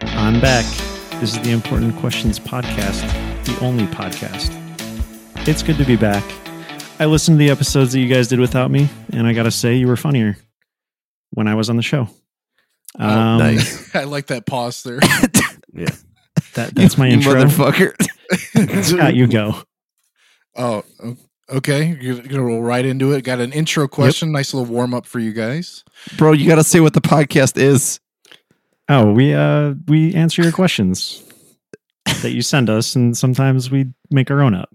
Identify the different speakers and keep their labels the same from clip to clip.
Speaker 1: I'm back. This is the Important Questions Podcast, the only podcast. It's good to be back. I listened to the episodes that you guys did without me, and I got to say, you were funnier when I was on the show. Um,
Speaker 2: Oh,
Speaker 3: nice.
Speaker 2: I like that pause there.
Speaker 1: that- that's my
Speaker 3: you
Speaker 1: intro.
Speaker 3: motherfucker.
Speaker 1: Scott, you go.
Speaker 2: oh, o- okay. You're going to roll right into it. Got an intro question. Nice little warm up for you guys.
Speaker 3: Bro, you got to say what the podcast is.
Speaker 1: Oh, we uh we answer your questions that you send us, and sometimes we make our own up.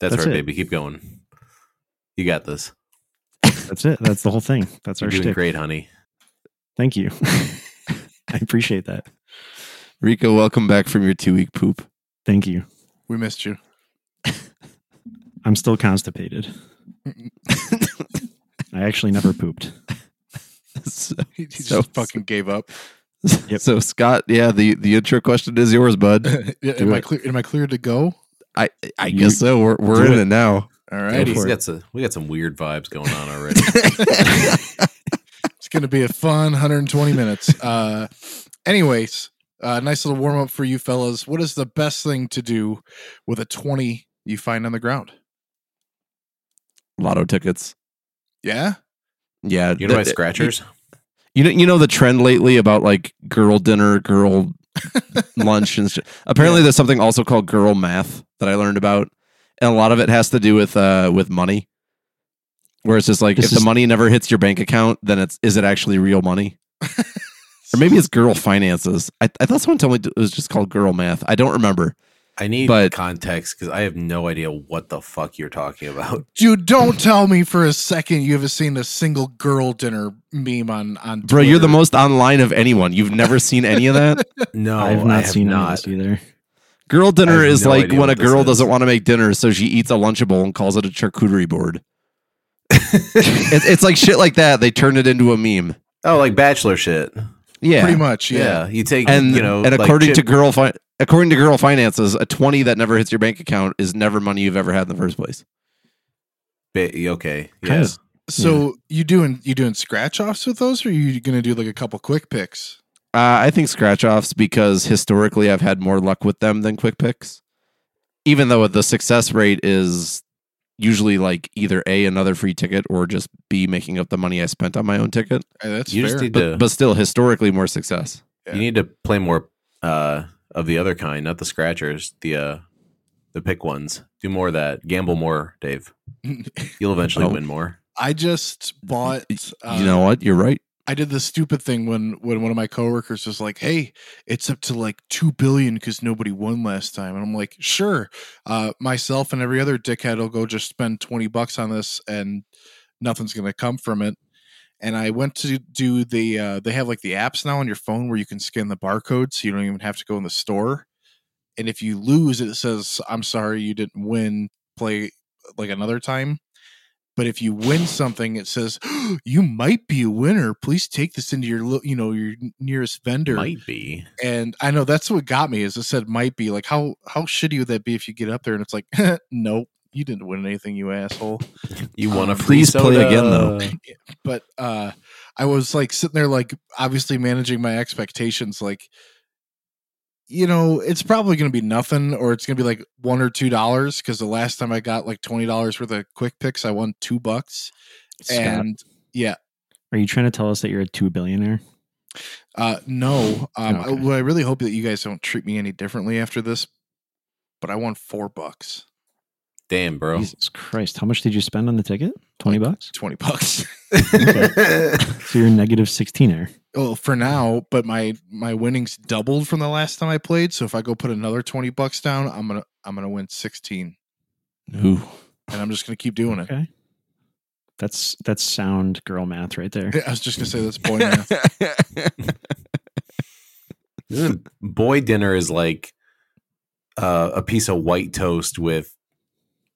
Speaker 4: That's,
Speaker 1: That's
Speaker 4: right,
Speaker 1: it.
Speaker 4: baby. Keep going. You got this.
Speaker 1: That's it. That's the whole thing. That's
Speaker 4: You're
Speaker 1: our
Speaker 4: doing
Speaker 1: shtick.
Speaker 4: great, honey.
Speaker 1: Thank you. I appreciate that.
Speaker 3: Rico, welcome back from your two week poop.
Speaker 1: Thank you.
Speaker 2: We missed you.
Speaker 1: I'm still constipated. I actually never pooped.
Speaker 3: So,
Speaker 2: He, he
Speaker 3: So-
Speaker 2: just fucking gave up.
Speaker 1: Yep.
Speaker 3: so, Scott, yeah, the, the intro question is yours, bud.
Speaker 2: Yeah, am, I
Speaker 3: it.
Speaker 2: clear, am I clear to go?
Speaker 3: I I
Speaker 1: You-
Speaker 3: guess so. We're,
Speaker 1: do
Speaker 3: we're
Speaker 1: it.
Speaker 3: in it, now.
Speaker 2: All
Speaker 4: Yeah,
Speaker 2: righty.
Speaker 4: we,
Speaker 1: for it.
Speaker 4: got some, we got some weird vibes going on already.
Speaker 2: It's going to be a fun 120 minutes. Uh, anyways, uh, nice little warm up for you fellas. What is the best thing to do with a 20 you find on the ground?
Speaker 3: Lotto tickets.
Speaker 2: Yeah.
Speaker 3: Yeah.
Speaker 4: You know my
Speaker 3: that-
Speaker 4: scratchers?
Speaker 3: You know, you know the trend lately about like girl dinner, girl lunch, and shit. apparently there's something also called girl math that I learned about, and a lot of it has to do with uh with money, where it's just like
Speaker 1: This
Speaker 3: if
Speaker 1: is-
Speaker 3: the money never hits your bank account, then it's is it actually real money, or maybe it's girl finances. I, I thought someone told me it was just called girl math. I don't remember.
Speaker 4: I need
Speaker 3: But-
Speaker 4: context because I have no idea what the fuck you're talking about.
Speaker 2: Dude, don't tell me for a second you haven't seen a single girl dinner meme on on.
Speaker 3: Bro, you're the
Speaker 2: Twitter.
Speaker 3: most online of anyone. You've never seen any of that.
Speaker 4: No,
Speaker 1: I've
Speaker 4: Oh, I
Speaker 1: not
Speaker 4: have
Speaker 1: seen any of
Speaker 4: not.
Speaker 1: this either.
Speaker 3: Girl dinner
Speaker 4: have
Speaker 3: is
Speaker 4: no
Speaker 3: like
Speaker 4: idea
Speaker 3: when
Speaker 4: what
Speaker 3: a
Speaker 4: this
Speaker 3: girl
Speaker 4: is.
Speaker 3: doesn't want to make dinner, so she eats a Lunchable and calls it a charcuterie board. it's, it's like shit like that. They turned it into a meme.
Speaker 4: Oh, like bachelor shit.
Speaker 3: Yeah,
Speaker 2: Pretty much,
Speaker 4: Yeah.
Speaker 2: yeah.
Speaker 4: You take,
Speaker 3: and
Speaker 4: you know,
Speaker 3: and
Speaker 4: like
Speaker 3: according to
Speaker 4: chip-
Speaker 3: girl fi- according to girl finances, a twenty that never hits your bank account is never money you've ever had in the first place.
Speaker 4: ba- okay.
Speaker 1: Kind
Speaker 4: Yes.
Speaker 2: So you doing you doing scratch offs with those, or are you gonna do like a couple quick picks?
Speaker 3: Uh, I think scratch offs because historically I've had more luck with them than quick picks, even though the success rate is usually like either a another free ticket or just b making up the money I spent on my own ticket.
Speaker 2: Hey, Uh, that's
Speaker 4: you
Speaker 2: fair.
Speaker 4: just need
Speaker 3: but,
Speaker 4: to
Speaker 3: but still historically more success.
Speaker 2: yeah.
Speaker 4: you need to play more uh of the other kind, not the scratchers, the uh the pick ones. Do more of that. Gamble more, Dave. You'll eventually
Speaker 3: Oh.
Speaker 4: win more.
Speaker 2: I just bought. Uh,
Speaker 3: you know what? You're right.
Speaker 2: I did the stupid thing when when one of my coworkers was like, "Hey, it's up to like two billion because nobody won last time," and I'm like, "Sure." Uh, myself and every other dickhead will go just spend twenty bucks on this, and nothing's gonna come from it. And I went to do the. Uh, they have like the apps now on your phone where you can scan the barcode, so you don't even have to go in the store. And if you lose, it says, "I'm sorry, you didn't win. Play like another time." But if you win something, it says you might be a winner. Please take this into your, lo- you know, your nearest vendor.
Speaker 4: Might be.
Speaker 2: And I know that's what got me is it said might be like how how shitty would that be if you get up there and it's like nope you didn't win anything you asshole.
Speaker 4: You want
Speaker 2: Um,
Speaker 4: to free
Speaker 3: please play
Speaker 4: soda.
Speaker 3: again, though.
Speaker 2: But uh I was like sitting there like obviously managing my expectations like you know it's probably going to be nothing or it's going to be like one or two dollars because the last time I got like twenty dollars worth of quick picks I won two bucks
Speaker 1: Scott,
Speaker 2: and yeah
Speaker 1: are you trying to tell us that you're a two billionaire?
Speaker 2: Uh, no. Um, I,
Speaker 1: Okay.
Speaker 2: well, I really hope that you guys don't treat me any differently after this. But I won four bucks,
Speaker 4: Damn, bro.
Speaker 1: Jesus Christ! How much did you spend on the ticket? Twenty bucks.
Speaker 2: twenty bucks.
Speaker 1: So you're a negative sixteener.
Speaker 2: well, for now. But my my winnings doubled from the last time I played. So if I go put another twenty bucks down, I'm gonna I'm gonna win sixteen,
Speaker 3: Ooh.
Speaker 2: and I'm just gonna keep doing it.
Speaker 1: Okay. That's that's sound girl math right there.
Speaker 2: I was just gonna say that's boy math.
Speaker 4: Isn't boy dinner is like uh, a piece of white toast with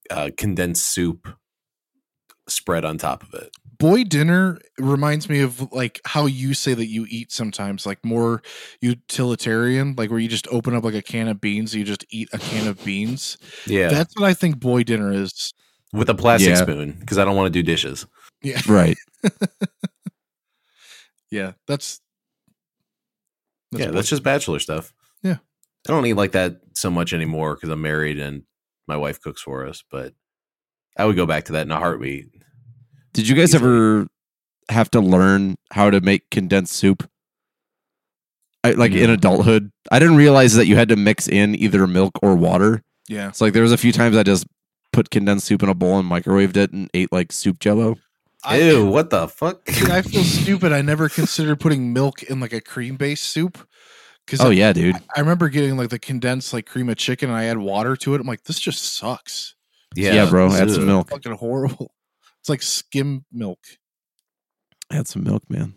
Speaker 4: uh, condensed soup spread on top of it.
Speaker 2: Boy dinner reminds me of like how you say that you eat sometimes, like more utilitarian, like where you just open up like a can of beans, you just eat a can of beans.
Speaker 4: Yeah,
Speaker 2: That's what I think boy dinner is.
Speaker 4: with a plastic
Speaker 3: Yeah.
Speaker 4: spoon because I don't want to do dishes.
Speaker 2: Yeah.
Speaker 3: Right.
Speaker 2: Yeah, that's
Speaker 4: yeah, that's just bachelor stuff.
Speaker 2: Yeah.
Speaker 4: I don't eat like that so much anymore because I'm married and my wife cooks for us. But I would go back to that in a heartbeat.
Speaker 3: Did you guys
Speaker 4: Easily.
Speaker 3: ever have to learn how to make condensed soup? I, like in
Speaker 4: No.
Speaker 3: adulthood, I didn't realize that you had to mix in either milk or water.
Speaker 2: yeah.
Speaker 3: It's like there was a few times I just put condensed soup in a bowl and microwaved it and ate like soup jello.
Speaker 4: Ew, what the fuck?
Speaker 2: Dude, I feel stupid. I never considered putting milk in like a cream based soup. Cause
Speaker 3: Oh
Speaker 2: I,
Speaker 3: yeah, dude.
Speaker 2: I remember getting like the condensed like cream of chicken and I add water to it. I'm like, this just sucks.
Speaker 3: Yeah, bro. Add some
Speaker 4: Ugh.
Speaker 3: milk.
Speaker 2: Fucking horrible. It's like skim milk.
Speaker 3: Add some milk, man.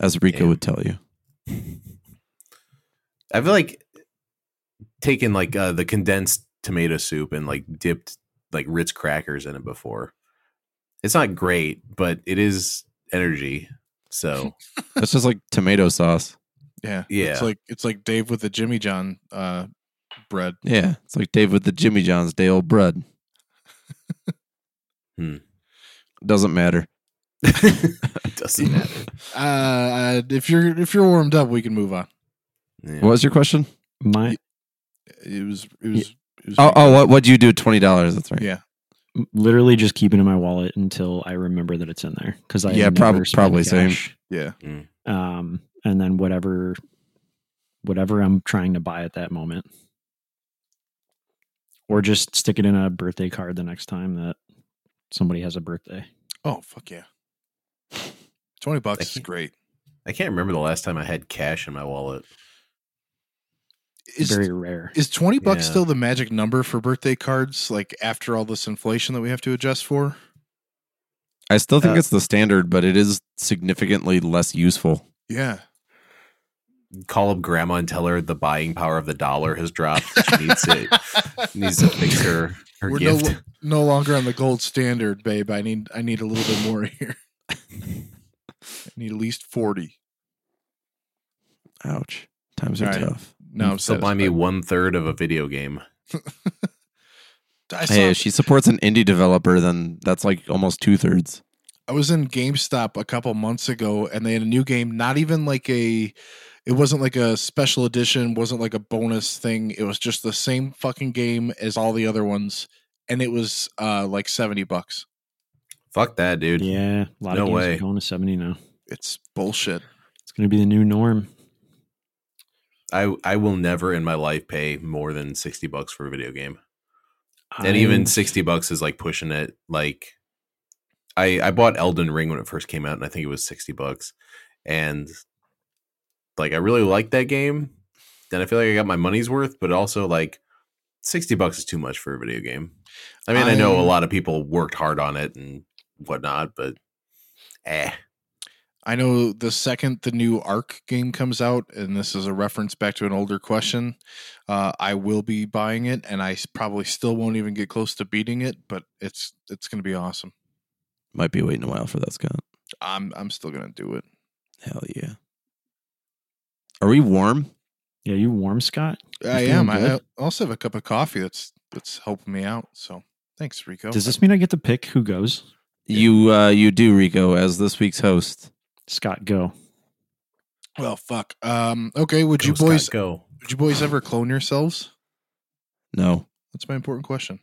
Speaker 3: As Rico
Speaker 4: Yeah.
Speaker 3: would tell you.
Speaker 4: I feel like taking like uh, the condensed tomato soup and like dipped like Ritz crackers in it before. It's not great, but it is energy. So
Speaker 3: That's just like tomato sauce.
Speaker 2: Yeah.
Speaker 4: yeah,
Speaker 2: It's like it's like Dave with the Jimmy John uh bread.
Speaker 3: Yeah, it's like Dave with the Jimmy John's day old bread.
Speaker 4: Hmm.
Speaker 3: Doesn't matter.
Speaker 4: it doesn't matter.
Speaker 2: Uh if you're if you're warmed up, we can move on.
Speaker 4: Yeah.
Speaker 3: What was your question?
Speaker 1: My
Speaker 2: It was it was, it was
Speaker 3: Oh, oh what what'd you do? Twenty dollars. That's right.
Speaker 2: yeah.
Speaker 1: literally just keep it in my wallet until I remember that it's in there because I
Speaker 3: Yeah,
Speaker 1: never
Speaker 3: prob-
Speaker 1: spend
Speaker 3: probably same.
Speaker 1: cash.
Speaker 2: Yeah.
Speaker 4: Mm.
Speaker 1: Um, and then whatever, whatever I'm trying to buy at that moment, or just stick it in a birthday card the next time that somebody has a birthday.
Speaker 2: Oh fuck yeah. Twenty bucks is
Speaker 4: Thank you.
Speaker 2: great.
Speaker 4: I can't remember the last time I had cash in my wallet.
Speaker 2: Is
Speaker 1: Very rare.
Speaker 2: is twenty bucks
Speaker 4: Yeah.
Speaker 2: still the magic number for birthday cards, like after all this inflation that we have to adjust for?
Speaker 3: I still think
Speaker 4: Uh,
Speaker 3: it's the standard, but it is significantly less useful.
Speaker 2: Yeah.
Speaker 4: Call up grandma and tell her the buying power of the dollar has dropped. She needs it. Needs to fix her her
Speaker 2: We're no,
Speaker 4: gift.
Speaker 2: no longer on the gold standard, babe. I need I need a little bit more here. I need at least forty.
Speaker 3: Ouch. Times are
Speaker 2: All right.
Speaker 3: tough.
Speaker 2: No, I'm
Speaker 4: Still Mm, buy me one third of a video game.
Speaker 2: I, saw,
Speaker 3: Hey, if she supports an indie developer, then that's like almost two thirds.
Speaker 2: I was in GameStop a couple months ago, and they had a new game. Not even like a, it wasn't like a special edition. wasn't like a bonus thing. It was just the same fucking game as all the other ones, and it was uh like seventy bucks.
Speaker 4: Fuck that, dude.
Speaker 1: yeah, a lot
Speaker 4: No
Speaker 1: of games
Speaker 4: way.
Speaker 1: are going to seventy now.
Speaker 2: It's bullshit.
Speaker 1: It's going to be the new norm.
Speaker 4: I I will never in my life pay more than sixty bucks for a video game, and even sixty bucks is like pushing it. Like, I I bought Elden Ring when it first came out, and I think it was sixty bucks, and like I really liked that game, and I feel like I got my money's worth, but also like sixty bucks is too much for a video game. I mean, I, know a
Speaker 2: I-
Speaker 4: lot of people worked hard on it and whatnot, but eh,
Speaker 2: I know the second the new Arc game comes out, and this is a reference back to an older question, uh, I will be buying it, and I s- probably still won't even get close to beating it. But it's it's going to be awesome.
Speaker 3: Might be waiting a while for that, Scott.
Speaker 2: I'm I'm still going to do it.
Speaker 3: Hell yeah. Are we warm?
Speaker 1: yeah, you warm, Scott.
Speaker 2: I
Speaker 1: feeling
Speaker 2: am. I I
Speaker 1: good?
Speaker 2: also have a cup of coffee that's that's helping me out. So thanks, Rico.
Speaker 1: Does this mean I get to pick who goes?
Speaker 3: You uh you do, Rico, as this week's host.
Speaker 1: Scott, go.
Speaker 2: well, fuck. Um. Okay. Would
Speaker 4: go,
Speaker 2: you
Speaker 4: Scott,
Speaker 2: boys?
Speaker 4: go?
Speaker 2: Would you boys ever clone yourselves?
Speaker 3: No.
Speaker 2: That's my important question.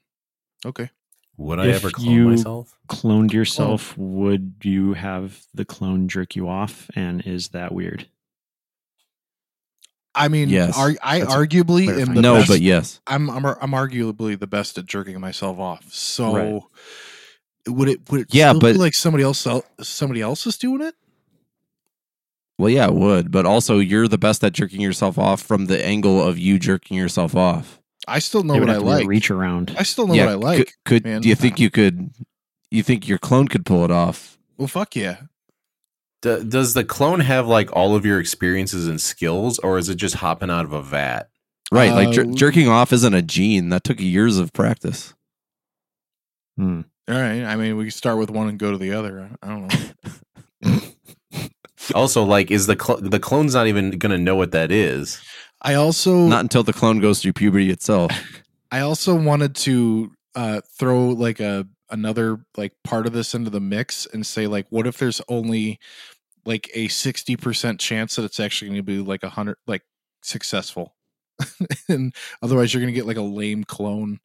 Speaker 2: Okay.
Speaker 4: Would I
Speaker 1: If
Speaker 4: ever clone
Speaker 1: you-
Speaker 4: myself?
Speaker 2: Oh.
Speaker 1: cloned yourself, would you have the clone jerk you off? And is that weird?
Speaker 2: I mean,
Speaker 3: Yes.
Speaker 2: ar- I
Speaker 3: That's
Speaker 2: arguably am
Speaker 1: clarifying.
Speaker 2: the
Speaker 3: no,
Speaker 2: best-
Speaker 3: but yes.
Speaker 2: I'm I'm I'm arguably the best at jerking myself off. So
Speaker 1: Right.
Speaker 2: would it would it
Speaker 3: Yeah,
Speaker 2: still
Speaker 3: but-
Speaker 2: be like somebody else el- somebody else is doing it?
Speaker 3: Well, yeah, it would, but also you're the best at jerking yourself off from the angle of you jerking yourself off.
Speaker 2: I still know
Speaker 1: They
Speaker 2: what
Speaker 1: would
Speaker 2: I
Speaker 1: have to
Speaker 2: like.
Speaker 1: reach around.
Speaker 2: I still know what I
Speaker 3: c-
Speaker 2: like.
Speaker 3: Could,
Speaker 2: man.
Speaker 3: do you think you could? You think your clone could pull it off?
Speaker 2: well, fuck yeah.
Speaker 4: D- does the clone have like all of your experiences and skills, or is it just hopping out of a vat?
Speaker 3: Right, like jer-
Speaker 2: Uh,
Speaker 3: jerking off isn't a gene. That took years of practice.
Speaker 1: Hmm.
Speaker 2: All right. I mean, we can start with one and go to the other. I I don't know.
Speaker 4: Also, like, is the cl- the clone's not even gonna know what that is?
Speaker 2: I also
Speaker 3: Not until the clone goes through puberty itself.
Speaker 2: I also wanted to uh, throw like a another like part of this into the mix and say like, what if there's only like a 60% chance that it's actually going to be like a 100 like successful. and otherwise you're going to get like a lame clone.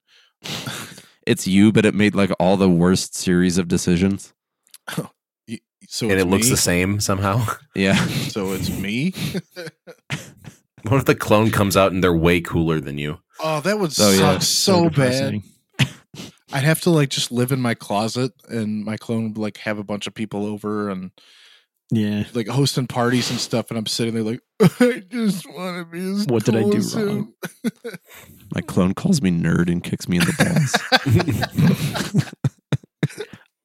Speaker 3: It's you, but it made like all the worst series of decisions.
Speaker 2: Y- So
Speaker 4: and
Speaker 2: it's
Speaker 4: it looks
Speaker 2: me.
Speaker 4: the same somehow.
Speaker 3: Yeah.
Speaker 2: So it's me.
Speaker 4: what if the clone comes out and they're way cooler than you?
Speaker 2: oh, that would
Speaker 3: Oh,
Speaker 2: suck
Speaker 3: yeah.
Speaker 2: so bad.
Speaker 1: depressing.
Speaker 2: I'd have to like just live in my closet and my clone would like have a bunch of people over and
Speaker 1: Yeah.
Speaker 2: like hosting parties and stuff and I'm sitting there like I just want to be as
Speaker 1: What did I
Speaker 2: cool
Speaker 1: do
Speaker 2: as him."
Speaker 1: wrong?
Speaker 3: My clone calls me nerd and kicks me in the balls.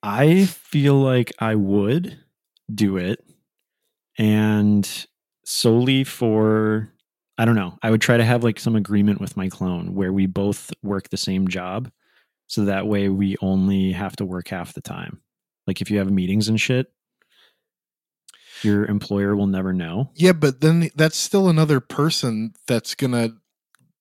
Speaker 1: I feel like I would do it. And solely for, I don't know, I would try to have like some agreement with my clone where we both work the same job. So that way we only have to work half the time. Like if you have meetings and shit, your employer will never know.
Speaker 2: Yeah, but then that's still another person that's gonna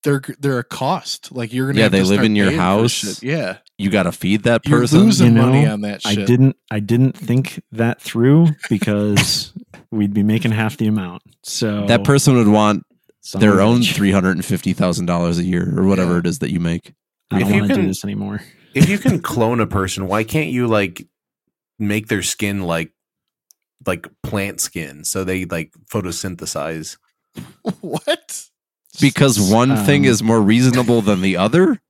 Speaker 2: they're they're a cost. Like you're gonna
Speaker 3: Yeah,
Speaker 2: have to
Speaker 3: they live
Speaker 2: start
Speaker 3: in your
Speaker 2: paying for
Speaker 3: house.
Speaker 2: shit. Yeah,
Speaker 3: You got to feed that
Speaker 2: you're
Speaker 3: person.
Speaker 2: losing
Speaker 1: you know,
Speaker 2: money on that shit.
Speaker 1: I didn't I didn't think that through because we'd be making half the amount. So
Speaker 3: that person would want
Speaker 1: son of
Speaker 3: their
Speaker 1: a
Speaker 3: own
Speaker 1: bitch,
Speaker 3: three hundred and fifty thousand dollars a year or whatever
Speaker 2: Yeah.
Speaker 3: it is that you make.
Speaker 1: I
Speaker 4: If
Speaker 1: don't
Speaker 4: you
Speaker 1: want to do
Speaker 4: can-
Speaker 1: this anymore.
Speaker 4: if you can clone a person, why can't you like make their skin like like plant skin so they like photosynthesize?
Speaker 2: what?
Speaker 3: Because one thing
Speaker 1: Um,
Speaker 3: is more reasonable than the other.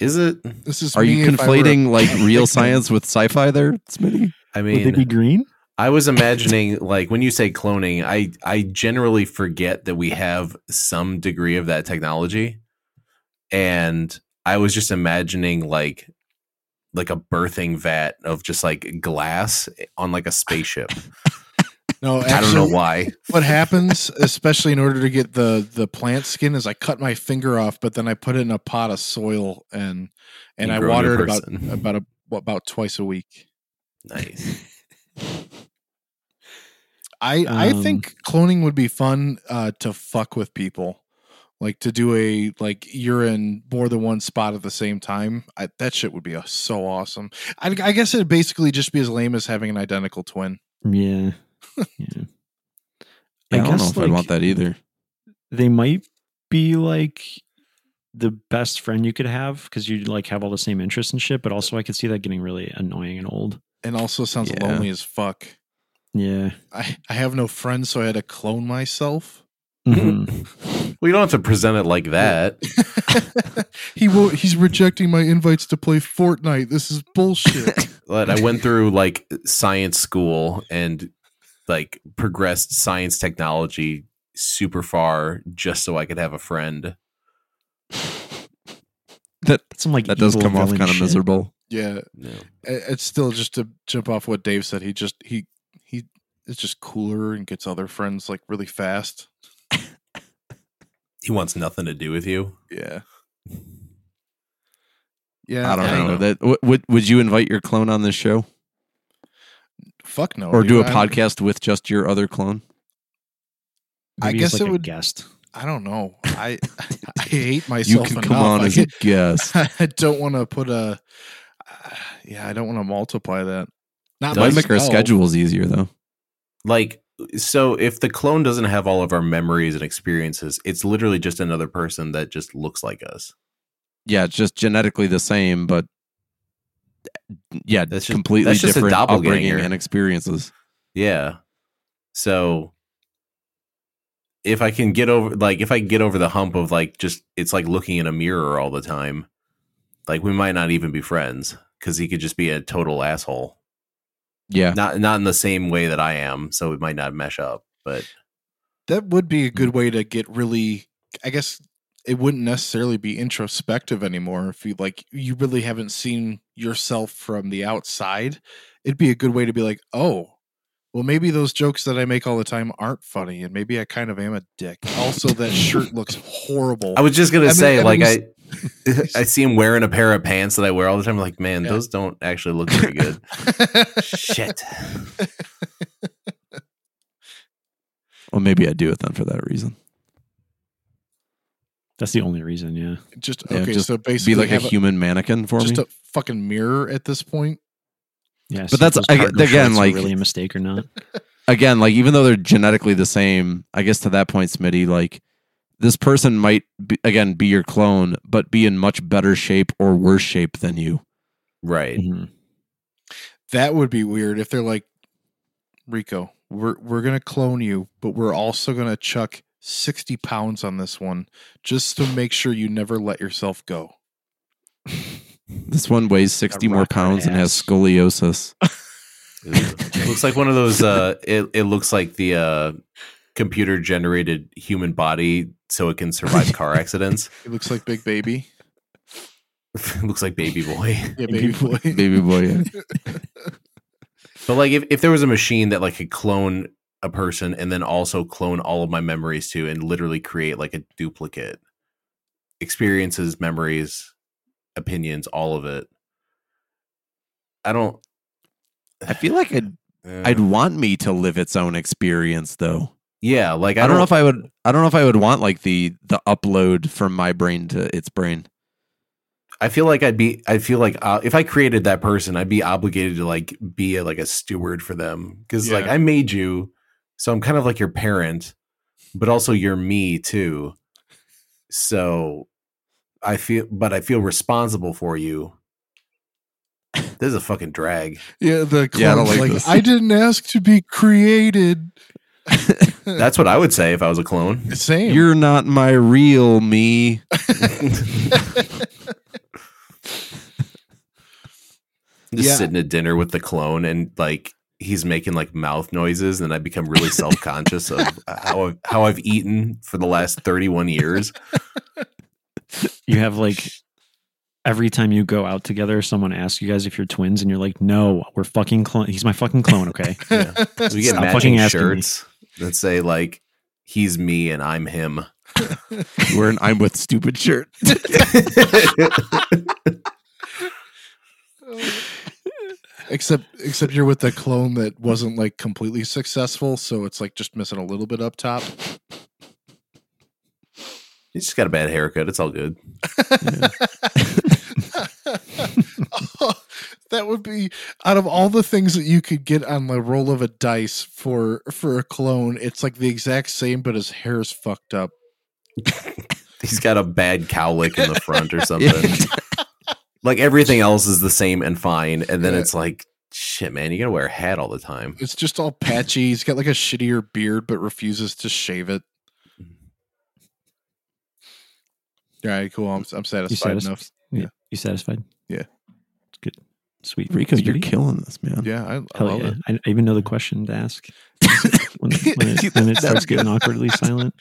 Speaker 4: Is it?
Speaker 2: This is
Speaker 3: Are you
Speaker 2: me if I were a-
Speaker 3: conflating like real science with sci-fi there, Smitty?
Speaker 4: I
Speaker 1: Would they
Speaker 4: mean,
Speaker 1: be green?
Speaker 4: I was imagining like when you say cloning, I I generally forget that we have some degree of that technology. And I was just imagining like like a birthing vat of just like glass on like a spaceship.
Speaker 2: No,
Speaker 4: I don't know
Speaker 2: actually,
Speaker 4: why.
Speaker 2: What happens, especially in order to get the the plant skin, is I cut my finger off, but then I put it in a pot of soil and and
Speaker 4: You
Speaker 2: I
Speaker 4: grow a new
Speaker 2: water it about
Speaker 4: person.
Speaker 2: about a, what, about twice a week.
Speaker 4: Nice.
Speaker 2: I I
Speaker 1: Um,
Speaker 2: think cloning would be fun uh, to fuck with people, like to do a like you're in more than one spot at the same time. I, that shit would be uh, so awesome. I, I guess it'd basically just be as lame as having an identical twin.
Speaker 1: Yeah. Yeah.
Speaker 3: I, don't know if
Speaker 1: like,
Speaker 3: I want that either.
Speaker 1: They might be like the best friend you could have because you like have all the same interests and shit, but also I could see that getting really annoying and old.
Speaker 2: And also sounds
Speaker 3: Yeah.
Speaker 2: lonely as fuck.
Speaker 1: Yeah.
Speaker 2: I I have no friends, so I had to clone myself.
Speaker 1: Mhm.
Speaker 4: Well, you don't have to present it like that.
Speaker 2: he will. He's rejecting my invites to play Fortnite. This is bullshit.
Speaker 4: But I went through like science school and like progressed science technology super far just so I could have a friend.
Speaker 3: That
Speaker 1: Some like
Speaker 3: that does
Speaker 1: evil
Speaker 3: come off
Speaker 1: villain
Speaker 3: kind of
Speaker 1: shit.
Speaker 3: miserable.
Speaker 2: yeah,
Speaker 4: No.
Speaker 2: it- it's still just to jump off what Dave said. He just he he is just cooler and gets other friends like really fast.
Speaker 4: He wants nothing to do with you.
Speaker 2: Yeah. Yeah,
Speaker 3: I don't
Speaker 4: I
Speaker 3: know.
Speaker 4: know.
Speaker 3: That w- would would you invite your clone on this show
Speaker 2: Fuck no.
Speaker 3: or
Speaker 2: dude.
Speaker 3: do a
Speaker 2: I don't-
Speaker 3: podcast with just your other clone?
Speaker 2: I
Speaker 1: Maybe it's
Speaker 2: guess
Speaker 1: like
Speaker 2: it
Speaker 1: a
Speaker 2: would-
Speaker 1: guest.
Speaker 2: I don't know. I I hate myself.
Speaker 3: You can come
Speaker 2: enough.
Speaker 3: on
Speaker 2: I
Speaker 3: as a guest.
Speaker 2: I don't want to put a. yeah, I don't want to multiply that. Not Oh,
Speaker 3: That'd make our
Speaker 2: myself.
Speaker 3: schedules easier though.
Speaker 4: Like, so if the clone doesn't have all of our memories and experiences, it's literally just another person that just looks like us.
Speaker 3: yeah, it's just genetically the same, but yeah,
Speaker 4: That's just-
Speaker 3: completely
Speaker 4: that's just a
Speaker 3: different upbringing
Speaker 4: doppelganger.
Speaker 3: and experiences.
Speaker 4: Yeah. So if I can get over, like, if I can get over the hump of like just, it's like looking in a mirror all the time, like, we might not even be friends because he could just be a total asshole.
Speaker 3: Yeah,
Speaker 4: Not, not in the same way that I am. So it might not mesh up, but
Speaker 2: That would be a
Speaker 3: Mm.
Speaker 2: good way to get really. I guess it wouldn't necessarily be introspective anymore if you like you really haven't seen yourself from the outside. It'd be a good way to be like, oh, well, maybe those jokes that I make all the time aren't funny, and maybe I kind of am a dick. Also, that shirt looks horrible.
Speaker 4: I was just gonna
Speaker 2: I mean-
Speaker 4: say,
Speaker 2: I
Speaker 4: like
Speaker 2: mean-
Speaker 4: I, I see him wearing a pair of pants that I wear all the time. Like, man,
Speaker 2: Yeah.
Speaker 4: those don't actually look very good. Shit.
Speaker 3: well, maybe I do it then for that reason.
Speaker 1: That's the only reason. Yeah.
Speaker 2: just
Speaker 3: Yeah,
Speaker 2: okay.
Speaker 3: just
Speaker 2: so basically,
Speaker 3: Be like a
Speaker 2: have a-
Speaker 3: human mannequin for me.
Speaker 2: just a fucking mirror at this point.
Speaker 1: Yeah.
Speaker 3: But that's-
Speaker 1: those
Speaker 3: I-
Speaker 1: cargo
Speaker 3: again,
Speaker 1: shorts are
Speaker 3: like-
Speaker 1: really a mistake or not.
Speaker 3: again, like even though they're genetically the same, I guess to that point, Smitty, like this person might be, again be your clone, but be in much better shape or worse shape than you.
Speaker 4: Right.
Speaker 1: Mm-hmm.
Speaker 2: That would be weird if they're like, Rico, we're we're gonna clone you, but we're also gonna chuck sixty pounds on this one just to make sure you never let yourself go.
Speaker 3: This one weighs sixty more
Speaker 1: rock on
Speaker 3: pounds and has
Speaker 1: ass.
Speaker 3: scoliosis.
Speaker 4: It looks like one of those uh it, it looks like the uh computer generated human body so it can survive car accidents.
Speaker 2: It looks like Big Baby.
Speaker 4: It looks like baby boy.
Speaker 2: Yeah, baby boy.
Speaker 3: Baby boy. yeah.
Speaker 4: But like if, if there was a machine that like could clone a person and then also clone all of my memories too and literally create like a duplicate experiences, memories, opinions, all of it. I don't
Speaker 3: I feel like I'd,
Speaker 4: uh,
Speaker 3: I'd want me to live its own experience though.
Speaker 4: yeah, like
Speaker 3: I don't know if I would I don't know if I would want like the the upload from my brain to its brain.
Speaker 4: I feel like I'd be. I feel like uh, if I created that person, I'd be obligated to like be a, like a steward for them because like
Speaker 2: Yeah.
Speaker 4: I made you, so I'm kind of like your parent, but also you're me too. So I feel, but I feel responsible for you. This is a fucking drag.
Speaker 2: Yeah, the clone's
Speaker 3: Yeah, I don't
Speaker 2: like,
Speaker 3: like this.
Speaker 2: I didn't ask to be created.
Speaker 4: That's what I would say if I was a clone.
Speaker 2: Same.
Speaker 3: You're not my real me.
Speaker 4: Just
Speaker 2: Yeah.
Speaker 4: sitting at dinner with the clone and like he's making like mouth noises, and I become really self conscious of how I've, how I've eaten for the last thirty one years.
Speaker 1: You have like every time you go out together, someone asks you guys if you're twins, and you're like, "No, we're fucking clone. He's my fucking clone." Okay,
Speaker 4: So we get
Speaker 1: Stop
Speaker 4: matching
Speaker 1: fucking asking me.
Speaker 4: shirts that say like he's me and I'm him.
Speaker 3: We're an I'm with stupid shirt.
Speaker 2: except except you're with the clone that wasn't like completely successful, so it's like just missing a little bit up top.
Speaker 4: He's just got a bad haircut. It's all good.
Speaker 2: Oh, that would be out of all the things that you could get on the roll of a dice for for a clone, it's like the exact same, but his hair's fucked up.
Speaker 4: He's got a bad cowlick in the front or something. like everything else is the same and fine, and then
Speaker 2: Yeah.
Speaker 4: it's like shit, man. You gotta wear a hat all the time.
Speaker 2: It's just all patchy. He's got like a shittier beard, but refuses to shave it.
Speaker 1: Mm-hmm.
Speaker 2: All right, cool. I'm, I'm
Speaker 1: you
Speaker 2: satisfied
Speaker 1: satisfied?
Speaker 2: enough.
Speaker 1: Yeah.
Speaker 2: Yeah.
Speaker 1: You satisfied?
Speaker 2: Yeah.
Speaker 1: Good. Sweet.
Speaker 3: Rico, you're
Speaker 1: Sweetie.
Speaker 3: killing this, man.
Speaker 2: Yeah, I, I
Speaker 1: Hell
Speaker 2: love
Speaker 1: yeah.
Speaker 2: it.
Speaker 1: I, I even know the question to ask when, when it, when it starts getting awkwardly silent.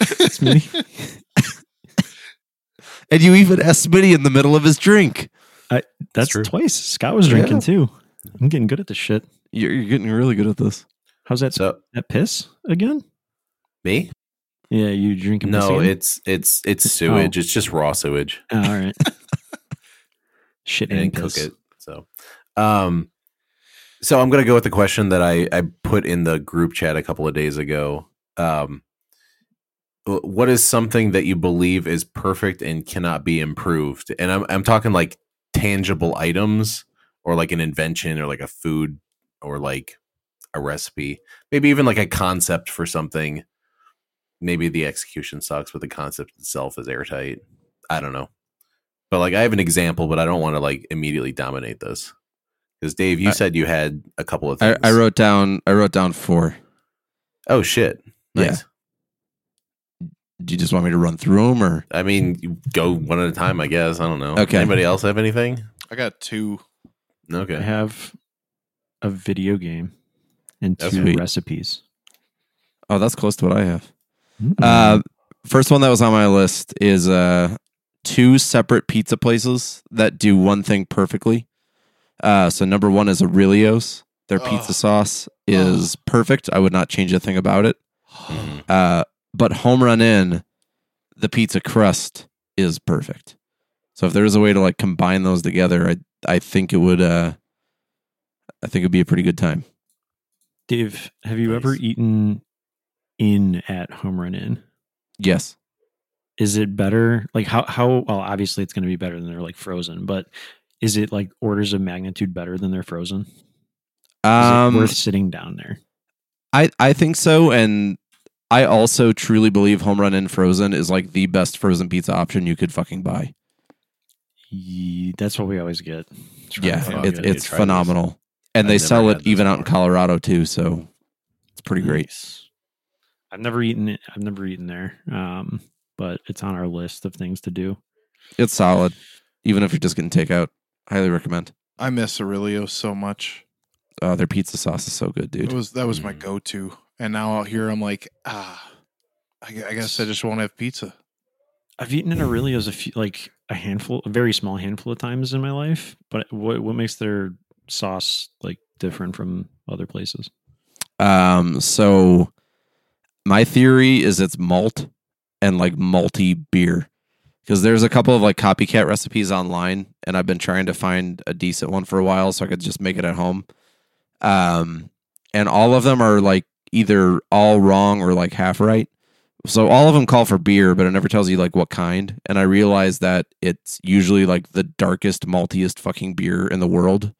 Speaker 1: It's me.
Speaker 3: And you even asked Smitty in the middle of his drink.
Speaker 1: That's
Speaker 4: true.
Speaker 1: twice. Scott was drinking
Speaker 3: Yeah.
Speaker 1: too. I'm getting good at this shit.
Speaker 3: You're, you're getting really good at this.
Speaker 1: How's that?
Speaker 4: So
Speaker 1: that piss again?
Speaker 4: me?
Speaker 1: Yeah, you drinking? piss
Speaker 4: No,
Speaker 1: again?
Speaker 4: it's it's it's sewage. It's just raw sewage.
Speaker 1: Oh, all right. shit
Speaker 4: and,
Speaker 1: and
Speaker 4: cook
Speaker 1: piss.
Speaker 4: it. So, um, so I'm gonna go with the question that I I put in the group chat a couple of days ago. Um, wh- what is something that you believe is perfect and cannot be improved? And I'm I'm talking like tangible items or like an invention or like a food or like a recipe, maybe even like a concept for something. Maybe the execution sucks, but the concept itself is airtight. I don't know but like I have an example, but I don't want to like immediately dominate this because Dave, you
Speaker 3: I-
Speaker 4: said you had a couple of
Speaker 3: I,
Speaker 4: things.
Speaker 3: I wrote down. I wrote down four.
Speaker 4: Oh shit! Nice.
Speaker 3: Do you just want me to run through them, or
Speaker 4: I mean, you go one at a time, I guess. I don't know.
Speaker 3: Okay.
Speaker 4: Anybody else have anything?
Speaker 2: I got two.
Speaker 1: I
Speaker 4: Okay.
Speaker 1: have a video game and two
Speaker 4: Okay.
Speaker 3: Sweet.
Speaker 1: recipes. Um,
Speaker 3: oh, that's close to what I have. Uh, first one that was on my list is uh, two separate pizza places that do one thing perfectly. Uh, so number one is Aurelio's. Their pizza
Speaker 2: Ugh.
Speaker 3: sauce is perfect. I would not change a thing about it.
Speaker 4: Mhm.
Speaker 3: Uh, but Home Run In, the pizza crust is perfect. So if there is a way to like combine those together, I I think it would uh, I think it'd be a pretty good time.
Speaker 1: Dave, have you ever
Speaker 4: Nice.
Speaker 1: eaten in at Home Run Inn?
Speaker 3: Yes.
Speaker 1: Is it better? Like how how well obviously it's going to be better than they're like frozen, but is it like orders of magnitude better than they're frozen? Is
Speaker 3: Um,
Speaker 1: it worth sitting down there?
Speaker 3: I I think so, and I also truly believe Home Run in Frozen is like the best frozen pizza option you could fucking buy.
Speaker 1: Ye- That's what we always get. It's really
Speaker 3: yeah,
Speaker 1: fucking good.
Speaker 3: it's
Speaker 4: need to
Speaker 3: it's
Speaker 4: try this.
Speaker 3: phenomenal, and
Speaker 4: I've
Speaker 3: they
Speaker 4: never
Speaker 3: sell
Speaker 4: had
Speaker 3: it
Speaker 4: this
Speaker 3: even out in
Speaker 4: before.
Speaker 3: Colorado too, so it's pretty great.
Speaker 1: Nice. Mm-hmm. I've never eaten it. I've never eaten there, um, but it's on our list of things to do.
Speaker 3: It's solid, even if you're just getting takeout. Highly recommend.
Speaker 2: I miss Aurelio so much.
Speaker 3: Uh, their pizza sauce is so good, dude.
Speaker 2: It was that was my
Speaker 4: Mm.
Speaker 2: go-to, and now out here I'm like, ah, I, gu- I guess I just won't have pizza.
Speaker 1: I've eaten
Speaker 3: Mm-hmm.
Speaker 1: at Aurelio's a few, like a handful, a very small handful of times in my life. But what what makes their sauce like different from other places?
Speaker 3: Um, so my theory is it's malt and like malty beer because there's a couple of like copycat recipes online, and I've been trying to find a decent one for a while so I could just make it at home. Um, and all of them are like either all wrong or like half right. So all of them call for beer, but it never tells you like what kind. And I realized that it's usually like the darkest, maltiest fucking beer in the world.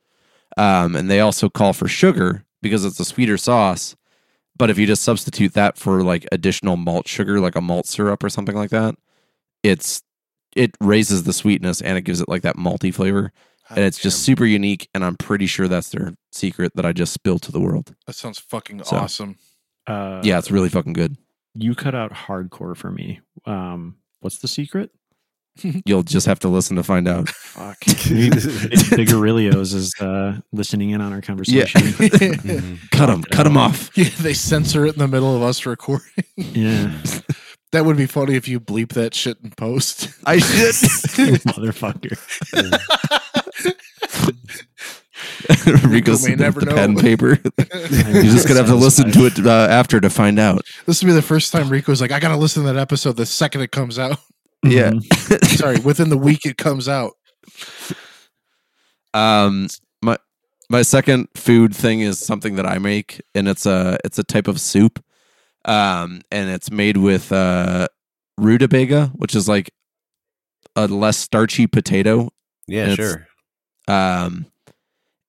Speaker 3: Um, and they also call for sugar because it's a sweeter sauce. But if you just substitute that for like additional malt sugar, like a malt syrup or something like that, it's it raises the sweetness and it gives it like that malty flavor.
Speaker 2: Hot
Speaker 3: And it's just
Speaker 2: damn,
Speaker 3: super unique. And I'm pretty sure that's their secret that I just spilled to the world.
Speaker 2: that sounds fucking
Speaker 3: So.
Speaker 2: awesome.
Speaker 1: Uh,
Speaker 3: yeah, it's really fucking good.
Speaker 1: you cut out hardcore for me. Um, what's the secret?
Speaker 3: You'll just have to listen to find out.
Speaker 1: Fuck, it's Big Aurelio's is uh, listening in on our conversation.
Speaker 2: yeah,
Speaker 4: Mm-hmm.
Speaker 3: Cut them, cut them off.
Speaker 2: they censor it in the middle of us recording.
Speaker 1: yeah.
Speaker 2: That would be funny if you bleep that shit in post.
Speaker 3: I did.
Speaker 1: motherfucker.
Speaker 3: Rico
Speaker 2: may
Speaker 3: said the,
Speaker 2: never
Speaker 3: the
Speaker 2: know.
Speaker 3: pen and paper. You're just gonna have to listen to it uh, after to find out.
Speaker 2: This will be the first time Rico's like, I gotta listen to that episode the second it comes out.
Speaker 3: Yeah.
Speaker 1: Mm-hmm.
Speaker 2: Sorry, within the week it comes out.
Speaker 3: Um, my my second food thing is something that I make, and it's a it's a type of soup. Um, and it's made with uh rutabaga, which is like a less starchy potato.
Speaker 4: Yeah,
Speaker 3: It's-
Speaker 4: sure.
Speaker 3: Um,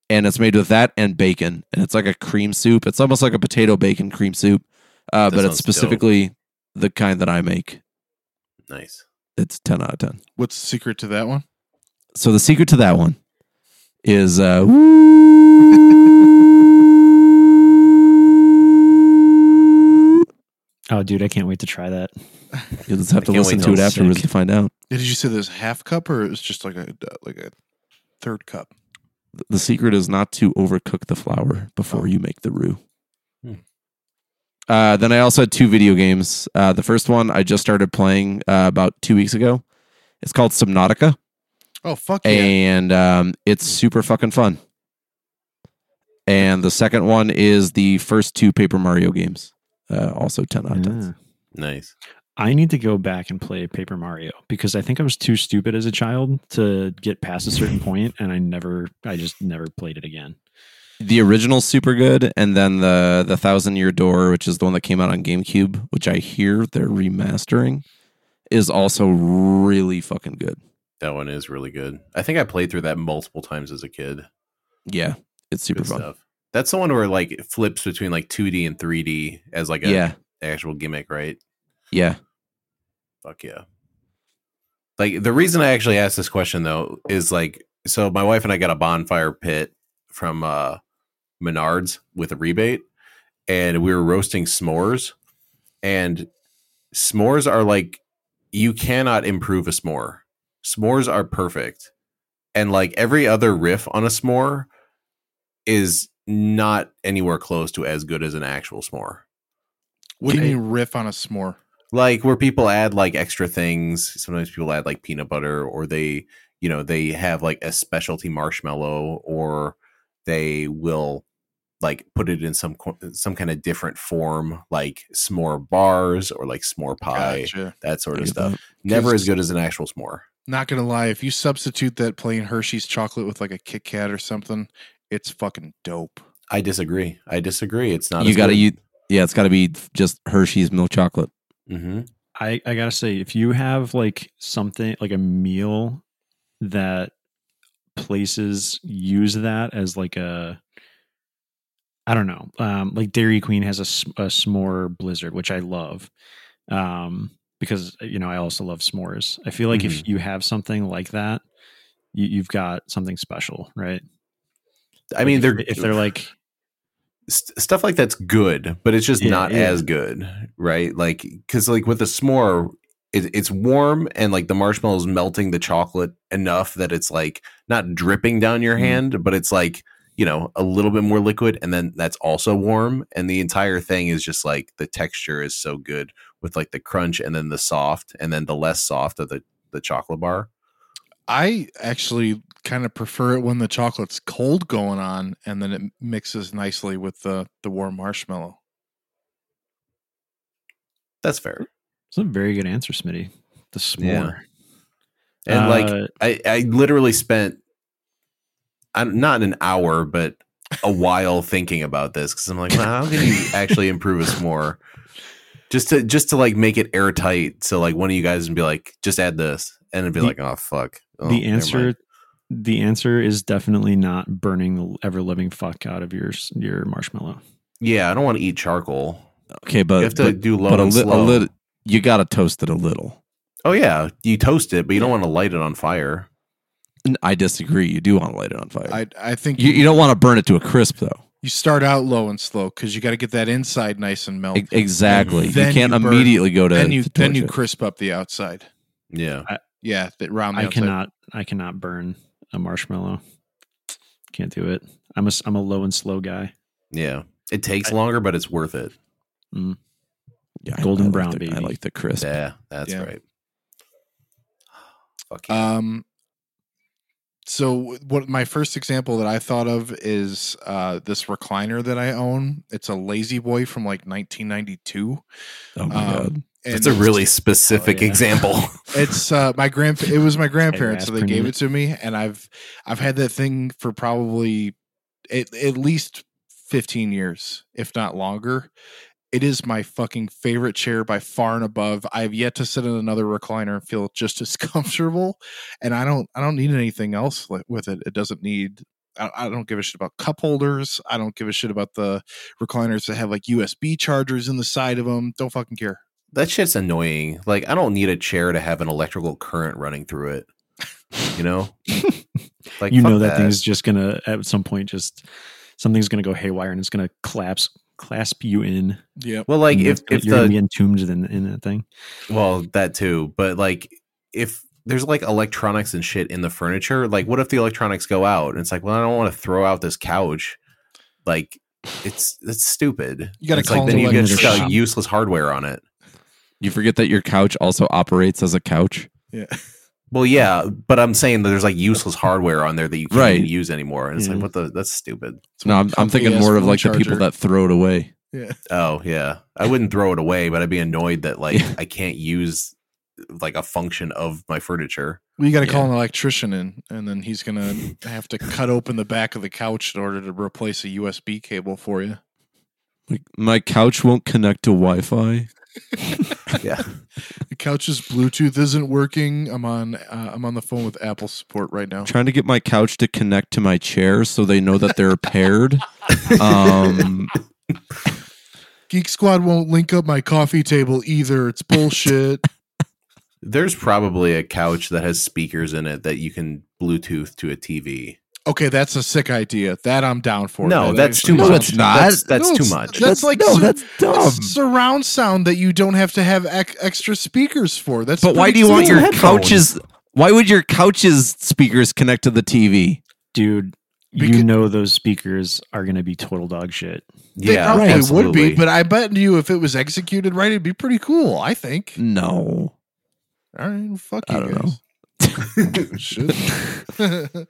Speaker 3: and it's made with that and bacon, and it's like a cream soup. It's almost like a potato bacon cream soup, uh,
Speaker 4: That
Speaker 3: but it's
Speaker 4: sounds dope.
Speaker 3: specifically the kind that I make.
Speaker 4: Nice.
Speaker 3: It's ten out of ten.
Speaker 2: What's the secret to that one?
Speaker 3: So the secret to that one is uh
Speaker 1: Oh, dude, I can't wait to try that.
Speaker 3: Oh, you'll just have
Speaker 4: I
Speaker 3: to
Speaker 4: can't
Speaker 3: listen
Speaker 4: wait
Speaker 3: to
Speaker 4: till
Speaker 3: it
Speaker 4: it's
Speaker 3: afterwards
Speaker 1: sick.
Speaker 3: to find out.
Speaker 2: Did you say there's half cup or it's just like a like a third cup?
Speaker 3: The secret is not to overcook the flour before you make the roux.
Speaker 4: Hmm.
Speaker 3: Uh, then I also had two video games. Uh, the first one I just started playing uh, about two weeks ago. It's called Subnautica.
Speaker 2: Oh fuck yeah!
Speaker 3: and um, it's super fucking fun. And the second one is the first two Paper Mario games, uh, also ten out of ten.
Speaker 1: Yeah.
Speaker 4: Nice.
Speaker 1: I need to go back and play Paper Mario because I think I was too stupid as a child to get past a certain point, and I never, I just never played it again.
Speaker 3: The original's super good, and then the the Thousand Year Door, which is the one that came out on GameCube, which I hear they're remastering, is also really fucking good.
Speaker 4: That one is really good. I think I played through that multiple times as a kid.
Speaker 3: Yeah, it's super
Speaker 4: Good
Speaker 3: fun.
Speaker 4: stuff. That's the one where like it flips between like 2D and 3D as like a
Speaker 3: Yeah,
Speaker 4: actual gimmick, right?
Speaker 3: yeah.
Speaker 4: Fuck yeah. Like the reason I actually asked this question though is like so my wife and I got a bonfire pit from uh Menards with a rebate and we were roasting s'mores and s'mores are like you cannot improve a s'more. S'mores are perfect. And like every other riff on a s'more is not anywhere close to as good as an actual s'more
Speaker 2: What do
Speaker 4: okay.
Speaker 2: you mean riff on a s'more?
Speaker 4: like where people add like extra things sometimes people add like peanut butter or they you know they have like a specialty marshmallow or they will like put it in some co- some kind of different form like s'more bars or like s'more pie
Speaker 2: Gotcha.
Speaker 4: that sort
Speaker 3: I
Speaker 4: of
Speaker 3: get
Speaker 4: stuff
Speaker 3: that.
Speaker 4: never
Speaker 2: 'Cause-
Speaker 4: as good as an actual s'more
Speaker 2: Not gonna lie, if you substitute that plain Hershey's chocolate with like a Kit Kat or something, it's fucking dope.
Speaker 4: i disagree i disagree it's not
Speaker 3: You
Speaker 4: as
Speaker 3: gotta
Speaker 4: good.
Speaker 3: you. Yeah, it's gotta be just Hershey's milk chocolate.
Speaker 4: Mhm.
Speaker 1: I, I gotta say, if you have like something like a meal that places use that as like a I don't know. Um, like Dairy Queen has a, s- a s'more blizzard, which I love um, because, you know, I also love s'mores. I feel like
Speaker 4: Mm-hmm.
Speaker 1: if you have something like that, you, you've got something special, right?
Speaker 4: I mean,
Speaker 1: if,
Speaker 4: they're
Speaker 1: if they're like,
Speaker 4: st- stuff like that's good, but it's just
Speaker 1: Yeah,
Speaker 4: not
Speaker 1: yeah.
Speaker 4: as good, right? Like because like with the s'more, it, it's warm and like the marshmallows melting the chocolate enough that it's like not dripping down your
Speaker 1: Mm.
Speaker 4: hand, but it's like you know a little bit more liquid, and then that's also warm, and the entire thing is just like the texture is so good with like the crunch and then the soft and then the less soft of the the chocolate bar.
Speaker 2: I actually kind of prefer it when the chocolate's cold going on and then it mixes nicely with the, the warm marshmallow.
Speaker 4: That's fair.
Speaker 1: it's a very good answer, Smitty. The s'more.
Speaker 4: And like
Speaker 1: Uh,
Speaker 4: I, I literally spent i not an hour, but a while thinking about this because I'm like, well, how can you actually improve us more? Just to just to like make it airtight, so like one of you guys would be like, just add this, and it'd be
Speaker 1: The-
Speaker 4: like, oh fuck. Oh,
Speaker 1: the
Speaker 4: never
Speaker 1: answer
Speaker 4: mind.
Speaker 1: the answer is definitely not burning the ever living fuck out of your s- your marshmallow.
Speaker 4: Yeah, I don't want to eat charcoal.
Speaker 3: Okay, but
Speaker 4: you have to
Speaker 3: but,
Speaker 4: do low
Speaker 3: but a,
Speaker 4: and
Speaker 3: li- a
Speaker 4: slow.
Speaker 3: lit- you got to toast it a little.
Speaker 4: oh yeah, you toast it, but you don't want to light it on fire.
Speaker 3: N- I disagree. You do want to light it on fire.
Speaker 2: I I think
Speaker 3: you,
Speaker 2: you,
Speaker 3: you don't want to burn it to a crisp though.
Speaker 2: you start out low and slow because you got to get that inside nice and melt.
Speaker 3: E- exactly. You
Speaker 2: Oh, Then
Speaker 3: can't
Speaker 2: you burn-
Speaker 3: immediately go to
Speaker 2: then you
Speaker 3: to
Speaker 2: then you
Speaker 3: torch it.
Speaker 2: crisp up the outside.
Speaker 4: Yeah,
Speaker 2: Yeah, that round. The
Speaker 1: I
Speaker 2: outside.
Speaker 1: cannot I cannot burn a marshmallow. Can't do it. I'm a s- I'm a low and slow guy.
Speaker 4: yeah. It takes longer, but it's worth it.
Speaker 3: Yeah, I-
Speaker 1: golden
Speaker 3: I like
Speaker 1: brown,
Speaker 3: the- I
Speaker 1: baby.
Speaker 3: like the crisp.
Speaker 4: Yeah, that's
Speaker 2: Yeah.
Speaker 4: right. Fuck
Speaker 3: Uh,
Speaker 4: yeah.
Speaker 2: Um. So what my first example that I thought of is uh, this recliner that I own. It's a Lazy Boy from like 1992.
Speaker 3: Oh my
Speaker 2: Um,
Speaker 3: god.
Speaker 2: and
Speaker 4: That's a really specific
Speaker 1: Oh, yeah.
Speaker 4: example.
Speaker 2: It's uh, my grand. It was my grandparents, so they
Speaker 1: aspirin in
Speaker 2: gave
Speaker 1: it.
Speaker 2: it to me, and I've I've had that thing for probably at, at least fifteen years, if not longer. It is my fucking favorite chair by far and above. I have yet to sit in another recliner and feel just as comfortable. And I don't I don't need anything else li- with it. It doesn't need. I, I don't give a shit about cup holders. I don't give a shit about the recliners that have like USB chargers in the side of them. Don't fucking care.
Speaker 4: that shit's annoying. Like I don't need a chair to have an electrical current running through it. You know? Like
Speaker 1: you
Speaker 4: fuck
Speaker 1: know that, thing's just gonna at some point just something's gonna go haywire and it's gonna collapse clasp you in.
Speaker 2: Yeah.
Speaker 4: Well, like
Speaker 1: And
Speaker 4: if
Speaker 1: that's gonna-
Speaker 4: if
Speaker 1: you're gonna
Speaker 4: the
Speaker 1: be entombed in, in that thing.
Speaker 4: well, that too, but like if there's like electronics and shit in the furniture, like what if the electronics go out? And it's like, well, I don't want to throw out this couch. Like it's it's stupid.
Speaker 2: You gotta
Speaker 4: It's like
Speaker 2: call
Speaker 4: then
Speaker 2: an
Speaker 4: you get just
Speaker 1: electrician.
Speaker 4: got useless hardware on it.
Speaker 3: You forget that your couch also operates as a couch.
Speaker 2: Yeah.
Speaker 4: Well, yeah, but I'm saying that there's like useless hardware on there that you can't
Speaker 3: Right.
Speaker 4: even use anymore, and it's like,
Speaker 1: Yeah.
Speaker 4: what the? That's stupid.
Speaker 2: It's
Speaker 3: No,
Speaker 2: one
Speaker 3: I'm, I'm thinking
Speaker 2: comfy-ass
Speaker 3: more of
Speaker 2: phone
Speaker 3: like the people
Speaker 2: charger.
Speaker 3: that throw it away.
Speaker 4: Oh yeah, I wouldn't throw it away, but I'd be annoyed that like
Speaker 3: Yeah.
Speaker 4: I can't use like a function of my furniture.
Speaker 2: Well, you got to
Speaker 3: Yeah.
Speaker 2: call an electrician in, and then he's gonna have to cut open the back of the couch in order to replace a USB cable for you.
Speaker 3: Like my couch won't connect to Wi-Fi.
Speaker 4: Yeah,
Speaker 2: The couch's Bluetooth isn't working. I'm on. Uh, I'm on the phone with Apple support right now.
Speaker 3: trying to get my couch to connect to my chair so they know that they're paired. Um,
Speaker 2: Geek Squad won't link up my coffee table either. It's bullshit.
Speaker 4: there's probably a couch that has speakers in it that you can Bluetooth to a TV.
Speaker 2: okay, that's a sick idea. That I'm down for.
Speaker 4: no,
Speaker 2: That
Speaker 4: that's
Speaker 2: is-
Speaker 4: too
Speaker 3: No,
Speaker 4: much.
Speaker 3: it's not.
Speaker 4: That's, that's
Speaker 2: No,
Speaker 4: too
Speaker 2: it's-
Speaker 4: much.
Speaker 2: That's like sur-
Speaker 3: dumb.
Speaker 2: that's surround sound that you don't have to have ec- extra speakers for. That's
Speaker 3: But why
Speaker 2: pretty
Speaker 3: do you want
Speaker 2: cool.
Speaker 3: your
Speaker 4: headphones.
Speaker 3: couches? Why would your couch's speakers connect to the TV?
Speaker 1: Dude, you
Speaker 2: Because-
Speaker 1: know those speakers are gonna be total dog shit.
Speaker 2: They
Speaker 4: yeah,
Speaker 2: probably would
Speaker 4: absolutely.
Speaker 2: be, but I bet you if it was executed right, it'd be pretty cool. I think.
Speaker 3: No,
Speaker 2: All right, well, fuck
Speaker 3: I
Speaker 2: you
Speaker 3: don't
Speaker 2: guys. Shit.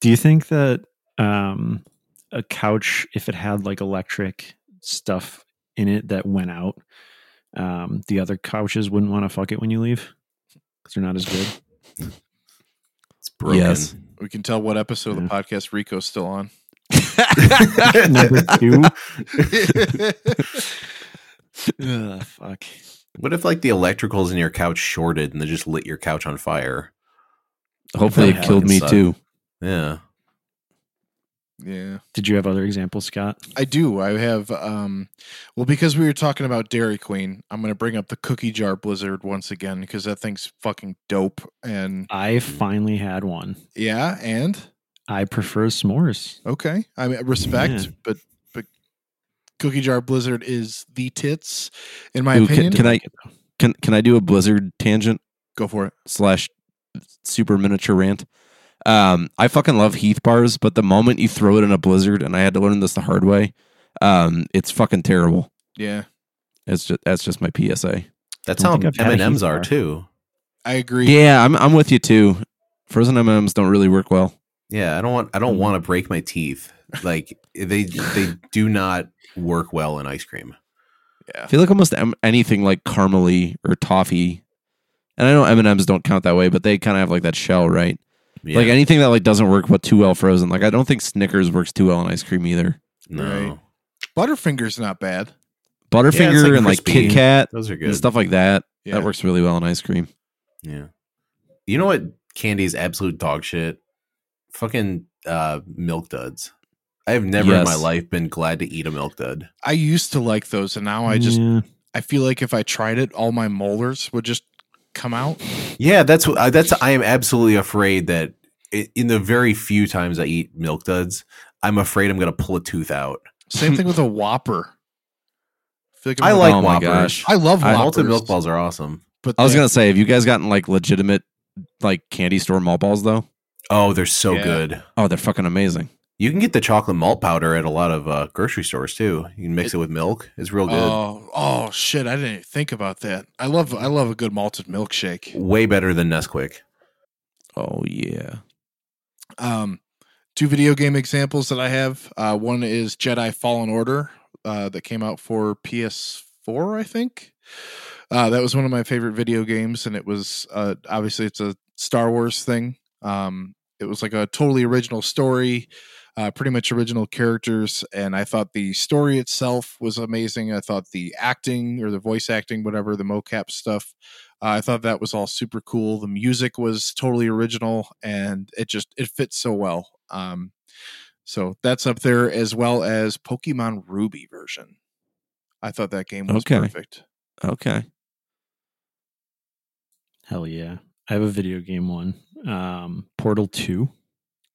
Speaker 1: Do you think that um, a couch, if it had like electric stuff in it that went out, um, the other couches wouldn't want to fuck it when you leave because they're not as good?
Speaker 4: it's broken.
Speaker 3: Yes.
Speaker 2: we can tell what episode of
Speaker 1: Yeah.
Speaker 2: the podcast Rico's still on.
Speaker 1: Number two. Ugh, fuck.
Speaker 4: What if like the electricals in your couch shorted and they just lit your couch on fire?
Speaker 3: Hopefully,
Speaker 1: That
Speaker 3: it killed
Speaker 4: fucking
Speaker 3: me
Speaker 4: sucked.
Speaker 3: too.
Speaker 4: Yeah.
Speaker 2: Yeah.
Speaker 1: Did you have other examples, Scott?
Speaker 2: I do. I have um well because we were talking about Dairy Queen, I'm going to bring up the cookie jar blizzard once again because that thing's fucking dope and
Speaker 1: I finally had one.
Speaker 2: yeah, and
Speaker 1: I prefer s'mores.
Speaker 2: okay. I mean respect,
Speaker 1: Yeah.
Speaker 2: but but cookie jar blizzard is the tits in my
Speaker 3: Ooh,
Speaker 2: opinion.
Speaker 3: Can
Speaker 1: Didn't
Speaker 3: I-
Speaker 1: like it, though.
Speaker 3: Can can I do a Blizzard tangent
Speaker 2: Go for it.
Speaker 3: slash super miniature rant? Um, I fucking love Heath bars, but the moment you throw it in a Blizzard, and I had to learn this the hard way, um, it's fucking terrible.
Speaker 2: Yeah.
Speaker 3: It's just that's just my PSA.
Speaker 4: That's
Speaker 1: Don't
Speaker 4: how
Speaker 1: think I've had a
Speaker 4: M and M's
Speaker 1: Heath
Speaker 4: are
Speaker 1: bar.
Speaker 4: too.
Speaker 2: I agree.
Speaker 3: Yeah, I'm I'm with you too. Frozen M Ms don't really work well.
Speaker 4: Yeah, I don't want I don't want to break my teeth. Like they they do not work well in ice cream.
Speaker 3: I feel like almost em- anything like caramely or toffee, and I know M and M's don't count that way, but they kind of have like that shell, right?
Speaker 4: Yeah,
Speaker 3: Like anything that like doesn't work well too well frozen. Like I don't think Snickers works too well in ice cream either.
Speaker 4: no,
Speaker 2: Right. Butterfinger's not bad.
Speaker 3: Butterfinger
Speaker 4: like
Speaker 3: and like
Speaker 4: crispy.
Speaker 3: Kit Kat
Speaker 4: those are good.
Speaker 3: and stuff like that.
Speaker 2: Yeah.
Speaker 3: That works really well in ice cream.
Speaker 4: Yeah, you know what? Candy's absolute dog shit. Fucking uh, milk duds. I have never in
Speaker 3: Yes.
Speaker 4: my life been glad to eat a milk dud.
Speaker 2: I used to like those and now I just
Speaker 1: Yeah.
Speaker 2: I feel like if I tried it all my molars would just come out.
Speaker 4: Yeah, that's what- uh, that's. I am absolutely afraid that i- in the very few times I eat milk duds, I'm afraid I'm gonna pull a tooth out.
Speaker 2: Same thing with a Whopper. feel
Speaker 4: I
Speaker 2: I'm-
Speaker 4: like
Speaker 3: oh my
Speaker 4: Whoppers.
Speaker 3: gosh.
Speaker 2: I love
Speaker 3: I-
Speaker 2: Whoppers.
Speaker 4: Malted milk balls are awesome.
Speaker 2: But
Speaker 3: I was
Speaker 2: that-
Speaker 3: gonna say, have you guys gotten like legitimate like candy store malt balls though?
Speaker 4: Oh, they're so
Speaker 2: Yeah.
Speaker 4: good.
Speaker 3: Oh, they're fucking amazing.
Speaker 4: You can get the chocolate malt powder at a lot of uh, grocery stores too. You can mix it, with milk. It's real good.
Speaker 2: Oh, oh shit! I didn't even think about that. I love, I love a good malted milkshake.
Speaker 4: Way better than Nesquik.
Speaker 3: Oh yeah.
Speaker 2: Um, two video game examples that I have. Uh, one is Jedi Fallen Order, uh, that came out for PS4, I think. Uh, that was one of my favorite video games, and it was uh, obviously it's a Star Wars thing. Um, it was like a totally original story, uh, pretty much original characters, and I thought the story itself was amazing. I thought the acting or the voice acting, whatever the mocap stuff, uh, I thought that was all super cool. The music was totally original, and it just it fits so well. Um, so that's up there as well as Pokemon Ruby version. I thought that game was
Speaker 3: Okay.
Speaker 2: perfect.
Speaker 3: Okay.
Speaker 1: Hell yeah. I have a video game one. Um, Portal 2.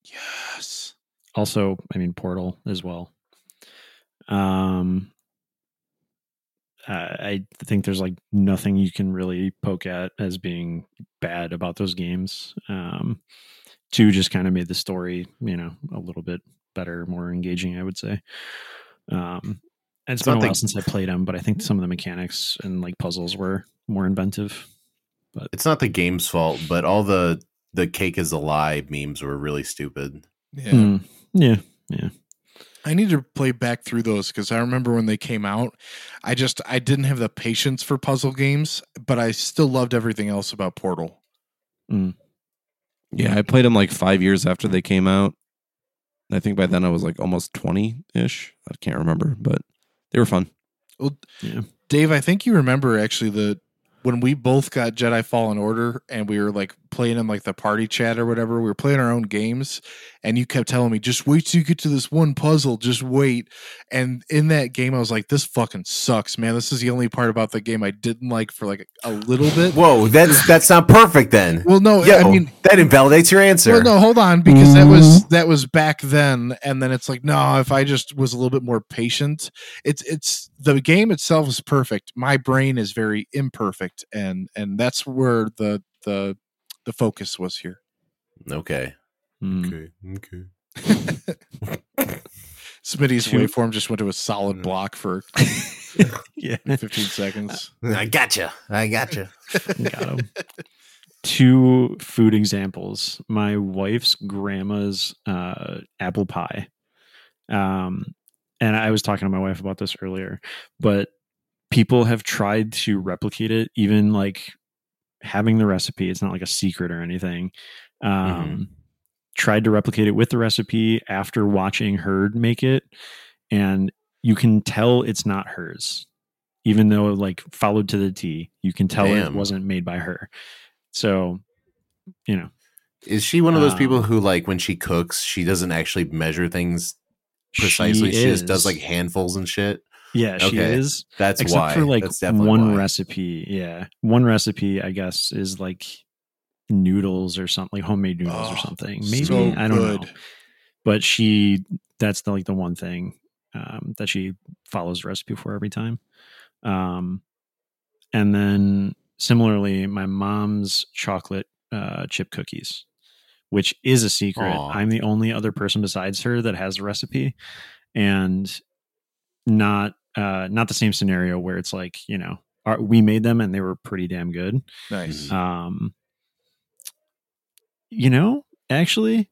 Speaker 2: Yes.
Speaker 1: Also, I mean Portal as well. Um I I think there's like nothing you can really poke at as being bad about those games. Um two just kind of made the story, you know, a little bit better, more engaging, I would say. Um and it's
Speaker 4: It's
Speaker 1: been a
Speaker 4: nothing-
Speaker 1: while since I played them, but I think some of the mechanics and like puzzles were more inventive.
Speaker 4: It's not the game's fault, but all the the cake is a lie memes were really stupid.
Speaker 2: Yeah.
Speaker 1: Mm. yeah.
Speaker 2: I need to play back through those because I remember when they came out, I just I didn't have the patience for puzzle games, but I still loved everything else about Portal.
Speaker 3: Yeah, I played them like five years after they came out. And I think by then I was like almost twenty ish. I can't remember, but they were fun.
Speaker 2: Dave, I think you remember actually the when we both got Jedi Fallen Order and we were like playing in like the party chat or whatever, we were playing our own games, and you kept telling me, just wait till you get to this one puzzle, just wait. And in that game, I was like, this fucking sucks, man. This is the only part about the game I didn't like for like a little bit.
Speaker 4: Whoa, that's that's not perfect then.
Speaker 2: Well, no,
Speaker 4: Yo,
Speaker 2: I mean,
Speaker 4: that invalidates your answer.
Speaker 2: Well, no, hold on, because that was that was back then, and then it's like, no, if I just was a little bit more patient, it's it's the game itself is perfect. My brain is very imperfect, and and that's where the the the focus was here.
Speaker 4: Okay.
Speaker 1: Mm.
Speaker 4: Okay. Okay.
Speaker 2: Smitty's
Speaker 1: Two- Mm-hmm.
Speaker 2: waveform just went to a solid block for
Speaker 1: Yeah.
Speaker 2: 15 seconds.
Speaker 4: I gotcha. I gotcha.
Speaker 1: Got 'em. Two food examples. My wife's grandma's uh, apple pie. Um, and I was talking to my wife about this earlier, but people have tried to replicate it, even like having the recipe. It's not like a secret or anything. Um, Tried to replicate it with the recipe after watching her make it. And you can tell it's not hers, even though like followed to the T. You can tell it
Speaker 4: Damn.
Speaker 1: wasn't made by her. So, you know,
Speaker 4: Is she one of those
Speaker 1: Um,
Speaker 4: people who, like, when she cooks, she doesn't actually measure things precisely? She,
Speaker 1: is.
Speaker 4: just does like handfuls and shit.
Speaker 1: yeah, she
Speaker 4: okay,
Speaker 1: is.
Speaker 4: That's
Speaker 1: Except
Speaker 4: why.
Speaker 1: for like
Speaker 4: That's definitely
Speaker 1: one
Speaker 4: why.
Speaker 1: recipe. Yeah, one recipe I guess is like noodles or something, like homemade noodles
Speaker 2: Oh,
Speaker 1: or something. Uh, Maybe
Speaker 2: So
Speaker 1: I don't know.
Speaker 2: good.
Speaker 1: But she, that's the, like the one thing um, that she follows the recipe for every time. Um, and then similarly, my mom's chocolate uh, chip cookies, which is a secret.
Speaker 4: Aw.
Speaker 1: I'm the only other person besides her that has the recipe, and not uh, not the same scenario where it's like you know our, we made them and they were pretty damn good.
Speaker 2: Nice.
Speaker 1: Um, you know, actually,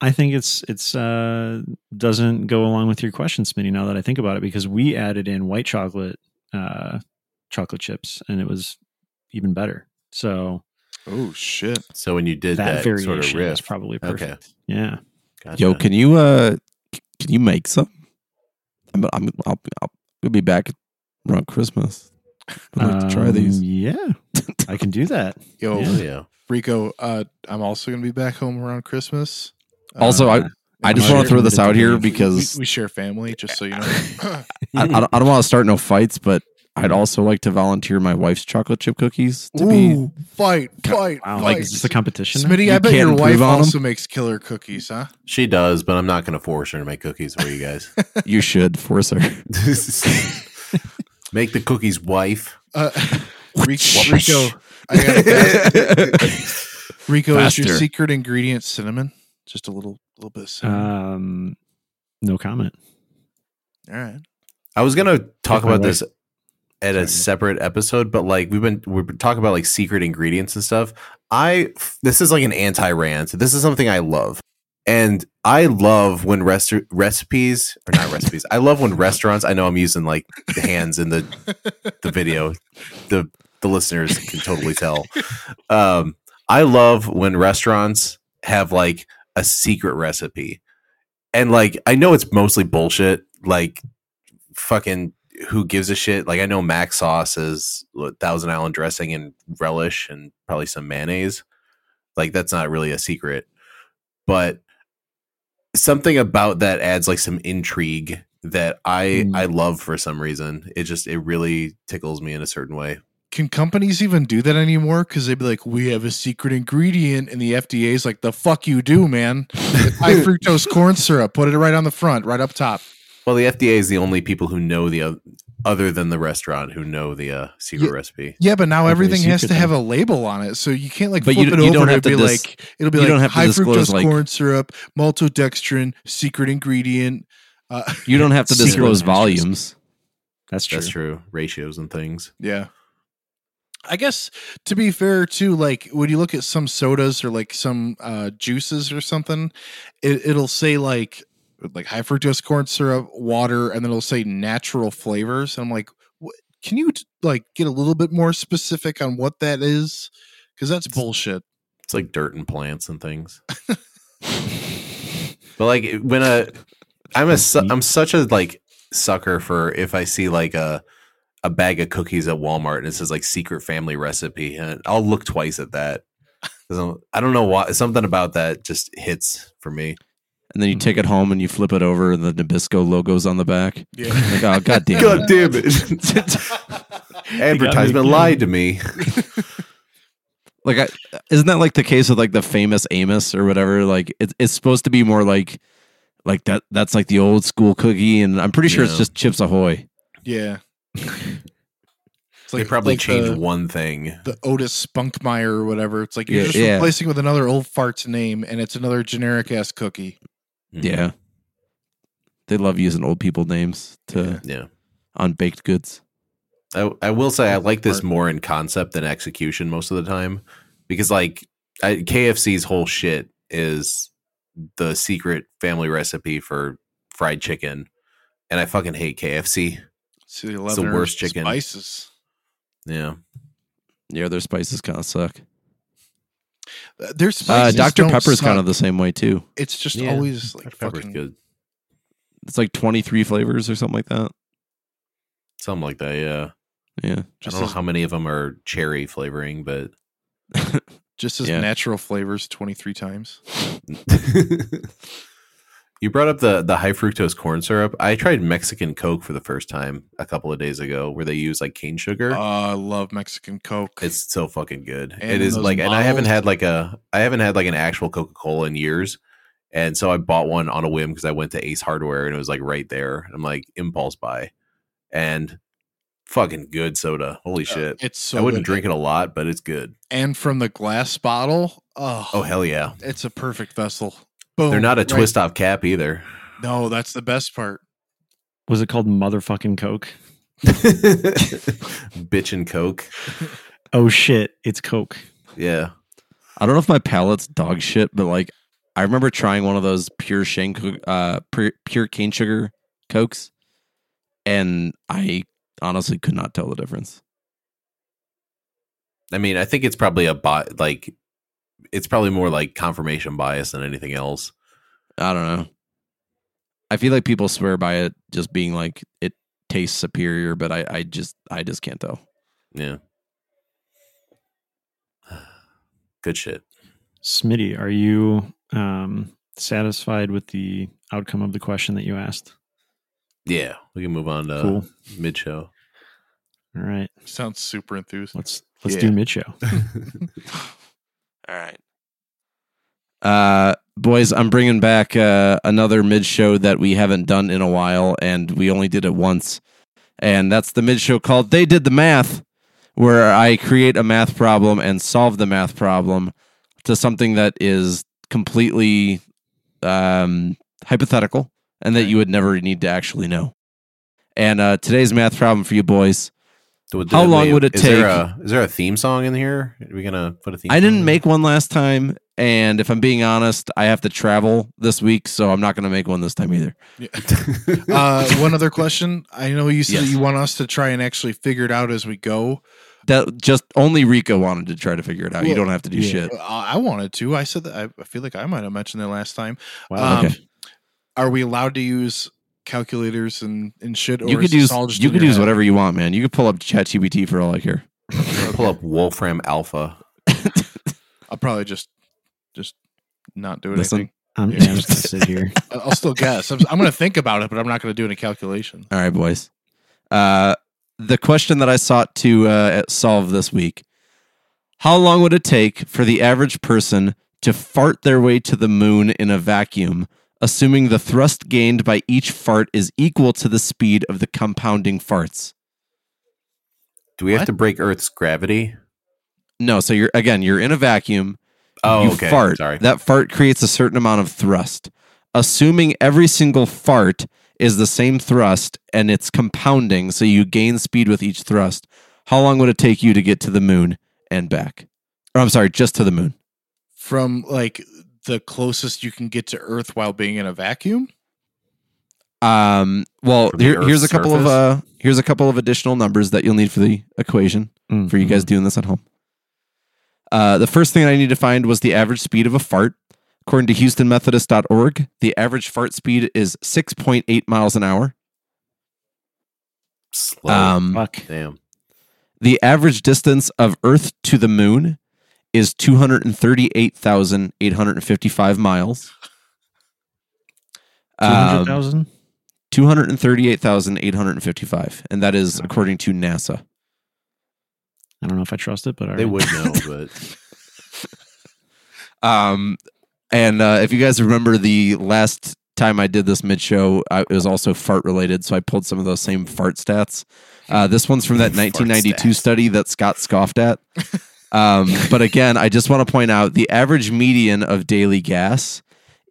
Speaker 1: I think it's it's uh, doesn't go along with your question, Smitty. Now that I think about it, because we added in white chocolate, uh, chocolate chips, and it was even better. So
Speaker 2: Oh shit.
Speaker 4: So when you did
Speaker 1: that,
Speaker 4: that,
Speaker 1: variation
Speaker 4: sort of
Speaker 1: is
Speaker 4: riff,
Speaker 1: probably
Speaker 4: Okay.
Speaker 1: perfect. Yeah,
Speaker 4: gotcha.
Speaker 3: Yo, can you uh, c- can you make some? I'm, I'm I'll, I'll, we'll be back around Christmas. I'd like to try
Speaker 1: Um,
Speaker 3: these.
Speaker 1: Yeah, I can do that.
Speaker 2: Yo,
Speaker 4: Oh, yeah.
Speaker 2: Rico, uh, I'm also gonna be back home around Christmas.
Speaker 3: Also, I-
Speaker 2: Uh,
Speaker 3: I just
Speaker 2: I'm sure
Speaker 3: want to throw this out here
Speaker 2: we-
Speaker 3: because
Speaker 2: we, we share family, just so you know.
Speaker 3: I, I don't, I don't want to start no fights, but I'd also like to volunteer my wife's chocolate chip cookies to be.
Speaker 2: Ooh, fight, fight,
Speaker 1: Wow,
Speaker 2: fight.
Speaker 1: like is this a competition? now?
Speaker 2: Smitty, I
Speaker 3: You
Speaker 2: bet
Speaker 3: can't
Speaker 2: your wife
Speaker 3: improve on 'em?
Speaker 2: also makes killer cookies, huh?
Speaker 4: She does, but I'm not going to force her to make cookies for you guys.
Speaker 3: You should force her.
Speaker 4: make the cookies, wife.
Speaker 2: Uh, Rico, Rico, I gotta- Rico is your
Speaker 3: Faster.
Speaker 2: secret ingredient cinnamon? Just a little, little bit. Of cinnamon.
Speaker 1: Um, no comment.
Speaker 2: All right.
Speaker 4: I was gonna talk
Speaker 1: my
Speaker 4: about
Speaker 1: wife-
Speaker 4: this at a
Speaker 1: Sorry.
Speaker 4: separate episode, but like we've been we've been talking about like secret ingredients and stuff. I this is like an anti rant. This is something I love, and I love when rest- recipes or not recipes. I love when restaurants. I know I'm using like the hands in the the video. The the listeners can totally tell. Um, I love when restaurants have like a secret recipe, and like I know it's mostly bullshit. Like fucking who gives a shit? Like I know mac sauce is what, Thousand Island dressing and relish and probably some mayonnaise. Like that's not really a secret, but something about that adds like some intrigue that I
Speaker 1: Mm.
Speaker 4: I love for some reason. It just it really tickles me in a certain way.
Speaker 2: Can companies even do that anymore? Because they'd be like, "We have a secret ingredient," and the FDA's like, "The fuck you do, man! It's high fructose corn syrup. Put it right on the front, right up top."
Speaker 4: Well, the FDA is the only people who know the oth- other than the restaurant who know the uh, secret
Speaker 2: Yeah.
Speaker 4: recipe.
Speaker 2: Yeah, but now
Speaker 1: Okay,
Speaker 2: everything has
Speaker 1: secret
Speaker 2: to have
Speaker 1: then.
Speaker 2: a label on it, so you can't like
Speaker 3: But
Speaker 2: flip
Speaker 3: you-
Speaker 2: it
Speaker 3: you
Speaker 2: over.
Speaker 3: don't
Speaker 2: and
Speaker 3: have
Speaker 2: it'll
Speaker 3: to
Speaker 2: be
Speaker 3: dis-
Speaker 2: like it'll be
Speaker 3: you
Speaker 2: like
Speaker 3: don't have to
Speaker 2: high
Speaker 3: disclose,
Speaker 2: fructose
Speaker 3: like-
Speaker 2: corn syrup, maltodextrin, secret ingredient. Uh,
Speaker 3: You don't have to
Speaker 1: Secret messages.
Speaker 3: disclose volumes.
Speaker 1: That's true.
Speaker 4: That's true. Ratios and things.
Speaker 2: yeah, I guess to be fair too, like when you look at some sodas or like some uh, juices or something, it, it'll say like like high fructose corn syrup, water, and then it'll say natural flavors. And I'm like, what, can you like get a little bit more specific on what that is? Because that's bullshit.
Speaker 4: It's like dirt and plants and things. but like when a I'm a su- I'm such a like sucker for if I see like a a bag of cookies at Walmart and it says like secret family recipe and I'll look twice at that. 'Cause I'm- I don't know why something about that just hits for me.
Speaker 3: And then you take it home and you flip it over, and the Nabisco logo's on the back.
Speaker 2: Yeah.
Speaker 3: Like, oh, goddamn.
Speaker 4: God damn it. Advertisement
Speaker 1: again.
Speaker 4: lied to me.
Speaker 3: like I, isn't that like the case with like the famous Amos or whatever? Like it's it's supposed to be more like like that that's like the old school cookie, and I'm pretty sure it's
Speaker 4: Yeah.
Speaker 3: just Chips Ahoy.
Speaker 2: Yeah. It's
Speaker 4: they probably
Speaker 2: like
Speaker 4: changed
Speaker 2: the,
Speaker 4: one thing.
Speaker 2: the Otis Spunkmeyer or whatever. It's like you're
Speaker 3: Yeah,
Speaker 2: just
Speaker 3: yeah.
Speaker 2: replacing it with another old fart's name and it's another generic ass cookie.
Speaker 4: Mm-hmm.
Speaker 3: Yeah, they love using old people names to
Speaker 4: Mm-hmm. Yeah.
Speaker 3: on baked goods.
Speaker 4: I, I will say I like this
Speaker 2: Part.
Speaker 4: more in concept than execution most of the time because like I, KFC's whole shit is the secret family recipe for fried chicken, and I fucking hate KFC.
Speaker 2: See, they
Speaker 4: It's
Speaker 2: love
Speaker 4: the
Speaker 2: their
Speaker 4: worst chicken.
Speaker 2: spices.
Speaker 4: Yeah,
Speaker 3: Yeah, their spices kind of suck.
Speaker 2: Uh, Their
Speaker 3: Uh,
Speaker 2: spices.
Speaker 3: Dr
Speaker 2: don't
Speaker 3: Pepper's
Speaker 2: suck.
Speaker 3: kind of the same way too.
Speaker 2: It's just
Speaker 4: Yeah,
Speaker 2: always like
Speaker 4: Dr. pepper's
Speaker 2: fucking.
Speaker 4: good,
Speaker 3: It's like 23 flavors or something like that.
Speaker 4: something like that. Yeah,
Speaker 3: Yeah,
Speaker 4: I
Speaker 2: just
Speaker 4: don't know
Speaker 2: as-
Speaker 4: how many of them are cherry flavoring, but
Speaker 2: Just as
Speaker 3: Yeah.
Speaker 2: natural flavors 23 times.
Speaker 4: you brought up the the high fructose corn syrup. I tried Mexican Coke for the first time a couple of days ago, where they use like cane sugar.
Speaker 2: Oh, I love Mexican Coke.
Speaker 4: it's so fucking good.
Speaker 2: And
Speaker 4: it is
Speaker 2: those
Speaker 4: like, and I haven't
Speaker 2: bottles.
Speaker 4: had like a I haven't had like an actual Coca Cola in years. And so I bought one on a whim because I went to Ace Hardware and it was like right there. And I'm like impulse buy, and fucking good soda. Holy shit!
Speaker 2: Uh, it's so
Speaker 4: I wouldn't
Speaker 2: good.
Speaker 4: drink it a lot, but it's good.
Speaker 2: And from the glass bottle, oh,
Speaker 4: Oh hell yeah!
Speaker 2: it's a perfect vessel. Boom.
Speaker 4: They're not a
Speaker 2: Oh, right-
Speaker 4: twist off cap either.
Speaker 2: No, that's the best part.
Speaker 1: Was it called motherfucking Coke?
Speaker 4: Bitch and Coke.
Speaker 1: Oh shit, it's Coke.
Speaker 4: Yeah.
Speaker 3: I don't know if my palate's dog shit, but like I remember trying one of those pure shank, uh, pure, pure cane sugar cokes, and I honestly could not tell the difference.
Speaker 4: I mean, I think it's probably a bot like it's probably more like confirmation bias than anything else.
Speaker 3: I don't know. I feel like people swear by it just being like it tastes superior, but I, I just I just can't tell.
Speaker 4: Yeah. Good shit.
Speaker 1: Smitty, are you um, satisfied with the outcome of the question that you asked?
Speaker 4: Yeah, we can move on to
Speaker 1: cool.
Speaker 4: mid show.
Speaker 1: All right,
Speaker 2: Sounds super enthused.
Speaker 1: let's let's
Speaker 2: Yeah.
Speaker 1: do mid show.
Speaker 3: All right. Uh boys, I'm bringing back uh another mid-show that we haven't done in a while and we only did it once. And that's the mid-show called They Did the Math where I create a math problem and solve the math problem to something that is completely um hypothetical and that you would never need to actually know. And uh today's math problem for you boys How long would it
Speaker 4: is There
Speaker 3: take?
Speaker 4: a, is there a theme song in here? Are we gonna put a theme?
Speaker 3: I
Speaker 4: song
Speaker 3: didn't
Speaker 4: in?
Speaker 3: make one last time, and if I'm being honest, I have to travel this week, so I'm not going to make one this time either.
Speaker 2: Yeah. uh, one other question. I know you said
Speaker 3: Yes.
Speaker 2: you want us to try and actually figure it out as we go.
Speaker 3: That just only Rico wanted to try to figure it out. you
Speaker 2: Well,
Speaker 3: don't have to do
Speaker 1: yeah.
Speaker 3: shit.
Speaker 2: Uh, I I wanted to. I said that. I- I feel like I might have mentioned that last time.
Speaker 1: Wow.
Speaker 2: Um,
Speaker 3: Okay.
Speaker 2: Are we allowed to use calculators and and shit?
Speaker 3: You could
Speaker 2: is this
Speaker 3: use
Speaker 2: all just
Speaker 3: you
Speaker 2: in
Speaker 3: could
Speaker 2: your
Speaker 3: use
Speaker 2: head?
Speaker 3: whatever you want, man. You could pull up ChatGPT for all I care.
Speaker 4: pull up Wolfram Alpha.
Speaker 2: I'll probably just just not do
Speaker 3: Listen.
Speaker 2: anything.
Speaker 1: I'm,
Speaker 2: Yeah.
Speaker 1: yeah, I'm just gonna sit here.
Speaker 2: I- I'll still guess. I'm, I'm going to think about it, but I'm not going to do any calculation.
Speaker 3: All right, boys. Uh, the question that I sought to uh, solve this week: How long would it take for the average person to fart their way to the moon in a vacuum, assuming the thrust gained by each fart is equal to the speed of the compounding farts?
Speaker 4: Do we have
Speaker 2: What?
Speaker 4: to break Earth's gravity?
Speaker 3: No, so you're again, you're in a vacuum.
Speaker 4: Oh,
Speaker 3: you
Speaker 4: okay.
Speaker 3: fart.
Speaker 4: Sorry.
Speaker 3: That fart creates a certain amount of thrust. Assuming every single fart is the same thrust and it's compounding, so you gain speed with each thrust. How long would it take you to get to the moon and back? Or I'm sorry, just to the moon.
Speaker 2: From like the closest you can get to Earth while being in a vacuum.
Speaker 3: Um, well,
Speaker 4: From the
Speaker 3: here, here's a
Speaker 4: Earth's
Speaker 3: couple of uh, here's a couple of additional numbers that you'll need for the equation. for
Speaker 1: Mm-hmm.
Speaker 3: you guys doing this at home. Uh, the first thing I need to find was the average speed of a fart. According to HoustonMethodist.org, the average fart speed is 6.8 miles an hour.
Speaker 4: Slow.
Speaker 3: Um,
Speaker 1: Fuck.
Speaker 4: Damn.
Speaker 3: the average distance of Earth to the moon is 238,855 miles. um,
Speaker 1: Two hundred thousand.
Speaker 3: 238,855. And that is according to NASA.
Speaker 1: I don't know if I trust it, but all
Speaker 4: They
Speaker 1: right.
Speaker 4: would know, but
Speaker 3: Um, and uh, if you guys remember the last time I did this mid show, it was also fart related, so I pulled some of those same fart stats. Uh, this one's from that
Speaker 4: Fart
Speaker 3: 1992
Speaker 4: stats.
Speaker 3: study that Scott scoffed at. Um, but again, I just want to point out the average median of daily gas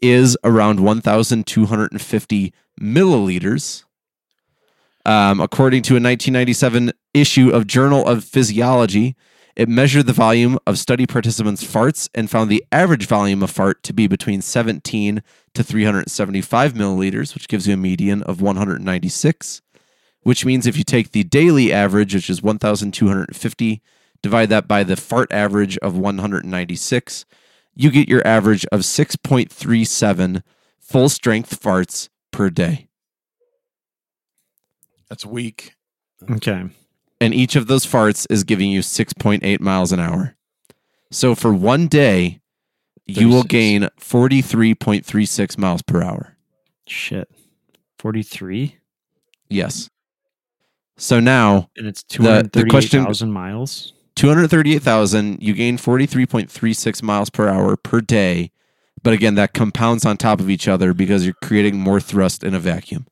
Speaker 3: is around 1,250 milliliters. Um, according to a 1997 issue of Journal of Physiology, it measured the volume of study participants' farts and found the average volume of fart to be between 17 to 375 milliliters, which gives you a median of 196. Which means if you take the daily average, which is 1,250, divide that by the fart average of 196, you get your average of 6.37 full strength farts per day.
Speaker 2: That's weak.
Speaker 1: Okay.
Speaker 3: and each of those farts is giving you 6.8 miles an hour. So for one day, you will
Speaker 2: 36.
Speaker 3: gain 43.36 miles per hour.
Speaker 1: Shit. 43?
Speaker 3: Yes. So now
Speaker 1: And it's
Speaker 3: The- the question-
Speaker 1: 238,000 miles?
Speaker 3: 238,000, you gain 43.36 miles per hour per day. But again, that compounds on top of each other because you're creating more thrust in a vacuum.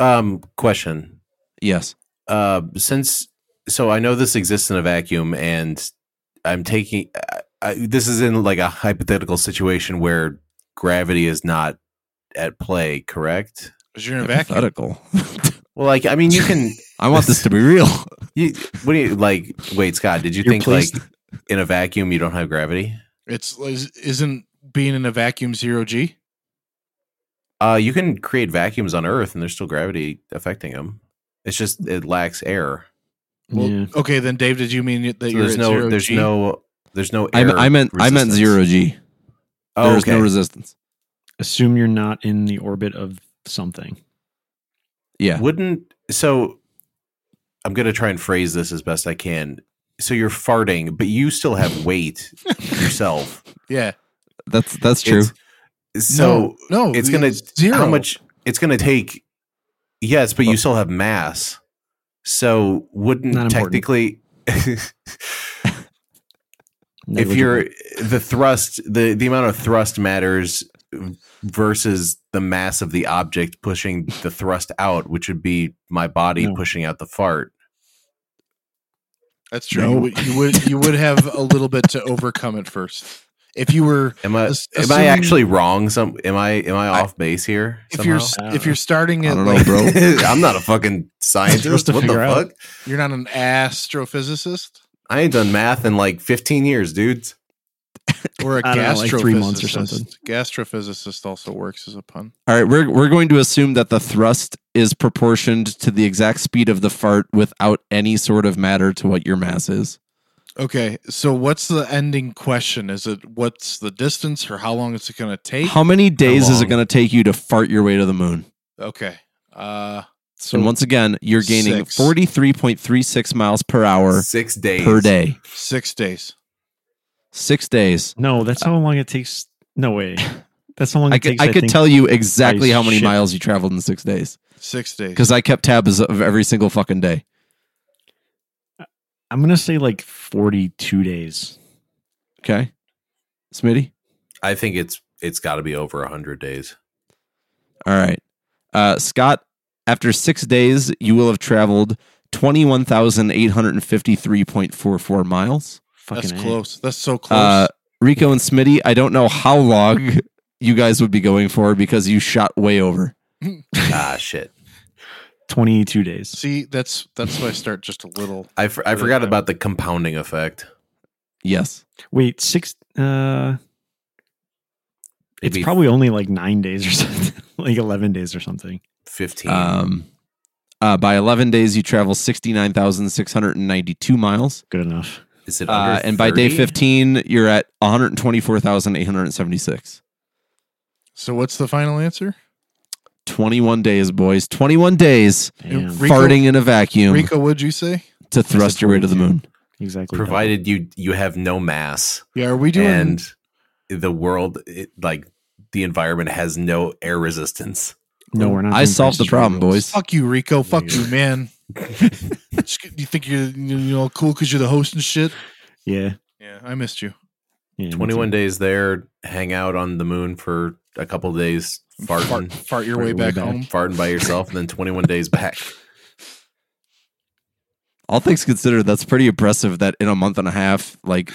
Speaker 4: Um, question.
Speaker 3: Yes.
Speaker 4: Uh, since so I know this exists in a vacuum, and I'm taking I, I, this is in like a hypothetical situation where gravity is not at play. Correct.
Speaker 2: Because you're in a vacuum.
Speaker 3: Hypothetical.
Speaker 4: Well, like I mean, you can.
Speaker 3: I want this to be real.
Speaker 4: You, what do you like? Wait, Scott, did you
Speaker 3: You're
Speaker 4: think
Speaker 3: pleased.
Speaker 4: like in a vacuum you don't have gravity?
Speaker 2: It's is- isn't being in a vacuum zero G.
Speaker 4: Uh, you can create vacuums on Earth, and there's still gravity affecting them. It's just it lacks air.
Speaker 2: Well,
Speaker 1: yeah.
Speaker 2: okay, then Dave, did you mean that
Speaker 4: So
Speaker 2: you're
Speaker 4: there's
Speaker 2: at
Speaker 4: no,
Speaker 2: zero
Speaker 4: there's
Speaker 2: G?
Speaker 4: no, there's no.
Speaker 3: I,
Speaker 4: Air
Speaker 3: I meant I meant
Speaker 4: resistance.
Speaker 3: zero G.
Speaker 4: Oh,
Speaker 3: There's
Speaker 4: okay.
Speaker 3: no resistance.
Speaker 1: Assume you're not in the orbit of something.
Speaker 3: Yeah.
Speaker 4: Wouldn't so? I'm gonna try and phrase this as best I can. So you're farting, but you still have weight yourself.
Speaker 2: Yeah.
Speaker 3: That's that's true.
Speaker 4: It's- so
Speaker 2: no, no,
Speaker 4: it's gonna
Speaker 2: zero.
Speaker 4: how much it's gonna take? Yes, but you still have mass. So
Speaker 1: Not
Speaker 4: wouldn't
Speaker 1: important.
Speaker 4: technically. if
Speaker 1: Negligible.
Speaker 4: you're the thrust the the amount of thrust matters versus the mass of the object pushing the thrust out which would be my body
Speaker 1: No.
Speaker 4: pushing out the fart
Speaker 2: That's true.
Speaker 3: No.
Speaker 2: You, would, you would you would have a little bit to overcome it first. If you were
Speaker 4: am i
Speaker 2: Ass-
Speaker 4: Uh, am i
Speaker 2: assuming-
Speaker 4: actually wrong some am i am i off base here
Speaker 2: if you're
Speaker 4: somehow?
Speaker 1: somehow.
Speaker 2: if you're starting
Speaker 3: I
Speaker 2: at
Speaker 3: don't know,
Speaker 2: like
Speaker 3: bro.
Speaker 4: i'm not a fucking
Speaker 1: Supposed
Speaker 4: scientist
Speaker 1: to
Speaker 4: what the
Speaker 1: figure out.
Speaker 4: fuck
Speaker 2: you're not an astrophysicist
Speaker 4: i ain't done math in like 15 years dudes
Speaker 2: or a
Speaker 1: I don't know,
Speaker 2: gastrophysicist.
Speaker 1: like three months or something.
Speaker 2: Gastrophysicist also works as a pun.
Speaker 3: All right, we're we're going to assume that the thrust is proportioned to the exact speed of the fart without any sort of matter to what your mass is.
Speaker 2: Okay, so what's the ending question? Is it what's the distance or how long is it going to take?
Speaker 3: How many days is it
Speaker 4: long?
Speaker 3: going to take you to fart your way to the moon?
Speaker 2: okay. Uh
Speaker 1: so
Speaker 3: and once again, you're gaining
Speaker 2: Six.
Speaker 3: 43.36 miles per hour
Speaker 4: six days
Speaker 3: per day.
Speaker 2: 6 days.
Speaker 3: 6 days.
Speaker 1: no, that's how long it takes. No way. That's how long it
Speaker 3: Uh, I could,
Speaker 1: takes.
Speaker 3: I could
Speaker 1: think.
Speaker 3: tell you exactly
Speaker 1: I
Speaker 3: how many
Speaker 1: shit.
Speaker 3: miles you traveled in 6 days
Speaker 2: 6 days.
Speaker 3: cuz I kept tabs of every single fucking day.
Speaker 1: I'm gonna say like 42 days.
Speaker 3: Okay? Smitty?
Speaker 4: i think it's it's got to be over 100 days
Speaker 3: All right. Uh, Scott, after six days, you will have traveled 21,853.44 miles.
Speaker 1: Fucking
Speaker 2: That's
Speaker 1: A.
Speaker 2: close. That's so close.
Speaker 3: Uh, Rico and Smitty, I don't know how long you guys would be going for because you shot way over.
Speaker 4: ah shit
Speaker 1: 22 days.
Speaker 2: See, that's that's why I start just a little.
Speaker 4: i, for, I forgot about the compounding effect
Speaker 3: Yes.
Speaker 1: Wait, six. Uh,
Speaker 4: It'd
Speaker 1: it's
Speaker 4: be
Speaker 1: probably only like nine days or something, like 11 days or something.
Speaker 4: 15
Speaker 3: Um, uh, by 11 days, you travel 69,692 miles.
Speaker 1: Good enough.
Speaker 4: is it
Speaker 3: Uh,
Speaker 4: under
Speaker 3: and by day
Speaker 4: 30?
Speaker 3: 15, you're at 124,876.
Speaker 2: So what's the final answer?
Speaker 3: 21 days, boys. 21 days
Speaker 1: Damn.
Speaker 2: Rico-
Speaker 3: farting in a vacuum
Speaker 2: Rico, what'd you say?
Speaker 3: to thrust your way to the
Speaker 1: 22.
Speaker 3: moon.
Speaker 1: exactly. double.
Speaker 4: provided you you have no mass
Speaker 2: Yeah, are we doing
Speaker 4: and the world it, like the environment has no air resistance
Speaker 1: No, we're not.
Speaker 3: I
Speaker 1: doing
Speaker 3: solved the
Speaker 1: Price is Right
Speaker 3: problem,
Speaker 1: rules.
Speaker 3: boys.
Speaker 2: Fuck you, Rico. Fuck you, man. Just 'cause you think you're you know cool because you're the host and shit?
Speaker 1: Yeah.
Speaker 2: Yeah, I missed you.
Speaker 1: yeah me too.
Speaker 4: 21 days there hang out on the moon for a couple days farting
Speaker 2: Fart, fart your
Speaker 1: Fart your way
Speaker 2: way back
Speaker 1: back.
Speaker 2: home.
Speaker 4: farting by yourself and then 21 days back
Speaker 3: All things considered, that's pretty impressive that in a month and a half, like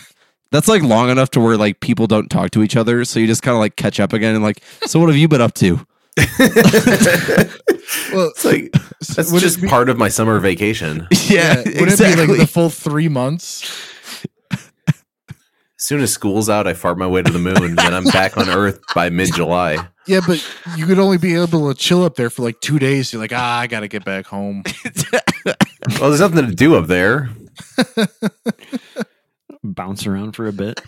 Speaker 3: that's like long enough to where like people don't talk to each other, so you just kind of like catch up again and like, so what have you been up to?
Speaker 2: Well,
Speaker 4: it's like that's
Speaker 2: would it
Speaker 4: just
Speaker 2: be-
Speaker 4: part of my summer vacation
Speaker 2: yeah, would it be like the full three months?
Speaker 4: as soon as school's out i fart my way to the moon then i'm back on earth by mid-july
Speaker 2: Yeah, but you could only be able to chill up there for like two days. You're like, ah, I gotta get back home.
Speaker 4: well there's nothing to do up there
Speaker 1: Bounce around for a bit.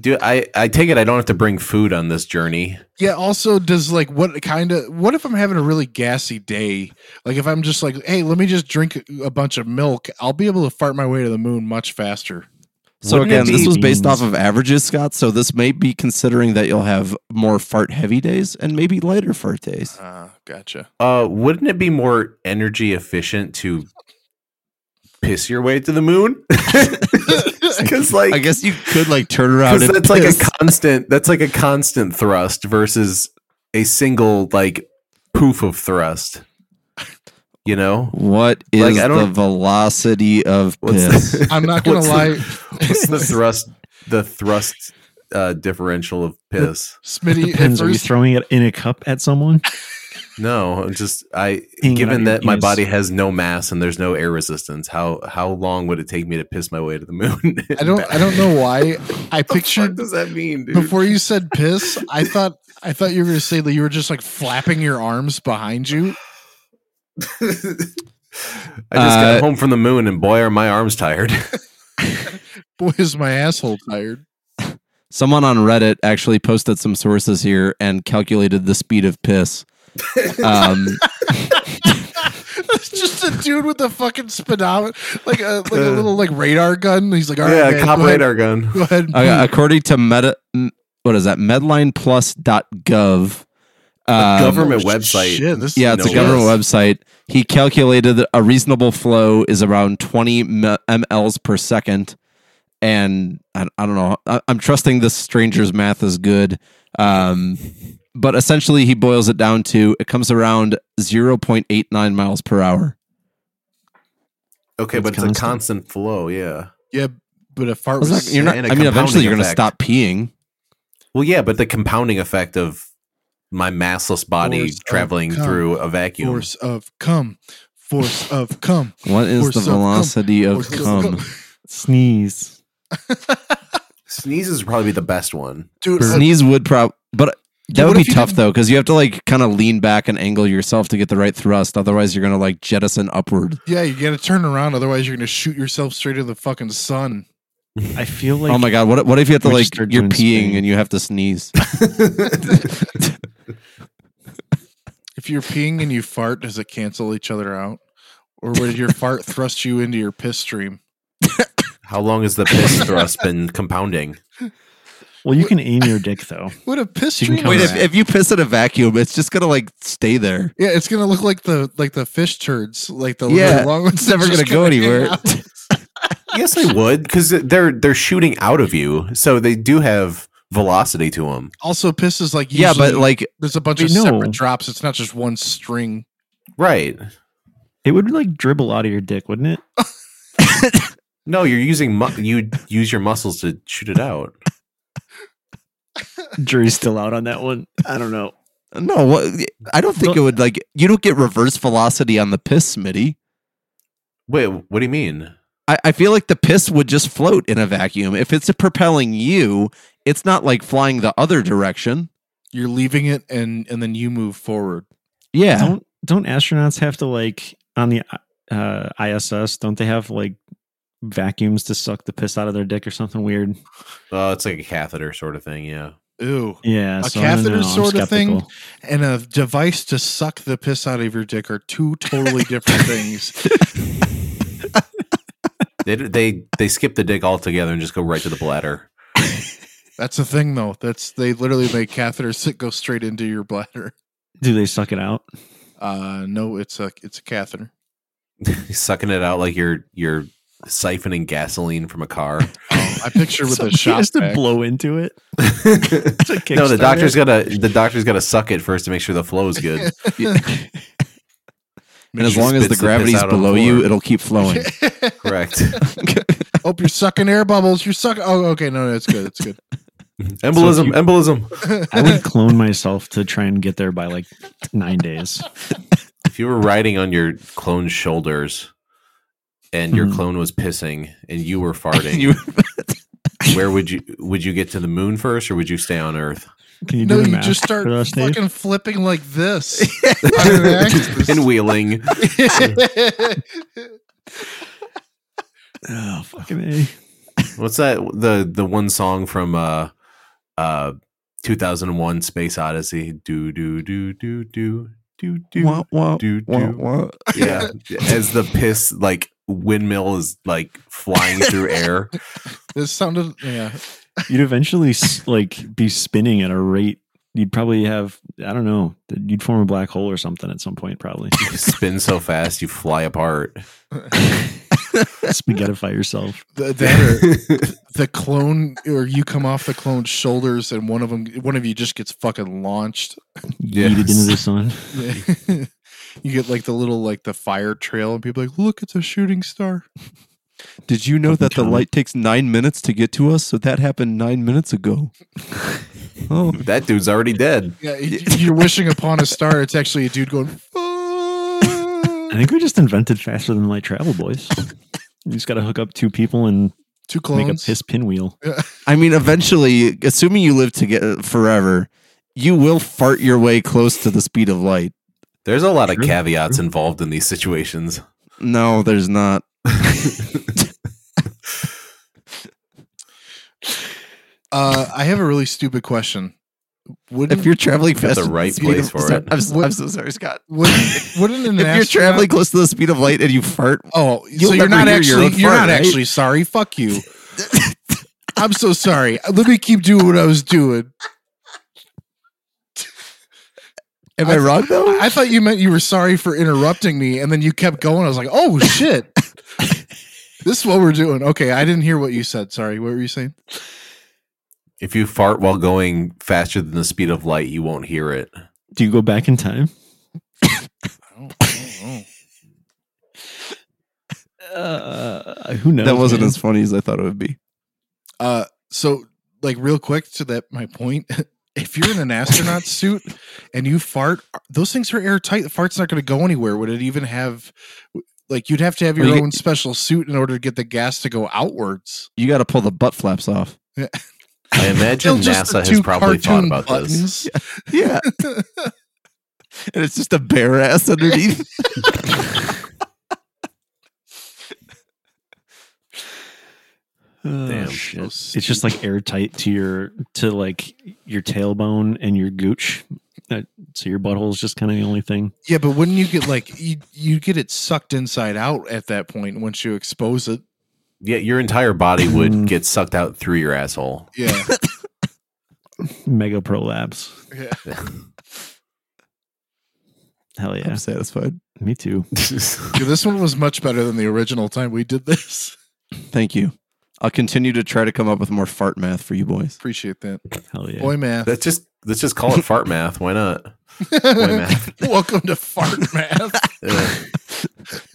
Speaker 4: do i i take it i don't have to bring food on this journey
Speaker 2: Yeah. Also, does like what kind of what if I'm having a really gassy day? Like if I'm just like, hey, let me just drink a bunch of milk. I'll be able to fart my way to the moon much faster.
Speaker 3: So
Speaker 1: Wouldn't it
Speaker 3: again, this
Speaker 1: be-
Speaker 3: was based off of averages, Scott. So this may be considering that you'll have more fart heavy days and maybe lighter fart days.
Speaker 2: Ah, gotcha.
Speaker 4: Uh, wouldn't it be more energy efficient to piss your way to the moon? Because like
Speaker 3: I guess you could like turn around
Speaker 4: because
Speaker 3: and
Speaker 4: that's like
Speaker 3: piss.
Speaker 4: a constant. That's like a constant thrust versus a single like poof of thrust. You know
Speaker 3: what is
Speaker 4: Like, I
Speaker 3: the
Speaker 4: don't-
Speaker 3: velocity of
Speaker 4: what's
Speaker 3: piss?
Speaker 4: the,
Speaker 2: I'm not gonna
Speaker 4: What's the-
Speaker 2: lie.
Speaker 4: what's the thrust? The thrust uh, differential of piss.
Speaker 2: Smitty at
Speaker 1: Depends. Are you
Speaker 2: first,
Speaker 1: throwing it in a cup at someone?
Speaker 4: No, I'm just I
Speaker 1: Hanging out
Speaker 4: given
Speaker 1: your
Speaker 4: that my
Speaker 1: penis.
Speaker 4: body has no mass and there's no air resistance, how how long would it take me to piss my way to the moon?
Speaker 2: I don't I don't know why I
Speaker 4: What the fuck
Speaker 2: pictured
Speaker 4: does that mean, dude?
Speaker 2: before you said piss, I thought I thought you were gonna say that you were just like flapping your arms behind you.
Speaker 4: I just got
Speaker 3: Uh,
Speaker 4: home from the moon and boy are my arms tired.
Speaker 2: Boy, is my asshole tired.
Speaker 3: Someone on Reddit actually posted some sources here and calculated the speed of piss. Um,
Speaker 2: It's just a dude with a fucking speedometer, like a like
Speaker 4: Uh,
Speaker 2: a little like radar gun. He's like, all right, man, go ahead-
Speaker 4: gun.
Speaker 2: Go ahead. and
Speaker 3: Uh,
Speaker 2: pee."
Speaker 3: according to meta m- what is that medlineplus.gov um,
Speaker 4: government
Speaker 2: Oh,
Speaker 4: website.
Speaker 2: Shit, this
Speaker 3: yeah it's
Speaker 4: No
Speaker 3: a government
Speaker 4: way.
Speaker 3: website he calculated that a reasonable flow is around 20 m- mls per second and i, I don't know I, i'm trusting this stranger's math is good um, but essentially he boils it down to it comes around 0.89 miles per hour
Speaker 4: Okay,
Speaker 1: It's
Speaker 4: but it's a
Speaker 1: constant.
Speaker 4: constant flow, yeah.
Speaker 2: Yeah, but a fart
Speaker 3: It's
Speaker 2: was.
Speaker 3: not- you're not,
Speaker 4: and a
Speaker 3: i mean
Speaker 4: compounding
Speaker 3: eventually you're going to
Speaker 4: effect.
Speaker 3: stop peeing
Speaker 4: Well, yeah, but the compounding effect of my massless body
Speaker 2: Force of
Speaker 4: traveling
Speaker 2: com-
Speaker 4: through a vacuum.
Speaker 2: force of cum, force of cum,
Speaker 3: what is
Speaker 2: Force
Speaker 3: the
Speaker 2: of cum.
Speaker 3: velocity of
Speaker 2: force
Speaker 3: cum
Speaker 1: Sneeze.
Speaker 4: Sneezes would probably be the best one.
Speaker 2: Dude, uh,
Speaker 3: sneeze would prob but that
Speaker 2: what
Speaker 3: would be
Speaker 2: if you
Speaker 3: tough
Speaker 2: didn't-
Speaker 3: though because you have to like kind of lean back and angle yourself to get the right thrust otherwise you're gonna like jettison upward
Speaker 2: yeah, you gotta turn around, otherwise you're gonna shoot yourself straight into the fucking sun.
Speaker 1: I feel like
Speaker 3: oh my god what, what if you have to
Speaker 1: We
Speaker 3: like
Speaker 1: just start
Speaker 3: you're
Speaker 1: doing
Speaker 3: peeing
Speaker 1: spinning.
Speaker 3: and you have to sneeze
Speaker 2: If you're peeing and you fart, does it cancel each other out, or would your fart thrust you into your piss stream?
Speaker 4: How long has the piss thrust been compounding?
Speaker 1: Well, you can aim your dick though.
Speaker 2: Would a piss
Speaker 1: You can
Speaker 2: stream?
Speaker 1: come Wait,
Speaker 2: Wait,
Speaker 1: if- back.
Speaker 3: you piss in a vacuum it's just gonna like stay there
Speaker 2: yeah, it's gonna look like the like the fish turds, like the
Speaker 3: Yeah,
Speaker 2: the long ones.
Speaker 3: it's never
Speaker 2: just
Speaker 3: gonna go
Speaker 2: hang
Speaker 3: anywhere.
Speaker 2: out.
Speaker 4: yes, they would because they're they're shooting out of you, so they do have velocity to them.
Speaker 2: Also, piss is like
Speaker 3: yeah but
Speaker 2: usually-
Speaker 3: like
Speaker 2: there's a bunch
Speaker 1: Wait,
Speaker 2: of
Speaker 1: no.
Speaker 2: separate drops. It's not just one string.
Speaker 4: Right?
Speaker 1: It would like dribble out of your dick, wouldn't it?
Speaker 4: No, you're using mu- you use your muscles to shoot it out.
Speaker 1: Jury's still out on that one. I don't know.
Speaker 3: no what, i don't think it would like you don't get reverse velocity on the piss smitty
Speaker 4: Wait, what do you mean?
Speaker 3: I, I feel like the piss would just float in a vacuum if it's propelling you it's not like flying the other direction
Speaker 2: You're leaving it, and and then you move forward.
Speaker 3: yeah
Speaker 1: Don't don't astronauts have to like on the uh, ISS? Don't they have like vacuums to suck the piss out of their dick or something weird?
Speaker 4: Oh, it's like a catheter sort of thing. Yeah.
Speaker 2: Ew.
Speaker 1: Yeah,
Speaker 2: A
Speaker 1: I don't
Speaker 2: catheter
Speaker 1: know. I'm
Speaker 2: sort of thing?
Speaker 1: skeptical.
Speaker 2: and a device to suck the piss out of your dick are two totally different things.
Speaker 4: They they they skip the dick altogether and just go right to the bladder.
Speaker 2: That's the thing, though. That's they literally make catheters that go straight into your bladder.
Speaker 1: Do they suck it out?
Speaker 2: Uh, no, it's a it's a catheter.
Speaker 4: Sucking it out like you're you're siphoning gasoline from a car.
Speaker 2: I picture with a
Speaker 1: Somebody
Speaker 2: shot
Speaker 1: has to
Speaker 2: back.
Speaker 1: blow into it.
Speaker 4: no,
Speaker 1: to
Speaker 4: the
Speaker 1: kickstart
Speaker 4: doctor's
Speaker 1: it?
Speaker 4: gotta the doctor's gotta suck it first to make sure the flow is good.
Speaker 3: And as
Speaker 4: She
Speaker 3: long as the
Speaker 4: spits the piss
Speaker 3: gravity's
Speaker 4: out on the
Speaker 3: below you,
Speaker 4: floor.
Speaker 3: it'll keep flowing.
Speaker 4: Correct.
Speaker 2: oh, you're sucking air bubbles. You're sucking. Oh, okay. No, no, it's good. It's good.
Speaker 4: embolism,
Speaker 1: you-
Speaker 4: embolism.
Speaker 1: I would clone myself to try and get there by like nine days.
Speaker 4: If you were riding on your clone's shoulders and your
Speaker 1: Mhm.
Speaker 4: clone was pissing and Hmm. you were farting,
Speaker 3: You-
Speaker 4: where would you would you get to the moon first or would you stay on Earth?
Speaker 1: Can you do
Speaker 2: no,
Speaker 1: the
Speaker 2: you
Speaker 1: math
Speaker 2: just start
Speaker 1: for us, Dave?
Speaker 2: fucking flipping like this. on an axis.
Speaker 4: Pinwheeling.
Speaker 1: Oh, fucking A.
Speaker 4: What's that? The the one song from uh uh 2001 Space Odyssey. Do do do do do do do
Speaker 3: Wah, wah,
Speaker 4: do
Speaker 3: wah,
Speaker 4: do.
Speaker 3: wah.
Speaker 4: Yeah, as the piss like windmill is like flying through air.
Speaker 2: This sounded yeah.
Speaker 1: You'd eventually s- like be spinning at a rate. You'd probably have I don't know. You'd form a black hole or something at some point, probably.
Speaker 4: You spin so fast, you fly apart.
Speaker 1: Spaghettify yourself.
Speaker 2: The, that or the clone, or you come off the clone's shoulders, and one of them, one of you just gets fucking launched.
Speaker 1: Yes. Eat it into the sun.
Speaker 2: you get like the little like the fire trail, and people are like, look, it's a shooting star.
Speaker 3: Did you know
Speaker 1: Fucking
Speaker 3: that the
Speaker 1: comic.
Speaker 3: light takes nine minutes to get to us? So that happened nine minutes ago. oh,
Speaker 4: that dude's already dead.
Speaker 2: Yeah, y- you're wishing upon a star. It's actually a dude going.
Speaker 1: I think we just invented faster than light travel, boys. You just got to hook up two people and
Speaker 2: Two
Speaker 1: make a
Speaker 2: clones.
Speaker 1: piss pinwheel.
Speaker 3: I mean, eventually, assuming you live to get forever, you will fart your way close to the speed of light.
Speaker 4: There's a lot of
Speaker 1: True,
Speaker 4: caveats involved in these situations.
Speaker 3: No, there's not.
Speaker 2: Uh, I have a really stupid question. Wouldn't,
Speaker 3: If you're traveling
Speaker 4: Got
Speaker 3: fast,
Speaker 4: the right
Speaker 3: speed
Speaker 4: place
Speaker 3: of-
Speaker 4: for
Speaker 3: Sorry,
Speaker 4: it.
Speaker 3: I'm, s-
Speaker 2: What-
Speaker 3: I'm so sorry, Scott.
Speaker 2: wouldn't, wouldn't an
Speaker 3: if you're
Speaker 2: astronaut-
Speaker 3: traveling close to the speed of light and you fart,
Speaker 2: Oh,
Speaker 3: You'll
Speaker 2: so you're
Speaker 3: never
Speaker 2: not
Speaker 3: hear your
Speaker 2: actually
Speaker 3: own
Speaker 2: you're
Speaker 3: fart,
Speaker 2: not
Speaker 3: right?
Speaker 2: actually sorry. Fuck you. I'm so sorry. Let me keep doing what I was doing.
Speaker 3: am
Speaker 2: I
Speaker 3: I, wrong though?
Speaker 2: I thought you meant you were sorry for interrupting me, and then you kept going. I was like, oh shit. This is what we're doing. Okay, I didn't hear what you said. Sorry, what were you saying?
Speaker 4: If you fart while going faster than the speed of light, you won't hear it.
Speaker 1: Do you go back in time? Uh, who knows?
Speaker 3: that wasn't
Speaker 1: man?
Speaker 3: as funny as I thought it would be.
Speaker 2: Uh, so like real quick to that my point. If you're in an astronaut suit and you fart, those things are airtight. The fart's not going to go anywhere. Would it even have like you'd have to have
Speaker 3: Well,
Speaker 2: your
Speaker 3: you-
Speaker 2: own special suit in order to get the gas to go outwards?
Speaker 3: You got to pull the butt flaps off.
Speaker 4: I imagine
Speaker 2: Still just the
Speaker 4: NASA has
Speaker 2: two
Speaker 4: probably thought
Speaker 2: cartoon
Speaker 4: about this.
Speaker 2: buttons.
Speaker 3: Yeah, and it's just a bare ass underneath.
Speaker 1: Oh,
Speaker 4: Damn.
Speaker 1: shit.
Speaker 2: So
Speaker 1: It's just like airtight to your to like your tailbone and your gooch. That- So your butthole is just kind of the only thing.
Speaker 2: Yeah, but wouldn't you get like you you get it sucked inside out at that point once you expose it?
Speaker 4: Yeah, your entire body would
Speaker 1: Mm.
Speaker 4: get sucked out through your asshole.
Speaker 2: Yeah.
Speaker 1: Mega prolapse.
Speaker 2: yeah.
Speaker 1: Hell yeah.
Speaker 3: I'm satisfied.
Speaker 1: Me too.
Speaker 2: Dude, this one was much better than the original time we did this.
Speaker 3: Thank you. I'll continue to try to come up with more fart math for you boys.
Speaker 2: Appreciate that.
Speaker 1: Hell yeah.
Speaker 2: Boy math.
Speaker 4: let's just let's just call it fart math. Why not? Boy math.
Speaker 2: Welcome to fart math.
Speaker 4: Yeah.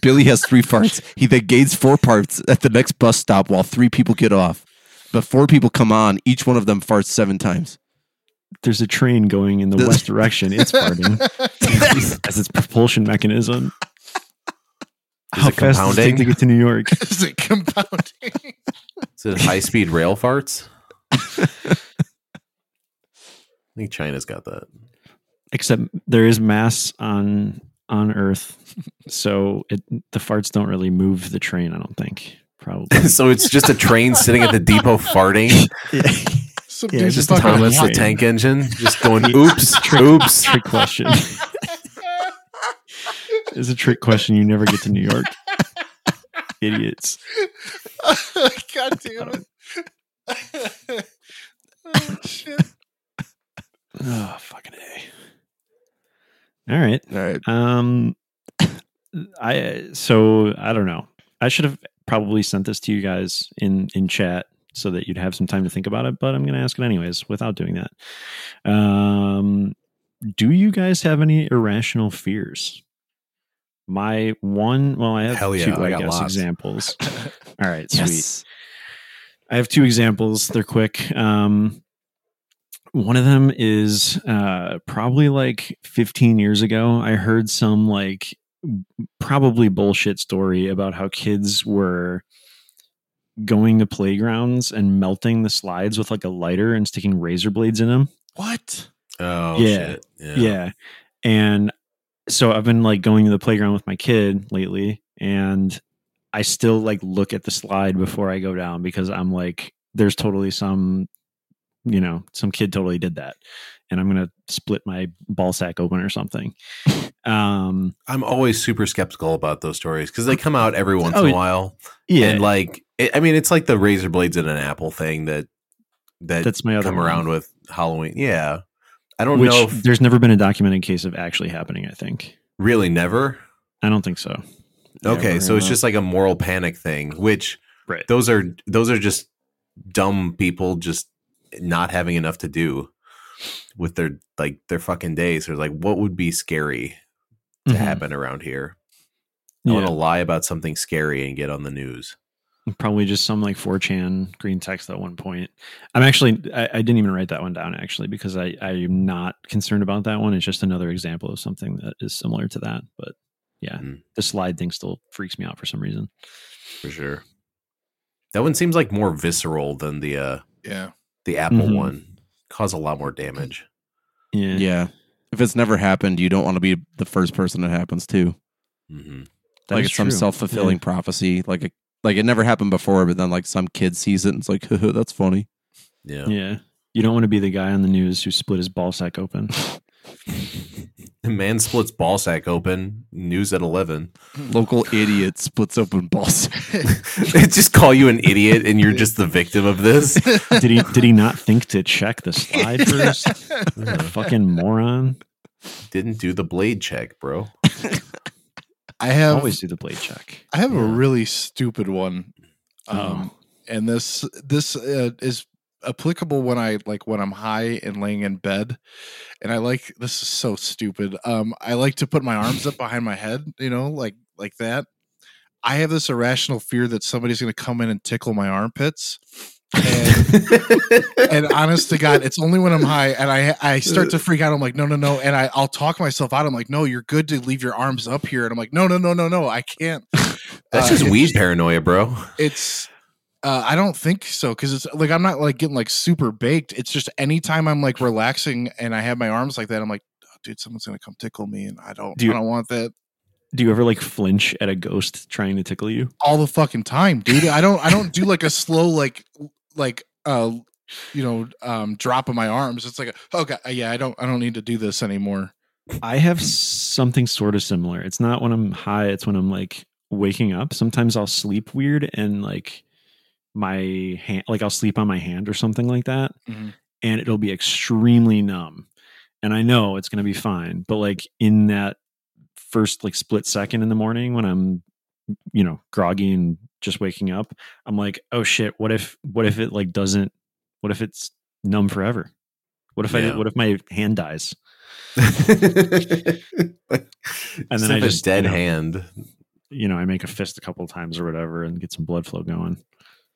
Speaker 3: Billy has three farts. He then gains four parts at the next bus stop while three people get off. But four people come on, each one of them farts seven times.
Speaker 1: There's a train going in the
Speaker 3: Does-
Speaker 1: west direction. It's farting as its propulsion mechanism.
Speaker 4: Is
Speaker 1: How
Speaker 4: it
Speaker 1: fast does it take
Speaker 4: compounding?
Speaker 1: to get to New York?
Speaker 2: Is it compounding?
Speaker 4: Is it high speed rail farts? I think China's got that.
Speaker 1: Except there is mass on on Earth, so it the farts don't really move the train. I don't think. Probably.
Speaker 4: so it's just a train sitting at the depot farting.
Speaker 2: Some
Speaker 1: Yeah,
Speaker 2: dude's
Speaker 1: it's
Speaker 4: Just
Speaker 2: fucking
Speaker 4: Thomas the
Speaker 2: lying.
Speaker 4: tank engine just going oops, oops.
Speaker 1: trick question. it's a trick question. You never get to New York. Idiots.
Speaker 2: God damn it. oh, shit.
Speaker 1: Oh, fucking A. All right.
Speaker 3: All right.
Speaker 1: Um I so I don't know. I should have probably sent this to you guys in in chat so that you'd have some time to think about it, but I'm going to ask it anyways without doing that. Um do you guys have any irrational fears? My one, well, I have
Speaker 4: Hell yeah,
Speaker 1: two,
Speaker 4: I
Speaker 1: I,
Speaker 4: got
Speaker 1: guess,
Speaker 4: lots.
Speaker 1: examples. All right, sweet. I have two examples. They're quick. Um, one of them is uh, probably like 15 years ago. I heard some like probably bullshit story about how kids were going to playgrounds and melting the slides with like a lighter and sticking razor blades in them.
Speaker 2: What?
Speaker 4: Oh
Speaker 1: Yeah.
Speaker 4: shit.
Speaker 1: Yeah. And so I've been like going to the playground with my kid lately and I still like look at the slide before I go down because I'm like there's totally some you know, some kid totally did that, and I'm gonna split my ball sack open or something. Um,
Speaker 4: I'm always super skeptical about those stories because they come out every once
Speaker 1: Oh,
Speaker 4: in a
Speaker 1: yeah.
Speaker 4: while,
Speaker 1: yeah,
Speaker 4: and like it, I mean, it's like the razor blades in an apple thing that that
Speaker 1: that's my other
Speaker 4: come
Speaker 1: one.
Speaker 4: around with Halloween. Yeah, I don't
Speaker 1: Which
Speaker 4: know. If
Speaker 1: there's never been a documented case of actually happening. I think
Speaker 4: really, never.
Speaker 1: I don't think so. uh,
Speaker 4: Okay,
Speaker 3: Never
Speaker 4: so it's
Speaker 3: enough.
Speaker 4: just like a moral panic thing, which
Speaker 1: Right.
Speaker 4: those are those are just dumb people just not having enough to do with their like their fucking days. They're like, what would be scary to
Speaker 1: Mhm.
Speaker 4: happen around here? I want
Speaker 1: Yeah.
Speaker 4: to lie about something scary and get on the news.
Speaker 1: probably just some like 4chan green text at one point i'm actually I, I didn't even write that one down actually because i i'm not concerned about that one it's just another example of something that is similar to that but yeah
Speaker 4: Mm.
Speaker 1: the slide thing still freaks me out for some reason
Speaker 4: for sure. That one seems like more visceral than the uh
Speaker 2: Yeah.
Speaker 4: the Apple
Speaker 1: Mhm.
Speaker 4: one. Cause a lot more damage.
Speaker 1: yeah,
Speaker 3: Yeah. If it's never happened, you don't want to be the first person it happens to.
Speaker 4: hmm
Speaker 1: that
Speaker 3: like
Speaker 1: is
Speaker 3: it's some
Speaker 1: true.
Speaker 3: self fulfilling prophecy. Like a, like it never happened before, but then like some kid sees it and it's like, that's funny.
Speaker 4: Yeah.
Speaker 1: yeah. yeah you don't want to be the guy on the news who split his ball sack open
Speaker 4: The Man splits ball sack open. News at eleven.
Speaker 3: Local idiot splits open balls.
Speaker 4: they just call you an idiot, and you're just the victim of this.
Speaker 1: did he did he not think to check the slide first Uh-huh. fucking moron
Speaker 4: Didn't do the blade check, bro.
Speaker 2: I have
Speaker 1: always do the blade check
Speaker 2: I have a
Speaker 4: Yeah.
Speaker 2: really stupid one. Um
Speaker 1: Oh.
Speaker 2: and this this uh, is applicable when I like when I'm high and laying in bed and I like this is so stupid. Um I like to put my arms up behind my head, you know, like like that. I have this irrational fear that somebody's going to come in and tickle my armpits. And and honest to God, it's only when I'm high and I I start to freak out. I'm like, no, no, no, and I I'll talk myself out. I'm like, no, you're good to leave your arms up here, and I'm like, no, no, no, no, no, I can't.
Speaker 4: That's
Speaker 2: Uh,
Speaker 4: just
Speaker 2: it's-
Speaker 4: weed paranoia, bro.
Speaker 2: It's uh, I don't think so because it's like I'm not like getting like super baked. It's just anytime I'm like relaxing and I have my arms like that, I'm like, oh, dude, someone's gonna come tickle me, and I don't,
Speaker 1: Do you-
Speaker 2: I don't want that
Speaker 1: do you ever like flinch at a ghost trying to tickle you
Speaker 2: all the fucking time, dude. I don't, I don't do like a slow like like uh you know um drop of my arms. It's like, a, oh god, yeah, I don't, I don't need to do this anymore.
Speaker 1: I have something sort of similar. It's not when I'm high, it's when I'm like waking up. Sometimes I'll sleep weird and like my hand, like I'll sleep on my hand or something like that,
Speaker 2: Mhm.
Speaker 1: and it'll be extremely numb. And I know it's going to be fine. But like in that first like split second in the morning when I'm, you know, groggy and just waking up, I'm like, oh shit, what if, what if it like doesn't, what if it's numb forever? What if I,
Speaker 4: Yeah.
Speaker 1: what if my hand dies?
Speaker 4: and
Speaker 1: then I just,
Speaker 4: dead
Speaker 1: you know-
Speaker 4: hand.
Speaker 1: you know, I make a fist a couple of times or whatever and get some blood flow going,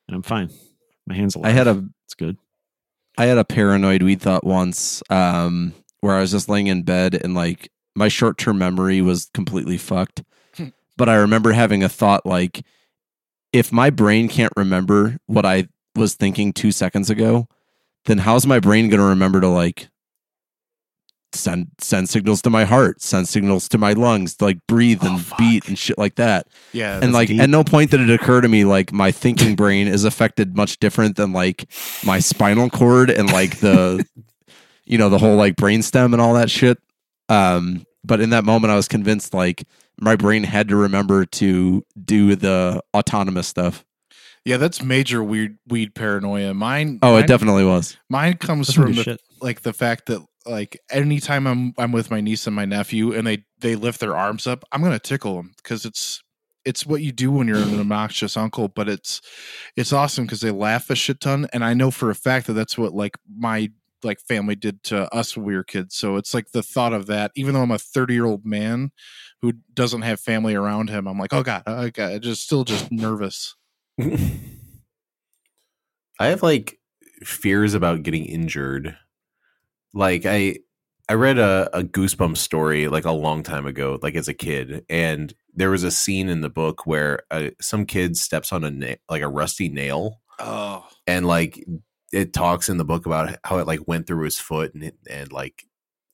Speaker 1: and I'm fine. My hands alive.
Speaker 3: I had a
Speaker 1: it's good.
Speaker 3: I had a paranoid weed thought once um, where I was just laying in bed and like my short term memory was completely fucked.
Speaker 2: Hmm.
Speaker 3: but I remember having a thought like, if my brain can't remember what I was thinking two seconds ago, then how's my brain going to remember to like send send signals to my heart, send signals to my lungs, to, like breathe
Speaker 2: Oh,
Speaker 3: and
Speaker 2: fuck.
Speaker 3: beat and shit like that?
Speaker 2: Yeah,
Speaker 3: and like
Speaker 1: deep.
Speaker 3: at no point did it occur to me like my thinking brain is affected much different than like my spinal cord and like the you know the whole like brainstem and all that shit um but in that moment i was convinced like my brain had to remember to do the autonomous stuff
Speaker 2: Yeah, that's major weird weed paranoia. Mine
Speaker 3: oh
Speaker 2: mine,
Speaker 3: it definitely was
Speaker 2: mine comes
Speaker 1: Doesn't
Speaker 2: from
Speaker 1: do
Speaker 2: the,
Speaker 1: shit.
Speaker 2: like the fact that like anytime I'm I'm with my niece and my nephew and they they lift their arms up, I'm going to tickle them cuz it's it's what you do when you're an obnoxious uncle, but it's it's awesome cuz they laugh a shit ton and I know for a fact that that's what like my like family did to us when we were kids. So it's like the thought of that even though I'm a 30-year-old man who doesn't have family around him, I'm like, "Oh god, oh god, I just still just nervous."
Speaker 4: I have like fears about getting injured. Like I I read a, a goosebump story like a long time ago, like as a kid, and there was a scene in the book where uh, some kid steps on a na- like a rusty nail,
Speaker 2: Oh.
Speaker 4: and like it talks in the book about how it like went through his foot and it, and like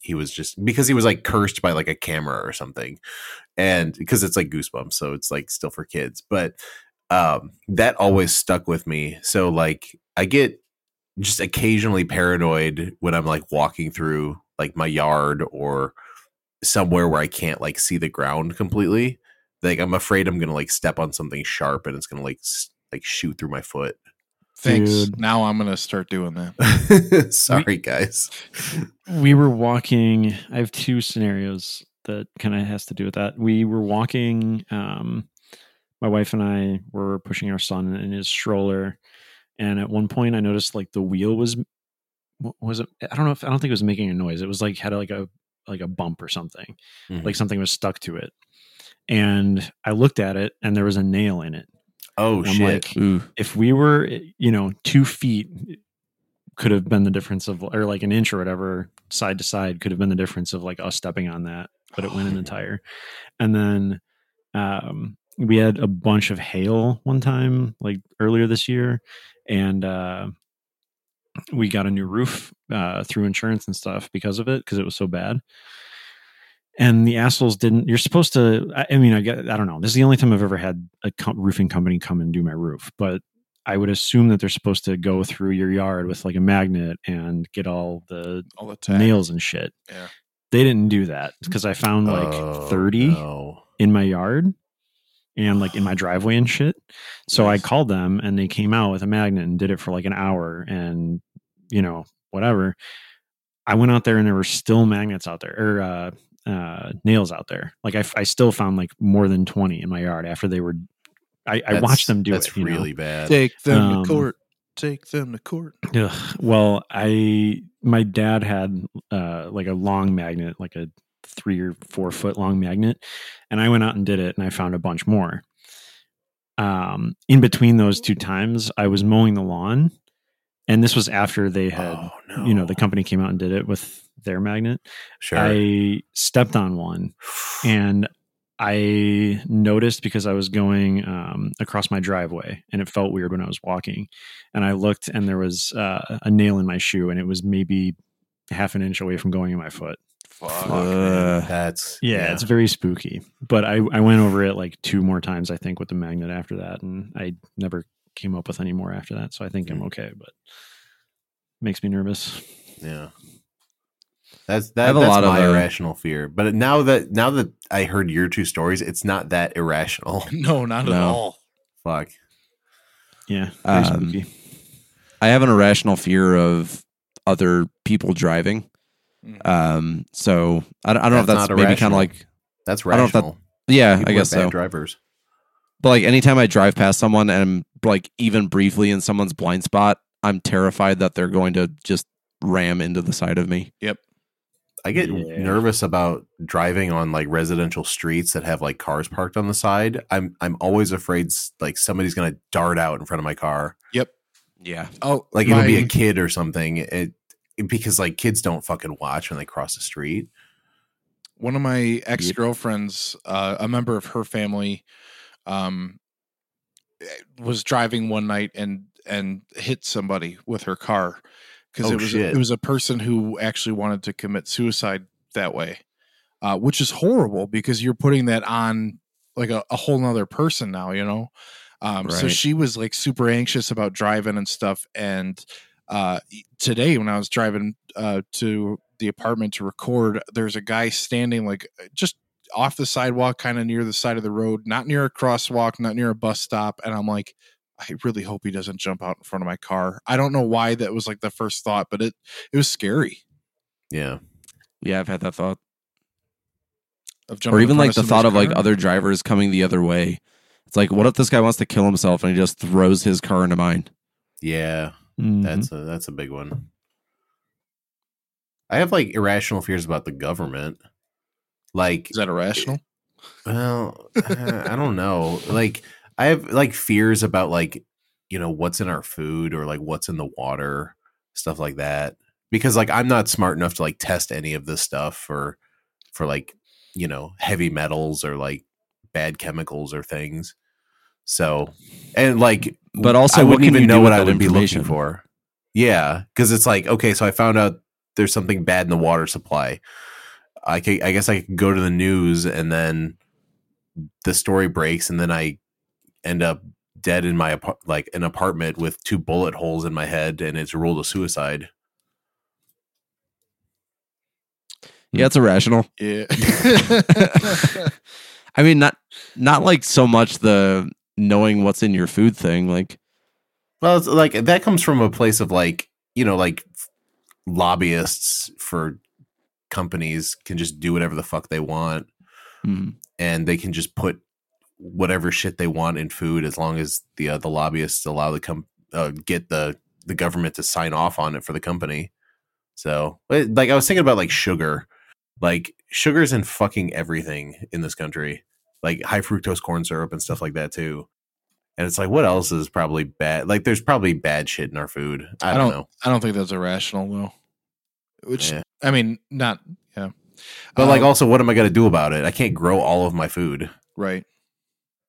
Speaker 4: he was just because he was like cursed by like a camera or something and because it's like goosebumps so it's like still for kids but um that always stuck with me so like i get just occasionally paranoid when I'm like walking through like my yard or somewhere where I can't like see the ground completely. Like I'm afraid I'm gonna like step on something sharp and it's gonna like s- like shoot through my foot.
Speaker 2: Thanks.
Speaker 1: Dude.
Speaker 2: Now I'm gonna start doing that.
Speaker 4: Sorry, guys.
Speaker 1: we were walking i have two scenarios that kind of has to do with that we were walking um my wife and i were pushing our son in his stroller and at one point i noticed like the wheel was what was it i don't know if i don't think it was making a noise it was like had like a like a bump or something
Speaker 4: Mhm.
Speaker 1: like something was stuck to it and i looked at it and there was a nail in it
Speaker 4: Oh
Speaker 1: I'm
Speaker 4: shit.
Speaker 1: like, if we were you know two feet could have been the difference of or like an inch or whatever side to side could have been the difference of like us stepping on that but it went in the tire and then um we had a bunch of hail one time like earlier this year and uh we got a new roof uh through insurance and stuff because of it because it was so bad and the assholes didn't you're supposed to i, I mean i get i don't know this is the only time i've ever had a co- roofing company come and do my roof but i would assume that they're supposed to go through your yard with like a magnet and get all the
Speaker 2: All the time.
Speaker 1: nails and shit
Speaker 2: Yeah.
Speaker 1: they didn't do that because i found like
Speaker 4: Oh,
Speaker 1: 30
Speaker 4: no.
Speaker 1: in my yard and like in my driveway and shit so
Speaker 2: Nice.
Speaker 1: i called them and they came out with a magnet and did it for like an hour and you know whatever i went out there and there were still magnets out there or uh uh nails out there like i, f- I still found like more than 20 in my yard after they were i, I
Speaker 4: That's-
Speaker 1: watched them do
Speaker 4: that's
Speaker 1: it you know?
Speaker 4: really bad.
Speaker 2: Take them
Speaker 1: Um,
Speaker 2: to court. Take them to court.
Speaker 1: Ugh. Well, I my dad had uh, like a long magnet, like a three or four foot long magnet, and I went out and did it, and I found a bunch more. Um, in between those two times, I was mowing the lawn, and this was after they had,
Speaker 4: Oh, no.
Speaker 1: you know, the company came out and did it with their magnet.
Speaker 4: sure.
Speaker 1: I stepped on one, and I noticed because I was going um, across my driveway and it felt weird when I was walking. And I looked and there was uh, a nail in my shoe and it was maybe half an inch away from going in my foot.
Speaker 4: Fuck,
Speaker 3: Uh,
Speaker 4: man. that's
Speaker 1: Yeah, it's very spooky. But I, I went over it like two more times, I think, with the magnet after that. And I never came up with any more after that. So I think I'm okay, but makes me nervous.
Speaker 4: Yeah. That's
Speaker 3: I
Speaker 4: that,
Speaker 3: have a
Speaker 4: that's
Speaker 3: lot of,
Speaker 4: my
Speaker 3: uh,
Speaker 4: irrational fear. But now that now that I heard your two stories, it's not that irrational.
Speaker 2: No, not at
Speaker 3: No.
Speaker 2: all.
Speaker 4: Fuck.
Speaker 1: Yeah, very
Speaker 3: Um,
Speaker 1: spooky.
Speaker 3: I have an irrational fear of other people driving.
Speaker 2: Mhm.
Speaker 3: Um, so I don't, I don't know
Speaker 4: Mm-hmm. That's
Speaker 3: if that's
Speaker 4: not
Speaker 3: maybe kind
Speaker 4: irrational.
Speaker 3: of like
Speaker 4: That's
Speaker 3: I don't know if that-
Speaker 4: rational.
Speaker 3: yeah,
Speaker 4: People
Speaker 3: I
Speaker 4: are
Speaker 3: guess
Speaker 4: bad
Speaker 3: so.
Speaker 4: drivers.
Speaker 3: But like anytime I drive past someone and I'm like even briefly in someone's blind spot, I'm terrified that they're going to just ram into the side of me.
Speaker 4: I get
Speaker 1: Yeah.
Speaker 4: nervous about driving on like residential streets that have like cars parked on the side. I'm I'm always afraid s- like somebody's gonna dart out in front of my car.
Speaker 2: Yep.
Speaker 3: Yeah.
Speaker 2: Oh,
Speaker 4: Like it'll be
Speaker 2: my-
Speaker 4: a kid or something. It, it- because like kids don't fucking watch when they cross the street.
Speaker 2: one of my ex girlfriends, uh, a member of her family, um, eh, was driving one night and and hit somebody with her car because
Speaker 4: Oh,
Speaker 2: it was
Speaker 4: shit.
Speaker 2: it was a person who actually wanted to commit suicide that way, uh, which is horrible because you're putting that on like a, a whole nother person now, you know. Um, So
Speaker 3: Right.
Speaker 2: she was like super anxious about driving and stuff, and uh, today when I was driving uh, to the apartment to record, there's a guy standing like uh, just off the sidewalk, kind of near the side of the road, not near a crosswalk, not near a bus stop. And I'm like, I really hope he doesn't jump out in front of my car. I don't know why that was like the first thought, but it it was scary
Speaker 4: Yeah.
Speaker 3: Yeah, I've had that thought.
Speaker 2: of jumping.
Speaker 3: or
Speaker 2: in
Speaker 3: even
Speaker 2: front
Speaker 3: like
Speaker 2: of
Speaker 3: the thought of
Speaker 2: somebody's
Speaker 3: like
Speaker 2: car.
Speaker 3: other drivers coming the other way. It's like, what if this guy wants to kill himself and he just throws his car into mine?
Speaker 4: Yeah.
Speaker 1: Mhm.
Speaker 4: That's a that's a big one. I have like irrational fears about the government. Like
Speaker 2: Is that irrational?
Speaker 4: well, uh, I don't know. Like I have like fears about like you know what's in our food or like what's in the water, stuff like that. Because like I'm not smart enough to like test any of this stuff for for like you know heavy metals or like bad chemicals or things. So and like
Speaker 3: But also,
Speaker 4: I
Speaker 3: what
Speaker 4: wouldn't
Speaker 3: can
Speaker 4: even
Speaker 3: you do
Speaker 4: know
Speaker 3: with
Speaker 4: what I
Speaker 3: that
Speaker 4: would be looking
Speaker 3: information?
Speaker 4: for. Yeah, because it's like okay, so I found out there's something bad in the water supply. I ca- I guess I could go to the news and then the story breaks and then I end up dead in my apart like an apartment with two bullet holes in my head, and it's ruled a suicide.
Speaker 3: Yeah, it's irrational.
Speaker 2: Yeah.
Speaker 3: I mean, not not like so much the knowing what's in your food thing. Like,
Speaker 4: Well, it's like that comes from a place of like, you know, like lobbyists for companies can just do whatever the fuck they want Mm-hmm.
Speaker 3: mm,
Speaker 4: and they can just put whatever shit they want in food as long as the uh, the lobbyists allow the com- uh, get the the government to sign off on it for the company. So, but, like I was thinking about like sugar. Like sugar's in fucking everything in this country. Like high fructose corn syrup and stuff like that too. And it's like what else is probably bad? Like there's probably bad shit in our food. I,
Speaker 2: I
Speaker 4: don't,
Speaker 2: don't-
Speaker 4: know.
Speaker 2: I don't think that's irrational though. Which
Speaker 4: Yeah.
Speaker 2: I mean, not yeah.
Speaker 4: But like
Speaker 2: Um,
Speaker 4: also what am I going to do about it? I can't grow all of my food.
Speaker 2: right.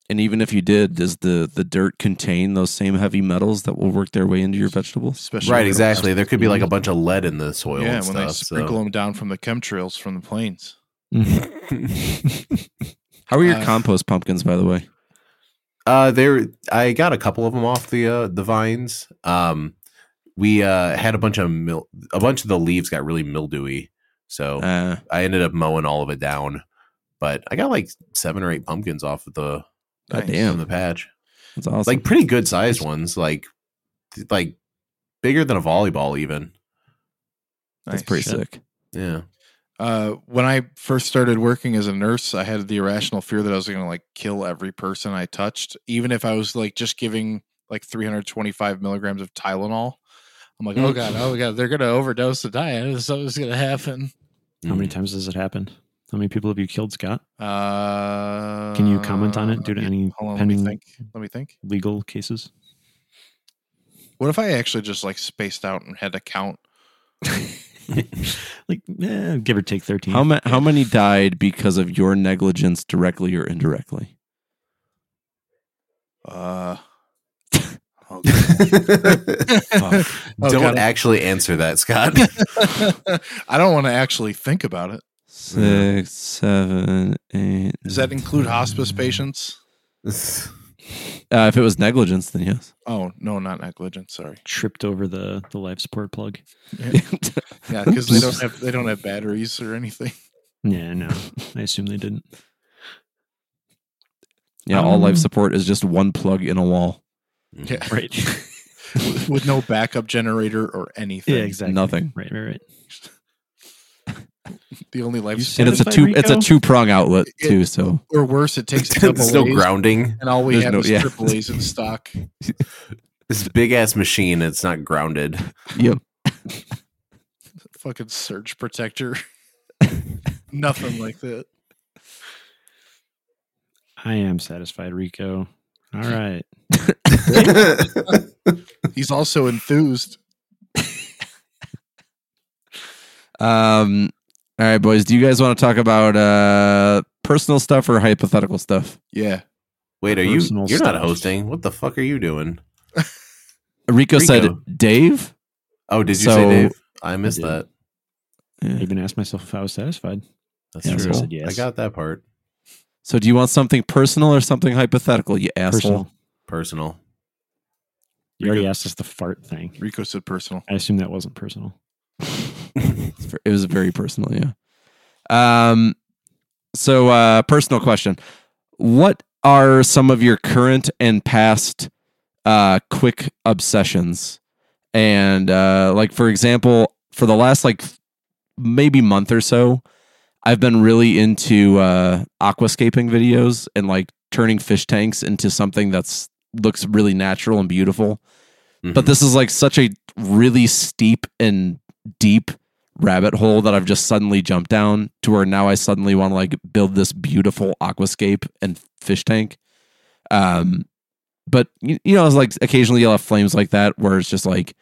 Speaker 3: and even if you did, does the the dirt contain those same heavy metals that will work their way into your vegetables?
Speaker 2: Especially
Speaker 4: Right,
Speaker 2: when- Mm-hmm.
Speaker 4: exactly. There could be like a bunch of lead in the soil
Speaker 2: Yeah,
Speaker 4: and
Speaker 2: when they
Speaker 4: stuff.
Speaker 2: sprinkle
Speaker 4: so.
Speaker 2: them down from the chemtrails from the plains.
Speaker 3: How are your
Speaker 2: Uh,
Speaker 3: compost pumpkins, by the way?
Speaker 4: Uh, there, I got a couple of them off the uh, the vines. Um, we uh, had a bunch of mil- a bunch of the leaves got really mildewy,
Speaker 2: Oh.
Speaker 4: so
Speaker 3: Uh,
Speaker 4: I ended up mowing all of it down. But I got like seven or eight pumpkins off of the uh,
Speaker 3: God
Speaker 2: Nice.
Speaker 4: from
Speaker 3: damn,
Speaker 4: the patch,
Speaker 3: that's awesome.
Speaker 4: like pretty good sized ones, like th- like bigger than a volleyball even.
Speaker 2: Nice.
Speaker 3: that's pretty
Speaker 1: shit.
Speaker 3: sick.
Speaker 4: Yeah,
Speaker 2: Uh, when I first started working as a nurse, I had the irrational fear that I was going to like kill every person I touched, even if I was like just giving like 325 milligrams of Tylenol. I'm like, oh
Speaker 4: Mm.
Speaker 2: god, oh god, they're going to overdose and die. Something's going to happen.
Speaker 1: How many times has it happened? How many people have you killed, Scott?
Speaker 2: Uh,
Speaker 1: Can you comment on it due to any
Speaker 2: Hold on, let me
Speaker 1: pending
Speaker 2: think. Let me think.
Speaker 1: legal cases?
Speaker 2: What if I actually just like spaced out and had to count?
Speaker 1: like, eh, give or take 13.
Speaker 3: How ma- how many died because of your negligence, directly or indirectly?
Speaker 2: Uh, oh, God.
Speaker 3: Fuck.
Speaker 2: Oh,
Speaker 4: Mm. Don't
Speaker 2: God.
Speaker 4: actually answer that, Scott.
Speaker 2: I don't want to actually think about it.
Speaker 3: Six, seven, eight.
Speaker 2: Does that include hospice
Speaker 3: nine.
Speaker 2: patients?
Speaker 4: Mm.
Speaker 3: Uh, if it was negligence, then yes.
Speaker 2: Oh no, not negligence. Sorry.
Speaker 1: Tripped over the, the life support plug.
Speaker 2: Yeah, because they don't have they don't have batteries or anything.
Speaker 1: Yeah, no. I assume they didn't.
Speaker 3: yeah, all
Speaker 1: Um,
Speaker 3: life support is just one plug in a wall.
Speaker 2: Yeah,
Speaker 1: Right.
Speaker 2: with, with no backup generator or anything.
Speaker 1: yeah, exactly.
Speaker 3: Nothing.
Speaker 1: Right, right, right.
Speaker 2: The only life
Speaker 1: You
Speaker 3: And it's a
Speaker 1: Satisfied,
Speaker 3: two it's a
Speaker 1: Rico?
Speaker 3: two prong outlet
Speaker 2: It-
Speaker 3: too, so
Speaker 2: or worse, it takes double
Speaker 4: It's no
Speaker 2: A's,
Speaker 4: grounding.
Speaker 2: and all we
Speaker 3: There's
Speaker 2: have
Speaker 3: no-
Speaker 2: is
Speaker 3: yeah.
Speaker 2: triple A's in stock.
Speaker 4: This big ass machine. It's not grounded.
Speaker 3: yep.
Speaker 2: Fucking surge protector. Nothing like that.
Speaker 1: I am satisfied, Rico. All right.
Speaker 2: He's also enthused.
Speaker 3: Um all right, boys, do you guys want to talk about uh personal stuff or hypothetical stuff?
Speaker 2: Yeah.
Speaker 4: Wait, are you?
Speaker 1: Personal
Speaker 4: You're not
Speaker 1: stuff.
Speaker 4: hosting. What the fuck are you doing?
Speaker 3: Rico, said
Speaker 4: Rico.
Speaker 3: Dave?
Speaker 4: Oh, did you
Speaker 3: So-
Speaker 4: say Dave? I missed
Speaker 1: did.
Speaker 4: that.
Speaker 1: I
Speaker 3: Yeah.
Speaker 1: even asked myself if I was satisfied.
Speaker 4: That's
Speaker 1: Yeah,
Speaker 4: true.
Speaker 1: so I said yes.
Speaker 4: I got that part.
Speaker 3: So do you want something personal or something hypothetical, you asshole?
Speaker 1: Personal.
Speaker 4: Personal.
Speaker 1: You already
Speaker 2: Rico-
Speaker 1: asked us the fart thing.
Speaker 2: Rico said personal.
Speaker 1: I assume that wasn't personal.
Speaker 3: It's ver- it was very personal, yeah. Um, so uh, personal question: What are some of your current and past uh, quick obsessions? And uh, like for example, for the last like maybe month or so, I've been really into uh, aquascaping videos and like turning fish tanks into something that's looks really natural and beautiful. But
Speaker 4: Mhm.
Speaker 3: this is like such a really steep and deep rabbit hole that I've just suddenly jumped down to where now I suddenly want to like build this beautiful aquascape and fish tank. Um, but you, you know, it's like occasionally you'll have flames like that where it's just like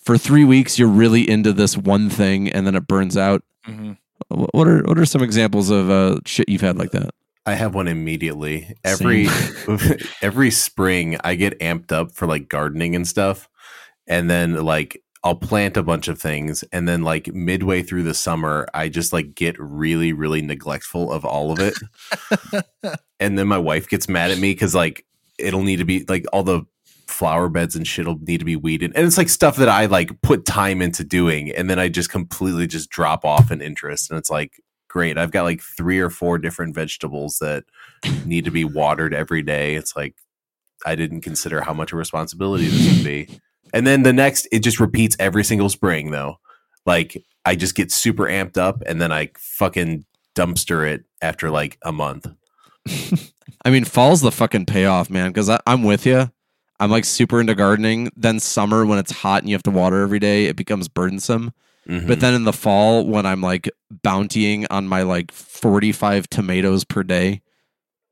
Speaker 3: for three weeks you're really into this one thing and then it burns out.
Speaker 2: Mhm.
Speaker 3: Wh- What are what are some examples of uh, shit you've had like that?
Speaker 4: I have one immediately. Every every spring, I get amped up for like gardening and stuff, and then like I'll plant a bunch of things, and then like midway through the summer, I just like get really really neglectful of all of it, and then my wife gets mad at me because like it'll need to be like all the flower beds and shit'll need to be weeded. And it's like stuff that I like put time into doing and then I just completely just drop off in interest and it's like great. I've got like three or four different vegetables that need to be watered every day. It's like I didn't consider how much a responsibility this would be. And then the next it just repeats every single spring though. Like I just get super amped up and then I fucking dumpster it after like a month.
Speaker 3: I mean, fall's the fucking payoff, man. Because I'm with you. I'm like super into gardening. Then summer, when it's hot and you have to water every day, it becomes burdensome.
Speaker 4: Mhm.
Speaker 3: But then in the fall, when I'm like bountying on my like 45 tomatoes per day,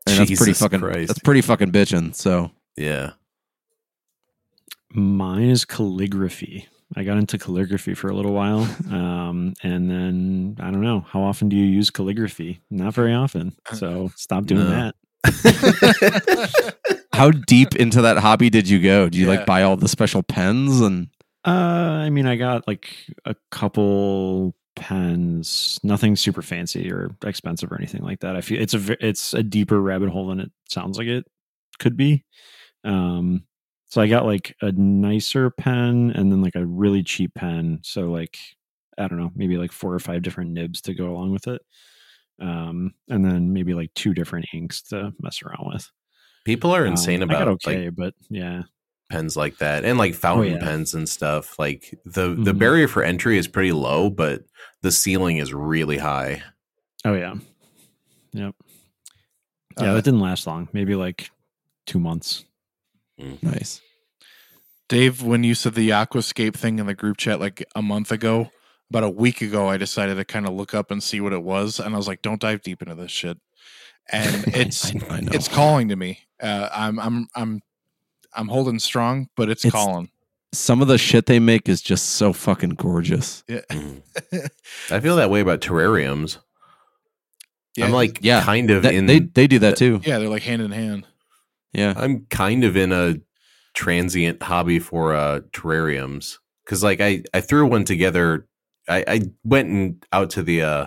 Speaker 3: and that's pretty
Speaker 4: Jesus
Speaker 3: fucking
Speaker 4: Christ.
Speaker 3: that's pretty fucking bitching. So
Speaker 4: yeah.
Speaker 1: Mine is calligraphy. I got into calligraphy for a little while. Um, and then I don't know. How often do you use calligraphy? Not very often. So stop doing
Speaker 4: No.
Speaker 1: that.
Speaker 3: how deep into that hobby did you go? Do you
Speaker 2: Yeah.
Speaker 3: like buy all the special pens and
Speaker 1: Uh, I mean, I got like a couple pens, nothing super fancy or expensive or anything like that. I feel it's a ve- it's a deeper rabbit hole than it sounds like it could be. Um, so I got like a nicer pen and then like a really cheap pen. So like I don't know, maybe like four or five different nibs to go along with it. Um, and then maybe like two different inks to mess around with.
Speaker 4: People are
Speaker 1: Um,
Speaker 4: insane
Speaker 1: I
Speaker 4: about
Speaker 1: got
Speaker 4: like
Speaker 1: okay, but yeah,
Speaker 4: pens like that and like fountain
Speaker 1: yeah.
Speaker 4: pens and stuff like the the
Speaker 1: Mhm.
Speaker 4: barrier for entry is pretty low but the ceiling is really high
Speaker 1: Oh yeah. Yep. Yeah,
Speaker 2: Uh,
Speaker 1: that didn't last long. Maybe like two months.
Speaker 3: nice?
Speaker 2: Dave, when you said the aquascape thing in the group chat like a month ago, about a week ago, I decided to kind of look up and see what it was, and I was like, "Don't dive deep into this shit." And it's
Speaker 3: I, I know.
Speaker 2: it's calling to me. Uh, I'm I'm I'm I'm holding strong, but it's,
Speaker 3: It's-
Speaker 2: calling.
Speaker 3: some of the shit they make is just so fucking gorgeous.
Speaker 2: Yeah.
Speaker 4: i feel that way about terrariums
Speaker 2: Yeah.
Speaker 4: i'm like
Speaker 3: Yeah.
Speaker 4: kind of
Speaker 3: That-
Speaker 4: in
Speaker 3: they they do that too.
Speaker 2: yeah, they're like hand in hand.
Speaker 3: Yeah.
Speaker 4: i'm kind of in a transient hobby for uh terrariums because like i i threw one together i i went and out to the uh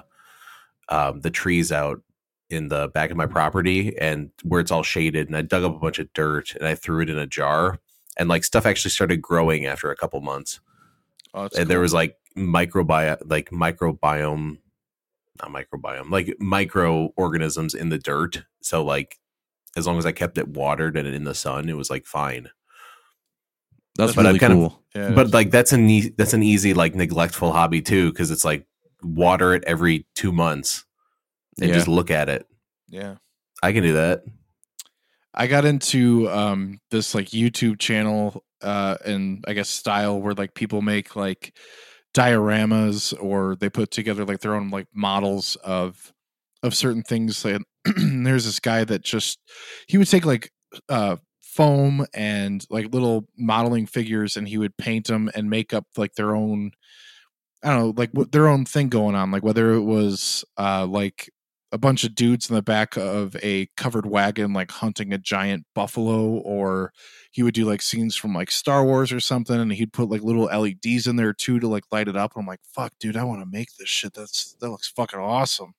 Speaker 4: um the trees out in the back of my
Speaker 3: Mm-hmm.
Speaker 4: property and where it's all shaded and i dug up a bunch of dirt and i threw it in a jar and like stuff actually started growing after a couple months
Speaker 2: Oh, that's
Speaker 4: and there
Speaker 2: cool.
Speaker 4: was like microbiome like microbiome not microbiome like microorganisms in the dirt so like as long as i kept it watered and in the sun it was like fine
Speaker 3: That's
Speaker 4: But I've
Speaker 3: really
Speaker 4: kind of-
Speaker 3: cool.
Speaker 2: Yeah,
Speaker 4: but like that's an e- that's an easy like neglectful hobby too because it's like water it every two months and
Speaker 3: Yeah.
Speaker 4: just look at it
Speaker 2: yeah.
Speaker 4: i can do that
Speaker 2: I got into um this like YouTube channel uh and I guess style where like people make like dioramas or they put together like their own like models of of certain things and there's this guy that just he would take like uh foam and like little modeling figures and he would paint them and make up like their own I don't know like what their own thing going on like whether it was uh like a bunch of dudes in the back of a covered wagon like hunting a giant buffalo or he would do like scenes from like Star Wars or something and he'd put like little LEDs in there too to like light it up. I'm like, fuck dude, I want to make this shit. That's that looks fucking awesome.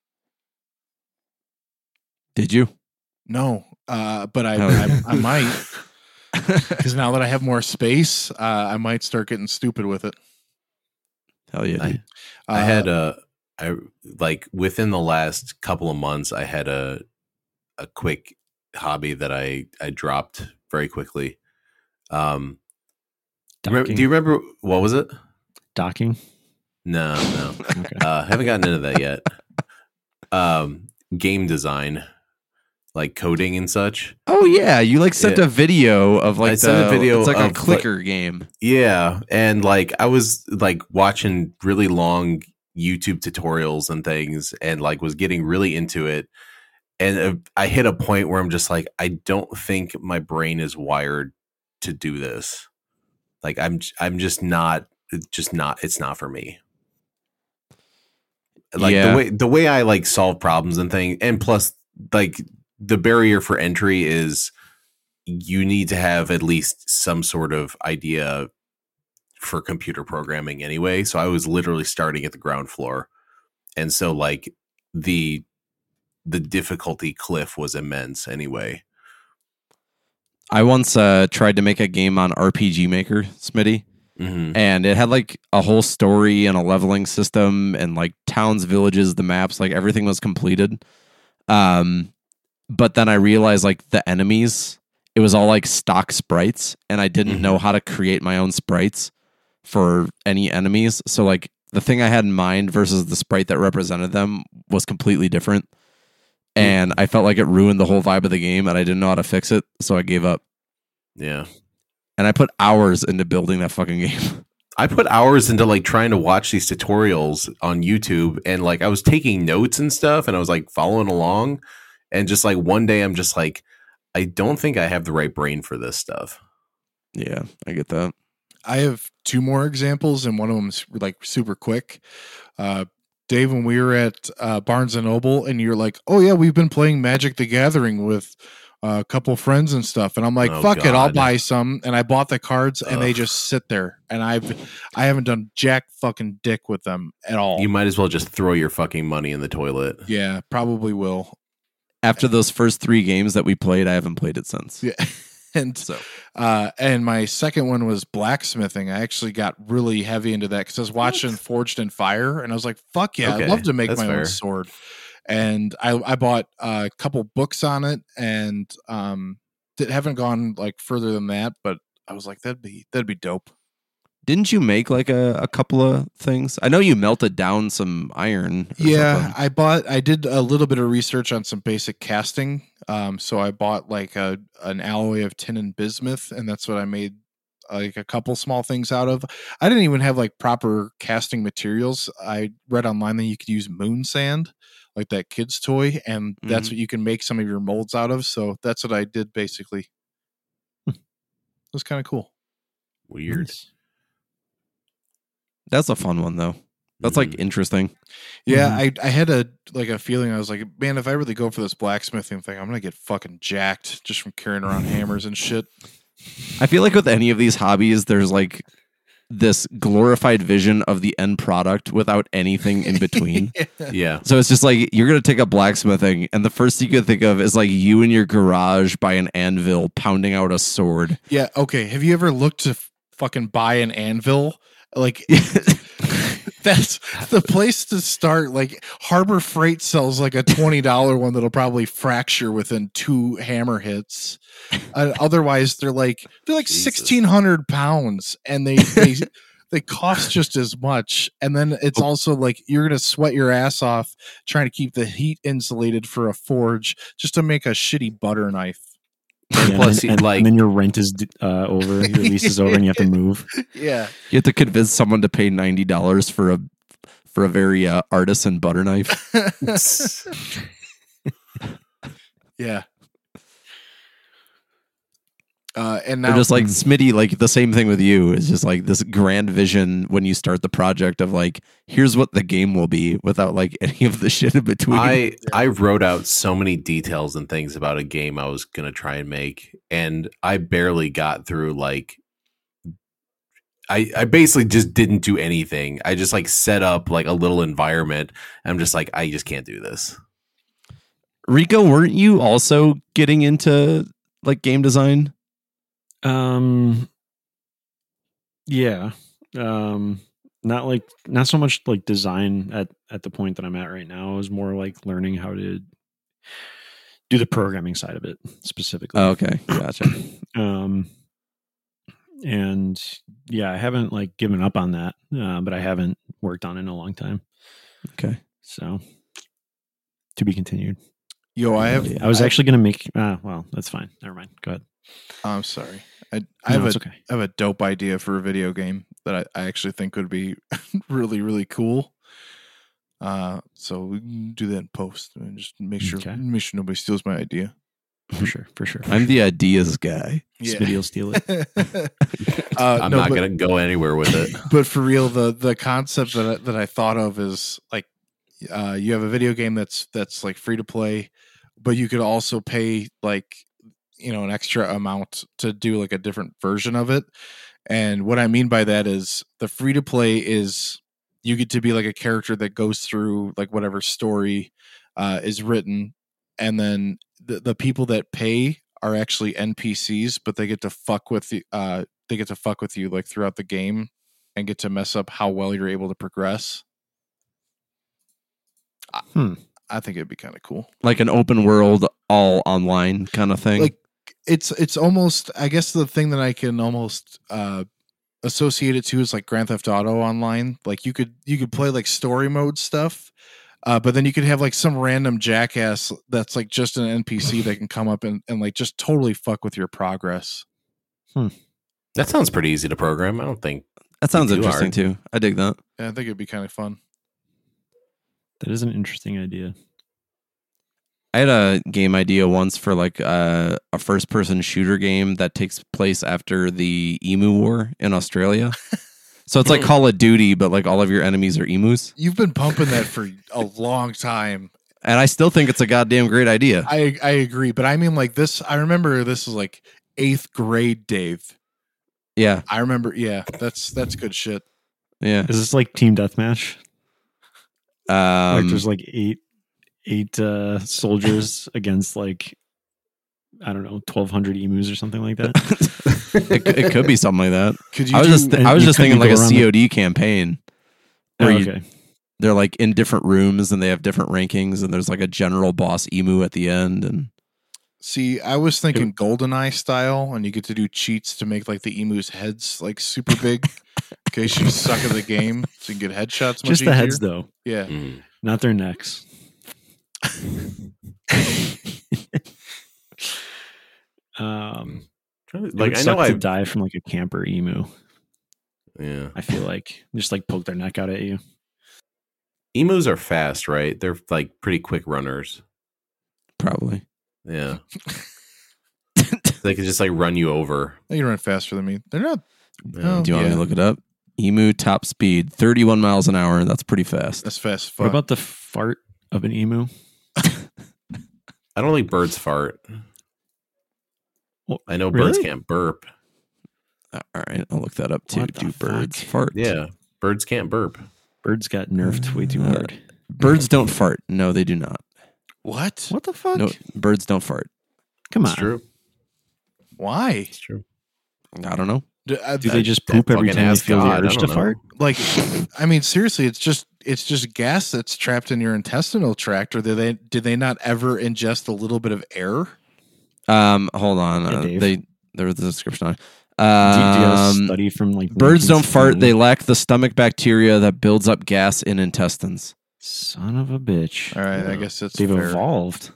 Speaker 3: Did you?
Speaker 2: No. Uh but I
Speaker 3: Hell
Speaker 4: Oh.
Speaker 2: I, I might because now that I have more space, uh I might start getting stupid with it.
Speaker 3: Hell yeah,
Speaker 4: I-
Speaker 3: dude.
Speaker 2: Uh,
Speaker 4: I had a I like within the last couple of months I had a a quick hobby that I I dropped very quickly. Um remember-
Speaker 1: Docking.
Speaker 4: do you remember what was it?
Speaker 1: Docking.
Speaker 4: No, no.
Speaker 1: Okay.
Speaker 4: uh haven't gotten into that yet. Um game design like coding and such.
Speaker 3: Oh yeah, you like sent
Speaker 4: Yeah.
Speaker 3: a video of like
Speaker 4: I sent a
Speaker 3: the-
Speaker 4: video
Speaker 3: It's like
Speaker 4: of,
Speaker 3: a
Speaker 4: like-
Speaker 3: clicker game.
Speaker 4: Yeah, and like I was like watching really long YouTube tutorials and things, and like was getting really into it. And uh, I hit a point where I'm just like, I don't think my brain is wired to do this. Like I'm, j- I'm just not, it's just not. It's not for me. Like
Speaker 3: Yeah.
Speaker 4: the way the way I like solve problems and things, and plus like the barrier for entry is you need to have at least some sort of idea for computer programming anyway. So I was literally starting at the ground floor. And so like the the difficulty cliff was immense anyway.
Speaker 3: I once uh, tried to make a game on RPG Maker, Smitty,
Speaker 4: Mm-hmm.
Speaker 3: and it had like a whole story and a leveling system and like towns, villages, the maps, like everything was completed. Um, but then I realized like the enemies, it was all like stock sprites, and I didn't
Speaker 4: Mhm.
Speaker 3: know how to create my own sprites for any enemies. So like the thing I had in mind versus the sprite that represented them was completely different. And I felt like it ruined the whole vibe of the game, and I didn't know how to fix it, so I gave up.
Speaker 4: Yeah.
Speaker 3: And I put hours into building that fucking game.
Speaker 4: I put hours into like trying to watch these tutorials on YouTube and like I was taking notes and stuff and I was like following along and just like one day I'm just like I don't think I have the right brain for this stuff.
Speaker 3: yeah, I get that.
Speaker 2: I have two more examples, and one of them's like super quick. Uh, Dave, when we were at uh, Barnes and Noble, and you're like, "Oh yeah, we've been playing Magic the Gathering with uh, a couple friends and stuff," and I'm like,
Speaker 4: Oh,
Speaker 2: "Fuck it, I'll
Speaker 4: God.
Speaker 2: buy some." And I bought the cards, and they
Speaker 4: Ugh.
Speaker 2: just sit there, and I've I haven't done jack fucking dick with them at all.
Speaker 4: You might as well just throw your fucking money in the toilet.
Speaker 2: yeah, probably will.
Speaker 3: After those first three games that we played, I haven't played it since.
Speaker 2: Yeah, and
Speaker 3: So
Speaker 2: Uh, and my second one was blacksmithing. I actually got really heavy into that because I was watching Forged in Fire, and I was like, "Fuck yeah,
Speaker 4: Okay,
Speaker 2: I'd love to make
Speaker 4: that's
Speaker 2: my own
Speaker 4: fair.
Speaker 2: sword." And I I bought a couple books on it, and um, that haven't gone like further than that. But I was like, "That'd be that'd be dope."
Speaker 3: didn't you make like a, a couple of things? I know you melted down some iron. or
Speaker 2: Yeah,
Speaker 3: something.
Speaker 2: I bought. I did a little bit of research on some basic casting. Um, so I bought like a an alloy of tin and bismuth, and that's what I made like a couple small things out of. I didn't even have like proper casting materials. I read online that you could use moon sand, like that kid's toy, and that's
Speaker 3: Mm-hmm.
Speaker 2: what you can make some of your molds out of. So that's what I did basically.
Speaker 3: Hmm.
Speaker 2: it was kind of cool.
Speaker 4: Weird.
Speaker 3: that's a fun one though. That's like interesting.
Speaker 2: Yeah,
Speaker 3: Mm-hmm.
Speaker 2: I I had a like a feeling I was like, man, if I really go for this blacksmithing thing, I'm gonna get fucking jacked just from carrying around hammers and shit.
Speaker 3: I feel like with any of these hobbies, there's like this glorified vision of the end product without anything in between.
Speaker 4: Mhm. Yeah.
Speaker 3: so it's just like you're gonna take up blacksmithing, and the first thing you can think of is like you in your garage by an anvil pounding out a sword.
Speaker 2: yeah, okay. Have you ever looked to f- fucking buy an anvil? Like that's the place to start. Like Harbor Freight sells like a twenty dollar one that'll probably fracture within two hammer hits. Uh, otherwise, they're like they're like
Speaker 4: Jesus.
Speaker 2: sixteen hundred pounds, and they they they cost just as much. And then it's also like you're gonna sweat your ass off trying to keep the heat insulated for a forge just to make a shitty butter knife.
Speaker 1: Yeah,
Speaker 4: plus,
Speaker 1: and,
Speaker 4: he,
Speaker 1: and-
Speaker 4: like-
Speaker 1: and then your rent is uh, over, your lease is over, and you have to move.
Speaker 2: Yeah,
Speaker 3: You have to convince someone to pay ninety dollars for a for a very uh, artisan butter knife.
Speaker 2: yeah. Uh, and
Speaker 3: They're
Speaker 2: now
Speaker 3: just like Smitty, like the same thing with you. It's just like this grand vision when you start the project of like, here's what the game will be without like any of the shit in between.
Speaker 4: I I wrote out so many details and things about a game I was gonna try and make, and I barely got through like I, I basically just didn't do anything. I just like set up like a little environment. I'm just like, I just can't do this.
Speaker 3: Rico, weren't you also getting into like game design?
Speaker 1: Um, yeah, um, not like not so much like design at at the point that I'm at right now. It was more like learning how to do the programming side of it specifically.
Speaker 3: Oh, okay, gotcha.
Speaker 1: um and yeah i haven't like given up on that uh, but i haven't worked on it in a long time
Speaker 3: Okay.
Speaker 1: so to be continued
Speaker 2: yo, I have.
Speaker 1: i was
Speaker 2: I-
Speaker 1: actually gonna make uh, well that's fine never mind go ahead
Speaker 2: I'm sorry. I, I
Speaker 1: no,
Speaker 2: have a
Speaker 1: it's okay
Speaker 2: I have a dope idea for a video game that I, I actually think would be really, really cool. Uh, so we can do that in post and just make sure
Speaker 1: Okay.
Speaker 2: make sure nobody steals my idea.
Speaker 1: for sure for sure
Speaker 3: I'm the ideas guy.
Speaker 1: Smitty will steal it
Speaker 2: uh,
Speaker 4: I'm
Speaker 2: no,
Speaker 4: not
Speaker 2: but,
Speaker 4: gonna go anywhere with it.
Speaker 2: But for real, the the concept that I, that I thought of is like, uh, you have a video game that's that's like free to play, but you could also pay like you know an extra amount to do like a different version of it. And what I mean by that is the free to play is you get to be like a character that goes through like whatever story uh, is written, and then the, the people that pay are actually NPCs, but they get to fuck with the uh they get to fuck with you like throughout the game and get to mess up how well you're able to progress. I-
Speaker 3: Hmm.
Speaker 2: I think it'd be kind of cool.
Speaker 3: like an open world, all online kind of thing.
Speaker 2: Like it's it's almost I guess the thing that I can almost uh associate it to is like Grand Theft Auto online. Like you could you could play like story mode stuff, uh, but then you could have like some random jackass that's like just an NPC that can come up and, and like just totally fuck with your progress.
Speaker 4: That sounds pretty easy to program. I don't think.
Speaker 3: that sounds
Speaker 4: you are.
Speaker 3: interesting too. I dig that.
Speaker 2: And I think it'd be kind of fun.
Speaker 1: That is an interesting idea.
Speaker 3: I had a game idea once for like uh, a first person shooter game that takes place after the Emu War in Australia. so it's like Call of Duty, but like all of your enemies are emus.
Speaker 2: You've been pumping that for a long time.
Speaker 3: And I still think it's a goddamn great idea.
Speaker 2: I I agree, but I mean like this. I remember this was like eighth grade, Dave.
Speaker 3: Yeah,
Speaker 2: I remember. Yeah, that's that's good shit.
Speaker 3: yeah.
Speaker 1: Is this like team deathmatch? like
Speaker 3: Um,
Speaker 1: there's like eight eight uh soldiers against like I don't know, twelve hundred emus or something like that.
Speaker 3: it, it could be something like that.
Speaker 2: Could you
Speaker 3: I was
Speaker 2: do-
Speaker 3: just
Speaker 1: and
Speaker 3: I was
Speaker 1: you
Speaker 3: just
Speaker 1: could
Speaker 3: thinking
Speaker 1: go
Speaker 3: like a
Speaker 1: around the-
Speaker 3: COD campaign.
Speaker 1: Oh,
Speaker 3: Where you-
Speaker 1: okay.
Speaker 3: They're like in different rooms and they have different rankings and there's like a general boss emu at the end and
Speaker 2: See, I was thinking GoldenEye style, and you get to do cheats to make like the emu's heads like super big in case you suck at the game, so you can get headshots.
Speaker 1: Just
Speaker 2: Much
Speaker 1: the
Speaker 2: easier.
Speaker 1: heads though,
Speaker 2: Yeah,
Speaker 4: Mm.
Speaker 1: not their necks. um
Speaker 4: Trying to-
Speaker 1: like
Speaker 4: Like I know
Speaker 1: to
Speaker 4: I
Speaker 1: die from like a camper emu,
Speaker 4: yeah.
Speaker 1: I feel like. Just like poke their neck out at you.
Speaker 4: Emus are fast, right? They're like pretty quick runners.
Speaker 3: probably.
Speaker 4: Yeah. they can just like run you over.
Speaker 2: they can run faster than me. They're not.
Speaker 4: Yeah.
Speaker 2: Oh.
Speaker 3: Do you want me
Speaker 2: Yeah.
Speaker 3: to look it up? Emu top speed, 31 miles an hour. That's pretty fast.
Speaker 2: That's fast. as
Speaker 1: What
Speaker 2: Fuck.
Speaker 1: about the fart of an emu?
Speaker 4: I don't think birds fart.
Speaker 1: Well,
Speaker 4: I know birds
Speaker 1: really?
Speaker 4: can't burp.
Speaker 3: Uh, All right, I'll look that up too.
Speaker 1: What the
Speaker 3: Do birds
Speaker 1: fuck?
Speaker 3: fart?
Speaker 4: Yeah. Birds can't burp.
Speaker 1: Birds got nerfed way too
Speaker 3: Uh,
Speaker 1: hard.
Speaker 3: Birds don't fart. No, they do not.
Speaker 2: what?
Speaker 1: What the fuck?
Speaker 3: No, birds don't fart.
Speaker 1: Come on.
Speaker 4: It's true.
Speaker 2: Why?
Speaker 4: It's true.
Speaker 3: I don't know.
Speaker 2: Do, I,
Speaker 1: Do they
Speaker 2: I-
Speaker 1: just
Speaker 4: That
Speaker 1: poop every
Speaker 4: fucking
Speaker 1: time they
Speaker 4: ass
Speaker 1: feel
Speaker 4: God, I
Speaker 1: the urge
Speaker 4: don't
Speaker 1: to
Speaker 4: know.
Speaker 1: fart?
Speaker 2: like? I mean, seriously, it's just it's just gas that's trapped in your intestinal tract. Or do they did they not ever ingest a little bit of air?
Speaker 3: Um, hold on.
Speaker 1: Yeah,
Speaker 3: Uh,
Speaker 1: Dave.
Speaker 3: they there was a description on. it.
Speaker 1: Do you, do you have a
Speaker 3: Um,
Speaker 1: study from like
Speaker 3: birds don't fart.
Speaker 1: 1970?
Speaker 3: They lack the stomach bacteria that builds up gas in intestines.
Speaker 1: son of a bitch.
Speaker 2: All right, I
Speaker 4: Yeah.
Speaker 2: guess that's
Speaker 1: They've
Speaker 2: fair.
Speaker 1: evolved.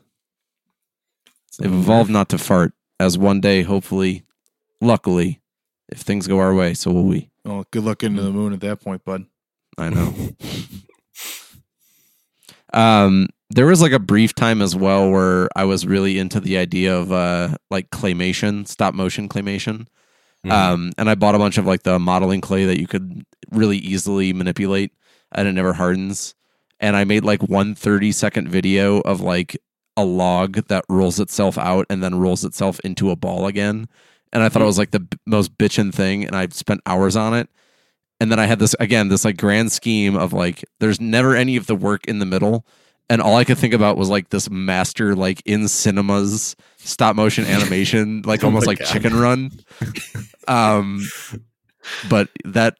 Speaker 3: They've evolved not to fart. As one day, hopefully, luckily, if things go our way, so will we.
Speaker 2: Well, good luck into the moon at that point, bud.
Speaker 3: I know. um, there was like a brief time as well where I was really into the idea of uh like claymation, stop motion claymation.
Speaker 4: Mm-hmm.
Speaker 1: Uh,
Speaker 3: Um, and I bought a bunch of like the modeling clay that you could really easily manipulate and it never hardens. And I made like one 30 second video of like a log that rolls itself out and then rolls itself into a ball again. And I thought
Speaker 4: Mm-hmm.
Speaker 3: it was like the b- most bitchin' thing. And I spent hours on it. And then I had this again, this like grand scheme of like, there's never any of the work in the middle. And all I could think about was like this master, like in cinemas, stop motion animation, like
Speaker 4: Oh
Speaker 3: almost
Speaker 4: my
Speaker 3: like
Speaker 4: God.
Speaker 3: Chicken Run. Um, but that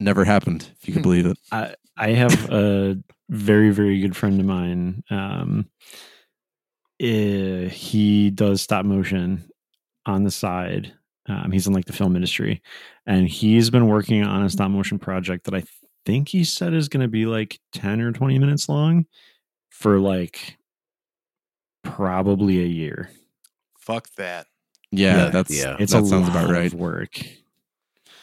Speaker 3: never happened, if you
Speaker 4: Hmm.
Speaker 3: can believe it.
Speaker 1: I have a very very good friend of mine. Um, eh, he does stop motion on the side. Um, he's in like the film industry, and he's been working on a stop motion project that I think he said is going to be like ten or twenty minutes long for like probably a year.
Speaker 2: Fuck that.
Speaker 3: Yeah,
Speaker 4: Yeah,
Speaker 3: that's
Speaker 4: yeah.
Speaker 1: It's
Speaker 3: that
Speaker 1: a
Speaker 3: sounds
Speaker 1: lot
Speaker 3: about right.
Speaker 1: of work.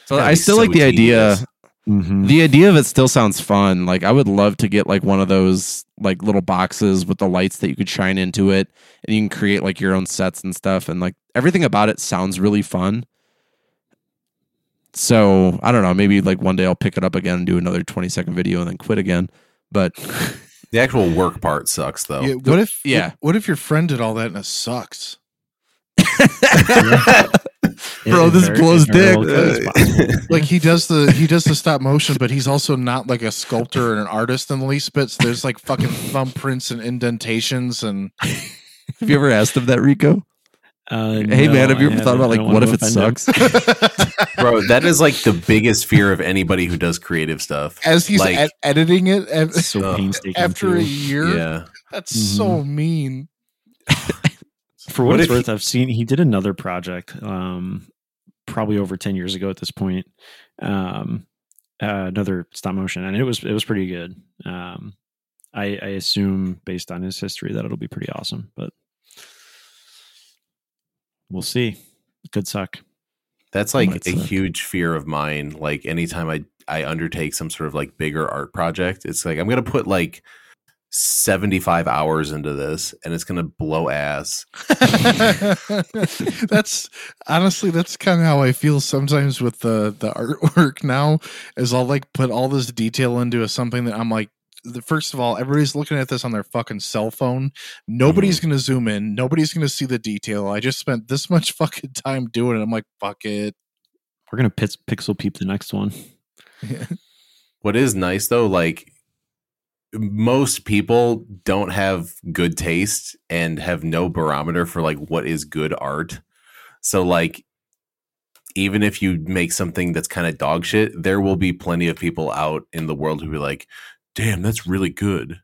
Speaker 3: So
Speaker 4: That'd
Speaker 3: I
Speaker 4: be
Speaker 3: still
Speaker 4: so
Speaker 3: like the idea.
Speaker 4: tedious.
Speaker 1: Mhm.
Speaker 3: The idea of it still sounds fun. Like I would love to get like one of those like little boxes with the lights that you could shine into it, and you can create like your own sets and stuff. And like everything about it sounds really fun. So I don't know. Maybe like one day I'll pick it up again and do another twenty second video and then quit again. But
Speaker 4: The actual work part sucks though.
Speaker 2: Yeah, what if?
Speaker 3: yeah.
Speaker 2: What if your friend did all that and it sucks?
Speaker 1: It
Speaker 3: Bro,
Speaker 1: is
Speaker 3: this
Speaker 1: very-
Speaker 3: blows
Speaker 1: it very well
Speaker 3: dick.
Speaker 1: could be possible.
Speaker 2: Like he does the he does the stop motion, but he's also not like a sculptor and an artist in the least bit. So there's like fucking thumbprints and indentations, and
Speaker 3: Have you ever asked him that, Rico?
Speaker 1: Uh,
Speaker 3: hey
Speaker 1: no,
Speaker 3: man, have you
Speaker 1: I
Speaker 3: ever
Speaker 1: haven't.
Speaker 3: thought about
Speaker 1: I
Speaker 3: like
Speaker 1: don't
Speaker 3: what
Speaker 1: wanna
Speaker 3: if it
Speaker 1: offend him.
Speaker 3: sucks?
Speaker 4: bro. That is like the biggest fear of anybody who does creative stuff.
Speaker 2: As he's
Speaker 4: Like-
Speaker 2: ed- editing it and,
Speaker 1: It's so
Speaker 4: Uh,
Speaker 1: painstaking.
Speaker 2: after a
Speaker 1: too.
Speaker 2: year,
Speaker 4: Yeah,
Speaker 2: that's so mean.
Speaker 1: For what,
Speaker 4: What
Speaker 1: it's
Speaker 4: if he-
Speaker 1: worth, I've seen he did another project, um, probably over ten years ago at this point. Um, uh, another stop motion, and it was it was pretty good. Um, I, I assume based on his history that it'll be pretty awesome, but we'll see. It could suck.
Speaker 4: that's like
Speaker 1: Might
Speaker 4: a
Speaker 1: suck.
Speaker 4: huge fear of mine. Like anytime I I undertake some sort of like bigger art project, it's like I'm gonna put like 75 hours into this and it's gonna blow ass.
Speaker 2: that's honestly that's kind of how I feel sometimes with the the artwork now. Is I'll like put all this detail into a, something that I'm like. The, first of all, everybody's looking at this on their fucking cell phone. Nobody's
Speaker 4: Mm-hmm.
Speaker 2: gonna zoom in. Nobody's gonna see the detail. I just spent this much fucking time doing it. I'm like, fuck it.
Speaker 1: We're gonna pits, pixel peep the next one.
Speaker 4: What is nice though, like most people don't have good taste and have no barometer for like what is good art. So like even if you make something that's kind of dog shit, there will be plenty of people out in the world who be like, "Damn, that's really good."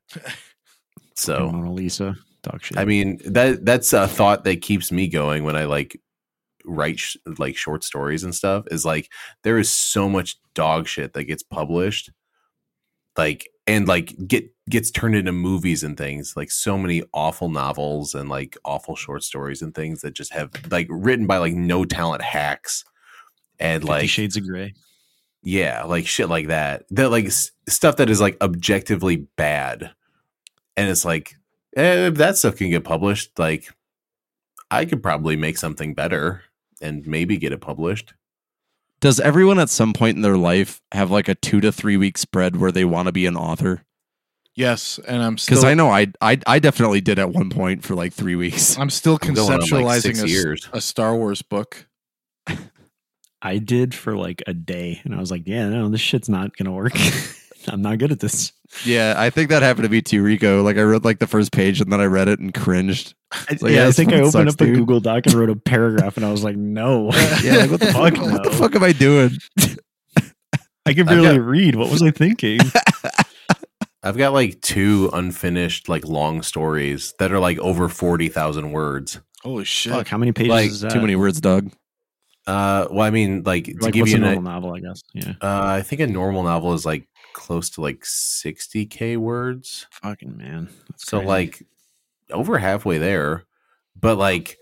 Speaker 4: So,
Speaker 1: Mona Lisa, dog shit.
Speaker 4: I mean, that that's a thought that keeps me going when I like write sh- like short stories and stuff is like there is so much dog shit that gets published like and like get gets turned into movies and things like so many awful novels and like awful short stories and things that just have like written by like no talent hacks and
Speaker 1: Fifty
Speaker 4: like
Speaker 1: Shades of Grey.
Speaker 4: yeah, like shit like that. That like s- stuff that is like objectively bad. And it's like, eh, if that stuff can get published, like I could probably make something better and maybe get it published.
Speaker 3: Does everyone at some point in their life have like a two to three week spread where they want to be an author?
Speaker 2: Yes, and I'm
Speaker 3: Because
Speaker 2: still
Speaker 3: I know I, I I definitely did at one point for like three weeks.
Speaker 2: I'm still
Speaker 4: I'm going on, like,
Speaker 2: conceptualizing
Speaker 4: six
Speaker 2: a s-
Speaker 4: years.
Speaker 2: a Star Wars book.
Speaker 1: I did for like a day, and I was like, yeah, no, this shit's not gonna work. I'm not good at this.
Speaker 3: Yeah, I think that happened to me too, Rico. Like I wrote like the first page and then I read it and cringed.
Speaker 1: I,
Speaker 3: Like,
Speaker 1: yeah,
Speaker 3: yeah,
Speaker 1: I
Speaker 3: this
Speaker 1: think I
Speaker 3: fucking
Speaker 1: opened
Speaker 3: sucks,
Speaker 1: up a
Speaker 3: dude.
Speaker 1: Google Doc and wrote a paragraph, and I was like, "No,
Speaker 3: Yeah, like what the fuck?
Speaker 1: Fuck
Speaker 3: What the
Speaker 1: no.
Speaker 3: fuck am I doing?
Speaker 1: I can
Speaker 4: I've
Speaker 1: barely read. What was I thinking?"
Speaker 4: I've got like two unfinished, like long stories that are like over 40,000 words.
Speaker 2: Holy shit!
Speaker 1: fuck, how many pages?
Speaker 4: Like,
Speaker 1: is that?
Speaker 3: Too many words, Doug.
Speaker 4: Uh, well, I mean, like to
Speaker 1: Like,
Speaker 4: give
Speaker 1: what's
Speaker 4: you
Speaker 1: a
Speaker 4: an,
Speaker 1: normal novel? I guess. Yeah.
Speaker 4: uh, I think a normal novel is like close to like 60k words.
Speaker 1: Fucking man. That's
Speaker 4: so
Speaker 1: crazy.
Speaker 4: like over halfway there but like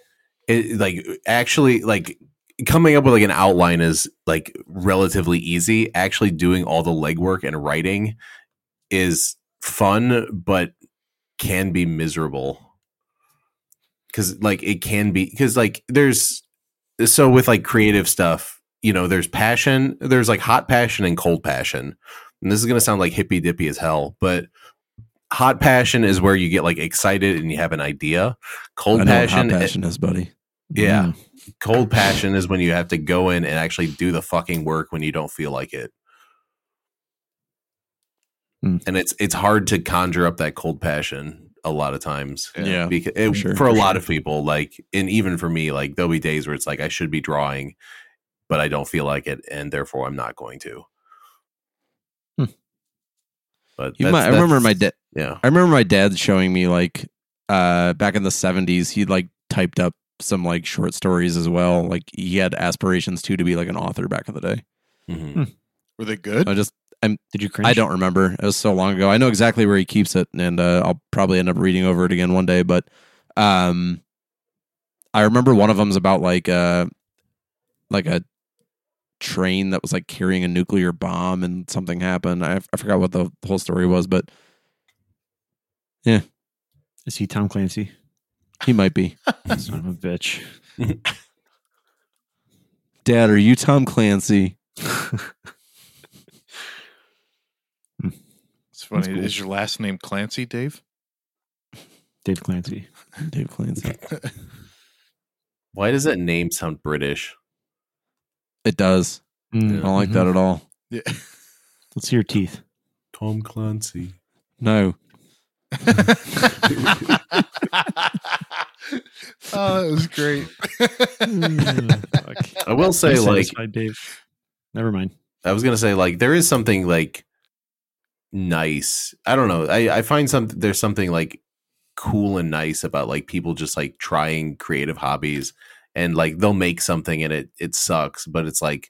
Speaker 4: it like actually like coming up with like an outline is like relatively easy actually doing all the legwork and writing is fun but can be miserable because like it can be because like there's so with like creative stuff you know there's passion there's like hot passion and cold passion and this is going to sound like hippy dippy as hell but hot passion is where you get like excited and you have an idea cold
Speaker 3: I know what hot
Speaker 4: passion,
Speaker 3: passion is, buddy.
Speaker 4: yeah
Speaker 1: Mm.
Speaker 4: cold passion is when you have to go in and actually do the fucking work when you don't feel like it.
Speaker 1: Hmm.
Speaker 3: Mm.
Speaker 4: And it's it's hard to conjure up that cold passion a lot of times.
Speaker 3: Yeah,
Speaker 4: because it,
Speaker 3: for sure,
Speaker 4: for a
Speaker 3: for
Speaker 4: lot
Speaker 3: sure.
Speaker 4: of people, like and even for me, like there'll be days where it's like I should be drawing, but I don't feel like it, and therefore I'm not going to.
Speaker 1: Hmm.
Speaker 4: But
Speaker 3: You
Speaker 4: that's-
Speaker 3: might, I remember
Speaker 4: that's-
Speaker 3: my dad.
Speaker 4: yeah.
Speaker 3: I remember my dad showing me like uh back in the seventies. He like typed up some like short stories as well. Like he had aspirations too to be like an author back in the day.
Speaker 4: Mhm.
Speaker 2: Were they good?
Speaker 3: I just
Speaker 1: Did you cringe?
Speaker 3: I don't remember. It was so long ago. I know exactly where he keeps it, and uh, I'll probably end up reading over it again one day. But um, I remember one of them's about like uh like a train that was like carrying a nuclear bomb, and something happened. I, I forgot what the whole story was, but
Speaker 1: Is he Tom Clancy?
Speaker 3: he might be.
Speaker 1: Son of a bitch.
Speaker 3: Dad, are you Tom Clancy?
Speaker 2: It's funny.
Speaker 1: That's cool.
Speaker 2: Is your last name Clancy, Dave?
Speaker 1: Dave Clancy.
Speaker 3: Dave Clancy.
Speaker 4: Why does that name sound British?
Speaker 3: It does. I
Speaker 1: Mm,
Speaker 3: don't like
Speaker 1: mhm.
Speaker 3: that at all.
Speaker 2: Yeah.
Speaker 1: Let's see your teeth.
Speaker 4: Tom Clancy.
Speaker 3: No.
Speaker 2: oh, it was great.
Speaker 1: Fuck.
Speaker 4: I will say,
Speaker 1: I'm
Speaker 4: like,
Speaker 1: satisfied, Dave. Never mind.
Speaker 4: I was gonna say like there is something like nice. I don't know. I I find some there's something like cool and nice about like people just like trying creative hobbies and like they'll make something and it it sucks, but it's like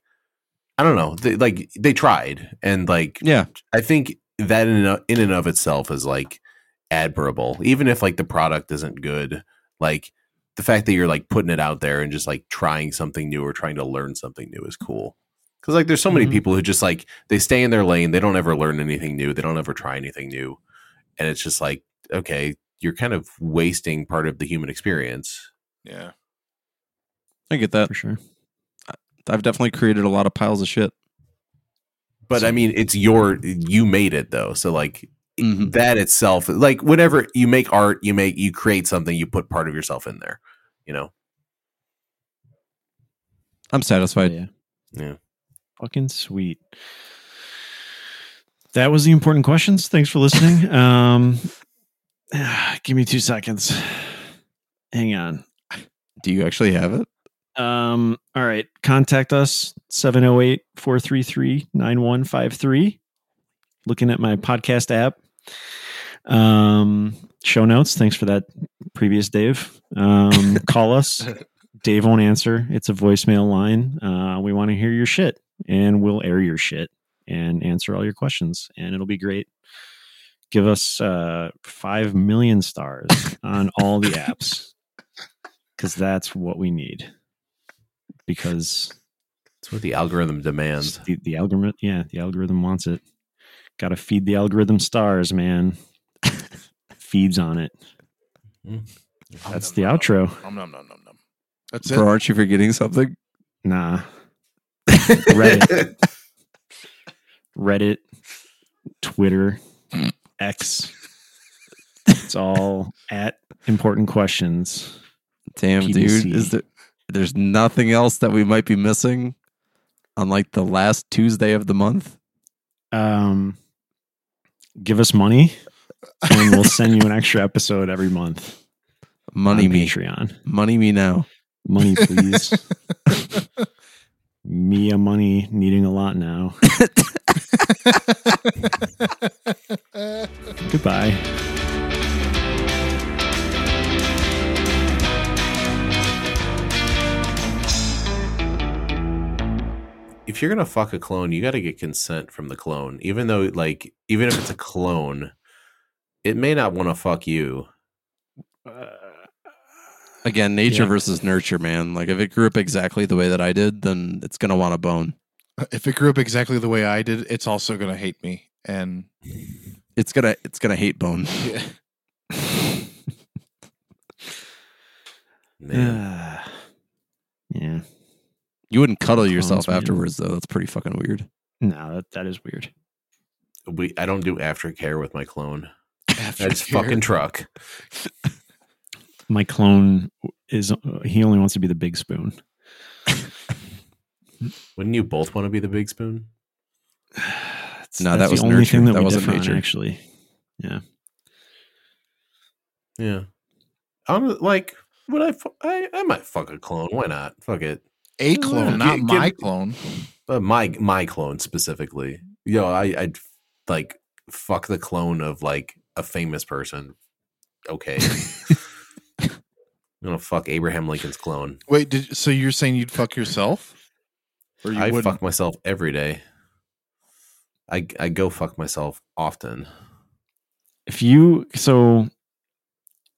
Speaker 4: I don't know. They, like they tried and like
Speaker 3: Yeah.
Speaker 4: I think that in and, in and of itself is like admirable. Even if like the product isn't good, like the fact that you're like putting it out there and just like trying something new or trying to learn something new is cool. Cause like there's so many
Speaker 1: Mhm.
Speaker 4: people who just like they stay in their lane, they don't ever learn anything new, they don't ever try anything new. And it's just like, okay, you're kind of wasting part of the human experience.
Speaker 2: Yeah.
Speaker 3: I get
Speaker 4: Uh,
Speaker 3: that.
Speaker 1: For sure.
Speaker 3: I've definitely created a lot of piles of shit.
Speaker 4: But I mean, it's your you made it though. So like
Speaker 3: Mhm.
Speaker 4: that itself like whenever you make art you make you create something you put part of yourself in there you know
Speaker 3: I'm satisfied.
Speaker 1: yeah.
Speaker 4: Yeah.
Speaker 1: Fucking sweet. That was the important questions. Thanks for listening. Um, give me two seconds. Hang on.
Speaker 3: Do you actually have it?
Speaker 1: Um, all right. Contact us 708 433 9153. Looking at my podcast app. Um, show notes. Thanks for that, previous Dave. Um, call us. Dave won't answer. It's a voicemail line. Uh, we want to hear your shit and we'll air your shit and answer all your questions and it'll be great. Give us uh, 5 million stars on all the apps because that's what we need because
Speaker 4: it's what the algorithm demands
Speaker 1: the, the algorithm yeah the algorithm wants it gotta feed the algorithm stars man feeds on it
Speaker 2: Mm-hmm.
Speaker 1: that's the outro
Speaker 2: Nom nom nom nom nom. That's
Speaker 3: Bro,
Speaker 2: it.
Speaker 3: aren't you forgetting something?
Speaker 1: nah reddit reddit twitter x it's all at important questions
Speaker 3: Damn,
Speaker 1: PDC.
Speaker 3: dude. Is there there's nothing else that we might be missing on like the last Tuesday of the month?
Speaker 1: um give us money and we'll send you an extra episode every month
Speaker 3: Money
Speaker 1: on
Speaker 3: me.
Speaker 1: patreon
Speaker 3: Money me now.
Speaker 1: money please me a money needing a lot now goodbye
Speaker 4: if you're gonna fuck a clone you gotta get consent from the clone even though like even if it's a clone it may not want to fuck you
Speaker 3: Uh, Again, nature
Speaker 1: Yeah.
Speaker 3: versus nurture, man. Like if it grew up exactly the way that I did, then it's gonna want a bone.
Speaker 2: if it grew up exactly the way I did, it's also gonna hate me. And
Speaker 3: It's gonna it's gonna hate bone.
Speaker 2: yeah.
Speaker 4: man
Speaker 1: Ah. yeah
Speaker 3: You wouldn't cuddle yourself
Speaker 1: Clones, man.
Speaker 3: afterwards though. That's pretty fucking weird.
Speaker 1: no that, that is weird
Speaker 4: we i don't do aftercare with my clone
Speaker 2: After
Speaker 4: that's
Speaker 2: here-
Speaker 4: fucking truck
Speaker 1: my clone is uh, he only wants to be the big spoon
Speaker 4: wouldn't you both want to be the big spoon
Speaker 1: It's-
Speaker 3: No, that
Speaker 1: that's
Speaker 3: was
Speaker 1: the only
Speaker 3: nurture.
Speaker 1: thing that,
Speaker 3: That
Speaker 1: we
Speaker 3: wasn't
Speaker 1: differ on,
Speaker 3: nature.
Speaker 1: actually
Speaker 4: yeah i'm like would I, fu- I i might fuck a clone why not fuck it
Speaker 2: a clone, not
Speaker 4: Give- give-
Speaker 2: my clone.
Speaker 4: but Uh, my my clone specifically. Yo, I I'd like fuck the clone of like a famous person. Okay. I'm gonna fuck Abraham Lincoln's clone.
Speaker 2: Wait, did, so you're saying you'd fuck yourself? Or you
Speaker 4: I
Speaker 2: wouldn't?
Speaker 4: fuck myself every day. I I go fuck myself often.
Speaker 1: if you so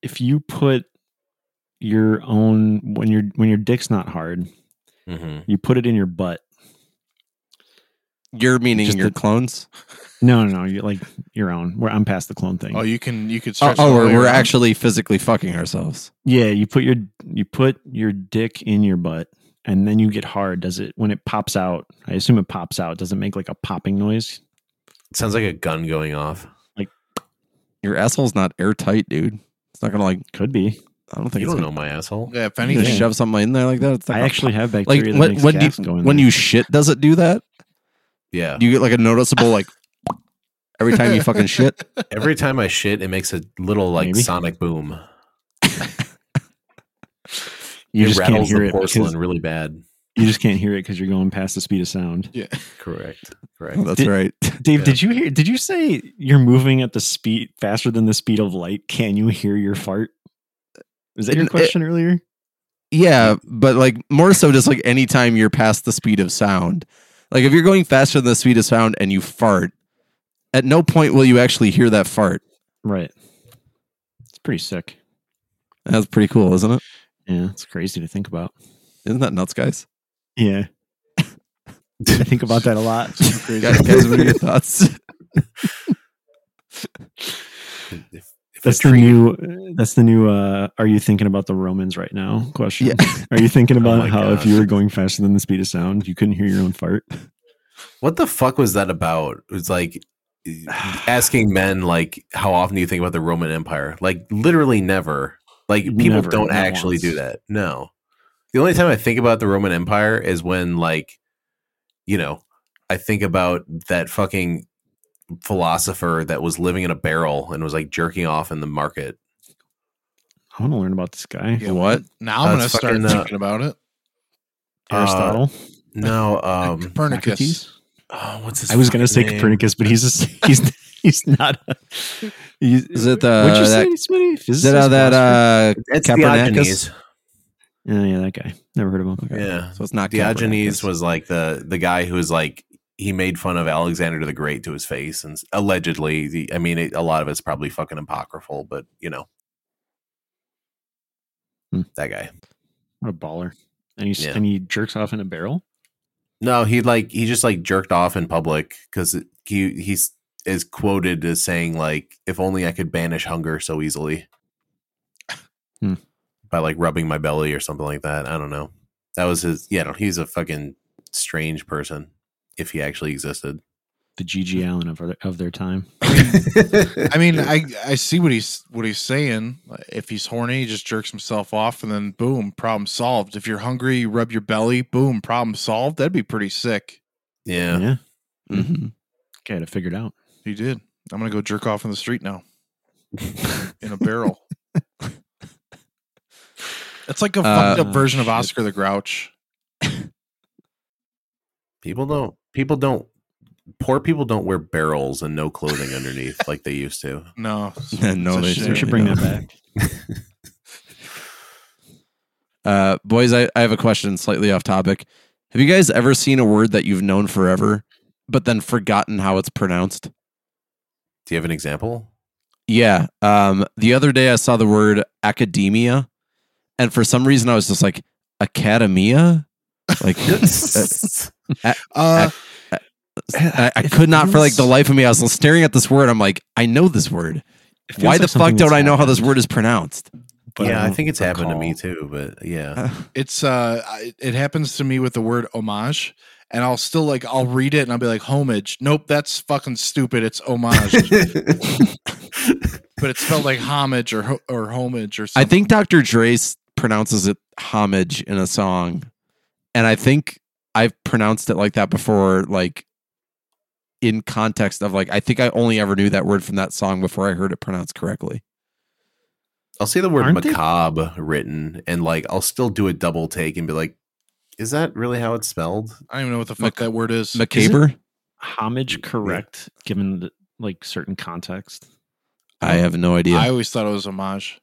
Speaker 1: if you put your own when your when your dick's not hard
Speaker 4: hmm
Speaker 1: you put it in your butt
Speaker 3: You're meaning
Speaker 1: Just
Speaker 3: your
Speaker 1: the-
Speaker 3: clones?
Speaker 1: no no no you like your own where i'm past the clone thing
Speaker 2: Oh, you can you could
Speaker 3: Oh,
Speaker 2: stretch.
Speaker 3: oh
Speaker 2: all the
Speaker 3: we're,
Speaker 2: way
Speaker 3: we're
Speaker 2: around.
Speaker 3: actually physically fucking ourselves.
Speaker 1: Yeah, you put your you put your dick in your butt and then you get hard. Does it when it pops out? I assume it pops out. Does it make like a popping noise?
Speaker 4: sounds like a gun going off.
Speaker 3: Your asshole's not airtight, dude. It's not gonna like
Speaker 1: Could be.
Speaker 3: I don't think
Speaker 4: You
Speaker 3: it's
Speaker 4: don't
Speaker 3: gonna,
Speaker 4: know my asshole.
Speaker 2: Yeah, if
Speaker 3: you
Speaker 2: anything,
Speaker 3: just shove something in there like that. It's not
Speaker 1: I
Speaker 3: gonna
Speaker 1: actually have
Speaker 3: pop. like
Speaker 1: bacteria that
Speaker 3: when,
Speaker 1: makes
Speaker 3: when do
Speaker 1: gas
Speaker 3: you,
Speaker 1: go in
Speaker 3: when
Speaker 1: there.
Speaker 3: you shit does it do that?
Speaker 4: Yeah.
Speaker 3: Do you get like a noticeable like every time you fucking shit?
Speaker 4: Every time I shit, it makes a little like
Speaker 1: Maybe.
Speaker 4: sonic boom.
Speaker 1: You
Speaker 4: it
Speaker 1: just can't
Speaker 4: rattles
Speaker 1: hear
Speaker 4: the
Speaker 1: it.
Speaker 4: porcelain
Speaker 1: Because,
Speaker 4: really bad.
Speaker 1: you just can't hear it because you're going past the speed of sound.
Speaker 2: Yeah.
Speaker 4: Correct. Correct.
Speaker 3: Oh, that's
Speaker 1: Did-
Speaker 3: right.
Speaker 1: Dave,
Speaker 4: Yeah.
Speaker 1: did you hear? Did you say you're moving at the speed faster than the speed of light? Can you hear your fart? Was that your
Speaker 3: N- it-
Speaker 1: question earlier?
Speaker 3: Yeah, but like more so just like anytime you're past the speed of sound. Like if you're going faster than the speed of sound and you fart, at no point will you actually hear that fart.
Speaker 1: Right. It's pretty sick.
Speaker 3: That's pretty cool, isn't it?
Speaker 1: Yeah, it's crazy to think about.
Speaker 3: Isn't that nuts, guys?
Speaker 1: Yeah. I think about that a lot.
Speaker 2: Some crazy-
Speaker 3: Guys, guys, what are your thoughts?
Speaker 4: If, if
Speaker 1: That's the
Speaker 4: a tree-
Speaker 1: new. That's the new. Uh, are you thinking about the Romans right now? Question.
Speaker 3: Yeah.
Speaker 1: Are you thinking about
Speaker 4: my
Speaker 1: how if
Speaker 4: gosh.
Speaker 1: you were going faster than the speed of sound, you couldn't hear your own fart?
Speaker 4: What the fuck was that about? It was like asking men like how often do you think about the Roman Empire? Like literally never. Like people
Speaker 1: Never,
Speaker 4: don't
Speaker 1: not
Speaker 4: actually
Speaker 1: once.
Speaker 4: do that. No. The only time I think about the Roman Empire is when like you know, I think about that fucking philosopher that was living in a barrel and was like jerking off in the market.
Speaker 1: I want to learn about this guy,
Speaker 2: Yeah.
Speaker 3: What?
Speaker 2: Now I'm
Speaker 4: Uh,
Speaker 2: gonna
Speaker 4: it's
Speaker 2: start
Speaker 4: fucking, uh,
Speaker 2: thinking about it.
Speaker 4: Uh,
Speaker 1: Aristotle.
Speaker 4: No, um
Speaker 2: Copernicus.
Speaker 1: Socrates?
Speaker 4: oh, what's his
Speaker 1: I was going to say
Speaker 4: fucking name?
Speaker 1: Copernicus, but he's a, he's he's not. A, he's,
Speaker 3: Is it
Speaker 1: What'd you
Speaker 3: the
Speaker 1: say,
Speaker 3: that,
Speaker 1: Smitty?
Speaker 3: is it, uh,
Speaker 1: Physicist,
Speaker 3: that
Speaker 1: philosopher?
Speaker 3: uh
Speaker 4: It's
Speaker 3: Copernicus?
Speaker 4: Diogenes.
Speaker 1: Oh, yeah, that guy. Never heard of him.
Speaker 4: Yeah.
Speaker 3: uh, so it's not
Speaker 4: Diogenes
Speaker 3: Copernicus.
Speaker 4: was like the the guy who was like he made fun of Alexander the Great to his face, and s- allegedly, the, I mean, it, a lot of it's probably fucking apocryphal, but you know,
Speaker 1: Hmm.
Speaker 4: that guy.
Speaker 1: What a baller! And he
Speaker 4: Yeah.
Speaker 1: and he jerks off in a barrel.
Speaker 4: No, he like he just like jerked off in public because he he's is quoted as saying like, "If only I could banish hunger so easily."
Speaker 1: Hmm.
Speaker 4: By like rubbing my belly or something like that. I don't know. That was his. Yeah, no, he's a fucking strange person. If he actually existed.
Speaker 1: The GG Allen of our, of their time.
Speaker 2: I mean, I I see what he's what he's saying. If he's horny, he just jerks himself off, and then boom, problem solved. If you're hungry, you rub your belly, boom, problem solved. That'd be pretty sick.
Speaker 4: yeah.
Speaker 3: Mhm.
Speaker 1: Okay, to figure it out.
Speaker 2: He did. I'm gonna go jerk off in the street now, in a barrel. It's like a fucked
Speaker 1: Uh,
Speaker 2: up version of
Speaker 1: shit.
Speaker 2: Oscar the Grouch.
Speaker 4: People don't. People don't. Poor people don't wear barrels and no clothing underneath like they used to.
Speaker 2: No,
Speaker 3: no,
Speaker 2: It's a
Speaker 3: they
Speaker 2: shame.
Speaker 1: We should
Speaker 3: certainly
Speaker 1: bring that
Speaker 3: don't.
Speaker 1: back.
Speaker 3: Uh, boys, I, I have a question slightly off topic. Have you guys ever seen a word that you've known forever, but then forgotten how it's pronounced?
Speaker 4: Do you have an example?
Speaker 3: Yeah. Um, the other day I saw the word academia, and for some reason I was just like, academia? Like, uh,
Speaker 2: Uh,
Speaker 3: I, I could not for like the life of me. I was staring at this word. I'm like, I know this word.
Speaker 1: It feels
Speaker 3: Why
Speaker 1: like
Speaker 3: the
Speaker 1: something
Speaker 3: fuck don't
Speaker 1: that's
Speaker 3: I know how this
Speaker 1: happened,
Speaker 3: word is pronounced?
Speaker 1: but
Speaker 4: yeah, I,
Speaker 1: don't
Speaker 4: think it's happened to me
Speaker 1: recall.
Speaker 4: too. But yeah,
Speaker 3: Uh,
Speaker 2: it's uh, I- it happens to me with the word homage, and I'll still like I'll read it and I'll be like homage. Nope, that's fucking stupid. It's homage. but it's spelled like homage or ho- or homage or
Speaker 3: I
Speaker 2: something.
Speaker 3: think Dr. Dre s- pronounces it homage in a song. And I think I've pronounced it like that before, like in context of like, I think I only ever knew that word from that song before I heard it pronounced correctly.
Speaker 4: I'll see the word
Speaker 1: Aren't they-
Speaker 4: macabre written, and like I'll still do a double take and be like, "Is that really how it's spelled?"
Speaker 2: I don't even know what the fuck
Speaker 3: Mac-
Speaker 2: that word is.
Speaker 3: Macabre?
Speaker 1: homage correct given the, like certain context.
Speaker 3: I have no idea.
Speaker 2: I always thought it was homage.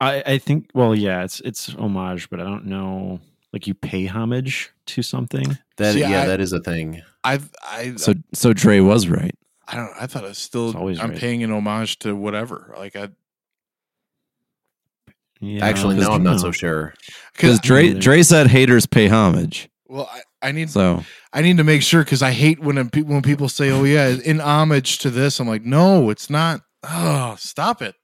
Speaker 1: I, I think well yeah it's it's homage but I don't know like you pay homage to something.
Speaker 4: That
Speaker 2: See,
Speaker 4: yeah,
Speaker 2: I-
Speaker 4: that is a thing.
Speaker 2: I've I
Speaker 3: so, so Dre was right.
Speaker 2: I don't I thought I still
Speaker 1: It's always
Speaker 2: I'm
Speaker 1: right.
Speaker 2: paying an homage to whatever. Like I
Speaker 1: Yeah,
Speaker 4: Actually,
Speaker 1: because
Speaker 4: no, I'm
Speaker 1: you
Speaker 4: not
Speaker 1: know,
Speaker 4: so sure.
Speaker 3: Because
Speaker 2: because
Speaker 3: Dre,
Speaker 1: Neither.
Speaker 3: Dre said haters pay homage.
Speaker 2: well I, I need
Speaker 3: So,
Speaker 2: I need to make sure because I hate when I'm pe- when people say oh yeah in homage to this I'm like no it's not oh stop it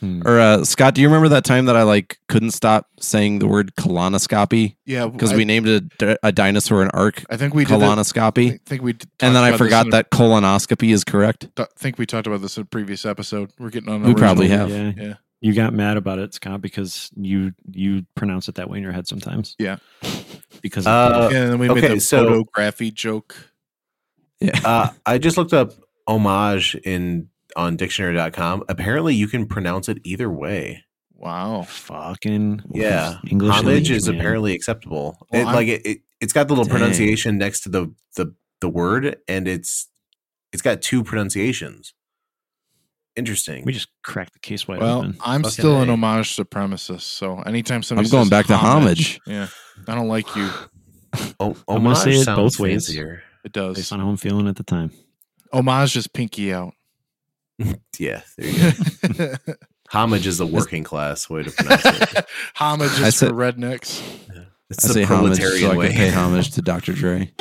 Speaker 1: hmm.
Speaker 3: or uh, Scott, do you remember that time that I like couldn't stop saying the word colonoscopy
Speaker 2: yeah
Speaker 3: because
Speaker 2: I-
Speaker 3: we named a, di- a dinosaur an arc
Speaker 2: I think we did that-
Speaker 3: colonoscopy?
Speaker 2: I think we d-
Speaker 3: and then
Speaker 2: talked
Speaker 3: I
Speaker 2: about this
Speaker 3: forgot
Speaker 2: in a-
Speaker 3: that colonoscopy is correct.
Speaker 2: th- think we talked about this in a previous episode we're getting on
Speaker 3: We probably
Speaker 2: original.
Speaker 3: have.
Speaker 1: Yeah.
Speaker 2: Yeah.
Speaker 1: You got mad about it, Scott, because you you pronounce it that way in your head sometimes.
Speaker 2: Yeah.
Speaker 1: Because
Speaker 4: Uh,
Speaker 2: yeah and then we made
Speaker 4: Okay,
Speaker 2: the
Speaker 4: so-
Speaker 2: photography joke
Speaker 3: Yeah.
Speaker 4: uh, I just looked up homage in on dictionary.com. Apparently, you can pronounce it either way.
Speaker 2: Wow.
Speaker 1: Fucking
Speaker 4: Yeah.
Speaker 1: English
Speaker 4: Homage
Speaker 1: league,
Speaker 4: is
Speaker 1: man.
Speaker 4: apparently acceptable.
Speaker 2: Well,
Speaker 4: it,
Speaker 2: I'm-
Speaker 4: like it, it, it's got the little
Speaker 1: Dang.
Speaker 4: pronunciation next to the the the word, and it's it's got two pronunciations. Interesting.
Speaker 1: We just cracked the case wide
Speaker 2: Well,
Speaker 1: open.
Speaker 2: I'm
Speaker 4: Fucking
Speaker 2: still an
Speaker 4: A.
Speaker 2: homage supremacist. So anytime
Speaker 3: I'm
Speaker 2: somebody
Speaker 3: going
Speaker 2: says
Speaker 3: back to homage.
Speaker 2: yeah, I don't like you.
Speaker 4: O-
Speaker 1: I'm gonna say
Speaker 4: homage
Speaker 1: it
Speaker 4: sounds
Speaker 1: both ways.
Speaker 4: fancier.
Speaker 2: It
Speaker 1: Based
Speaker 2: does.
Speaker 1: on how I'm feeling at the time.
Speaker 2: Homage is pinky out.
Speaker 4: Yeah, there you go.
Speaker 2: homage
Speaker 4: homage is a working class way to pronounce it.
Speaker 2: is
Speaker 3: I said-
Speaker 2: for rednecks.
Speaker 4: It's
Speaker 3: I
Speaker 4: the
Speaker 3: say homage so
Speaker 4: proletarian
Speaker 3: I
Speaker 4: way.
Speaker 3: can pay homage to Dr. Dre.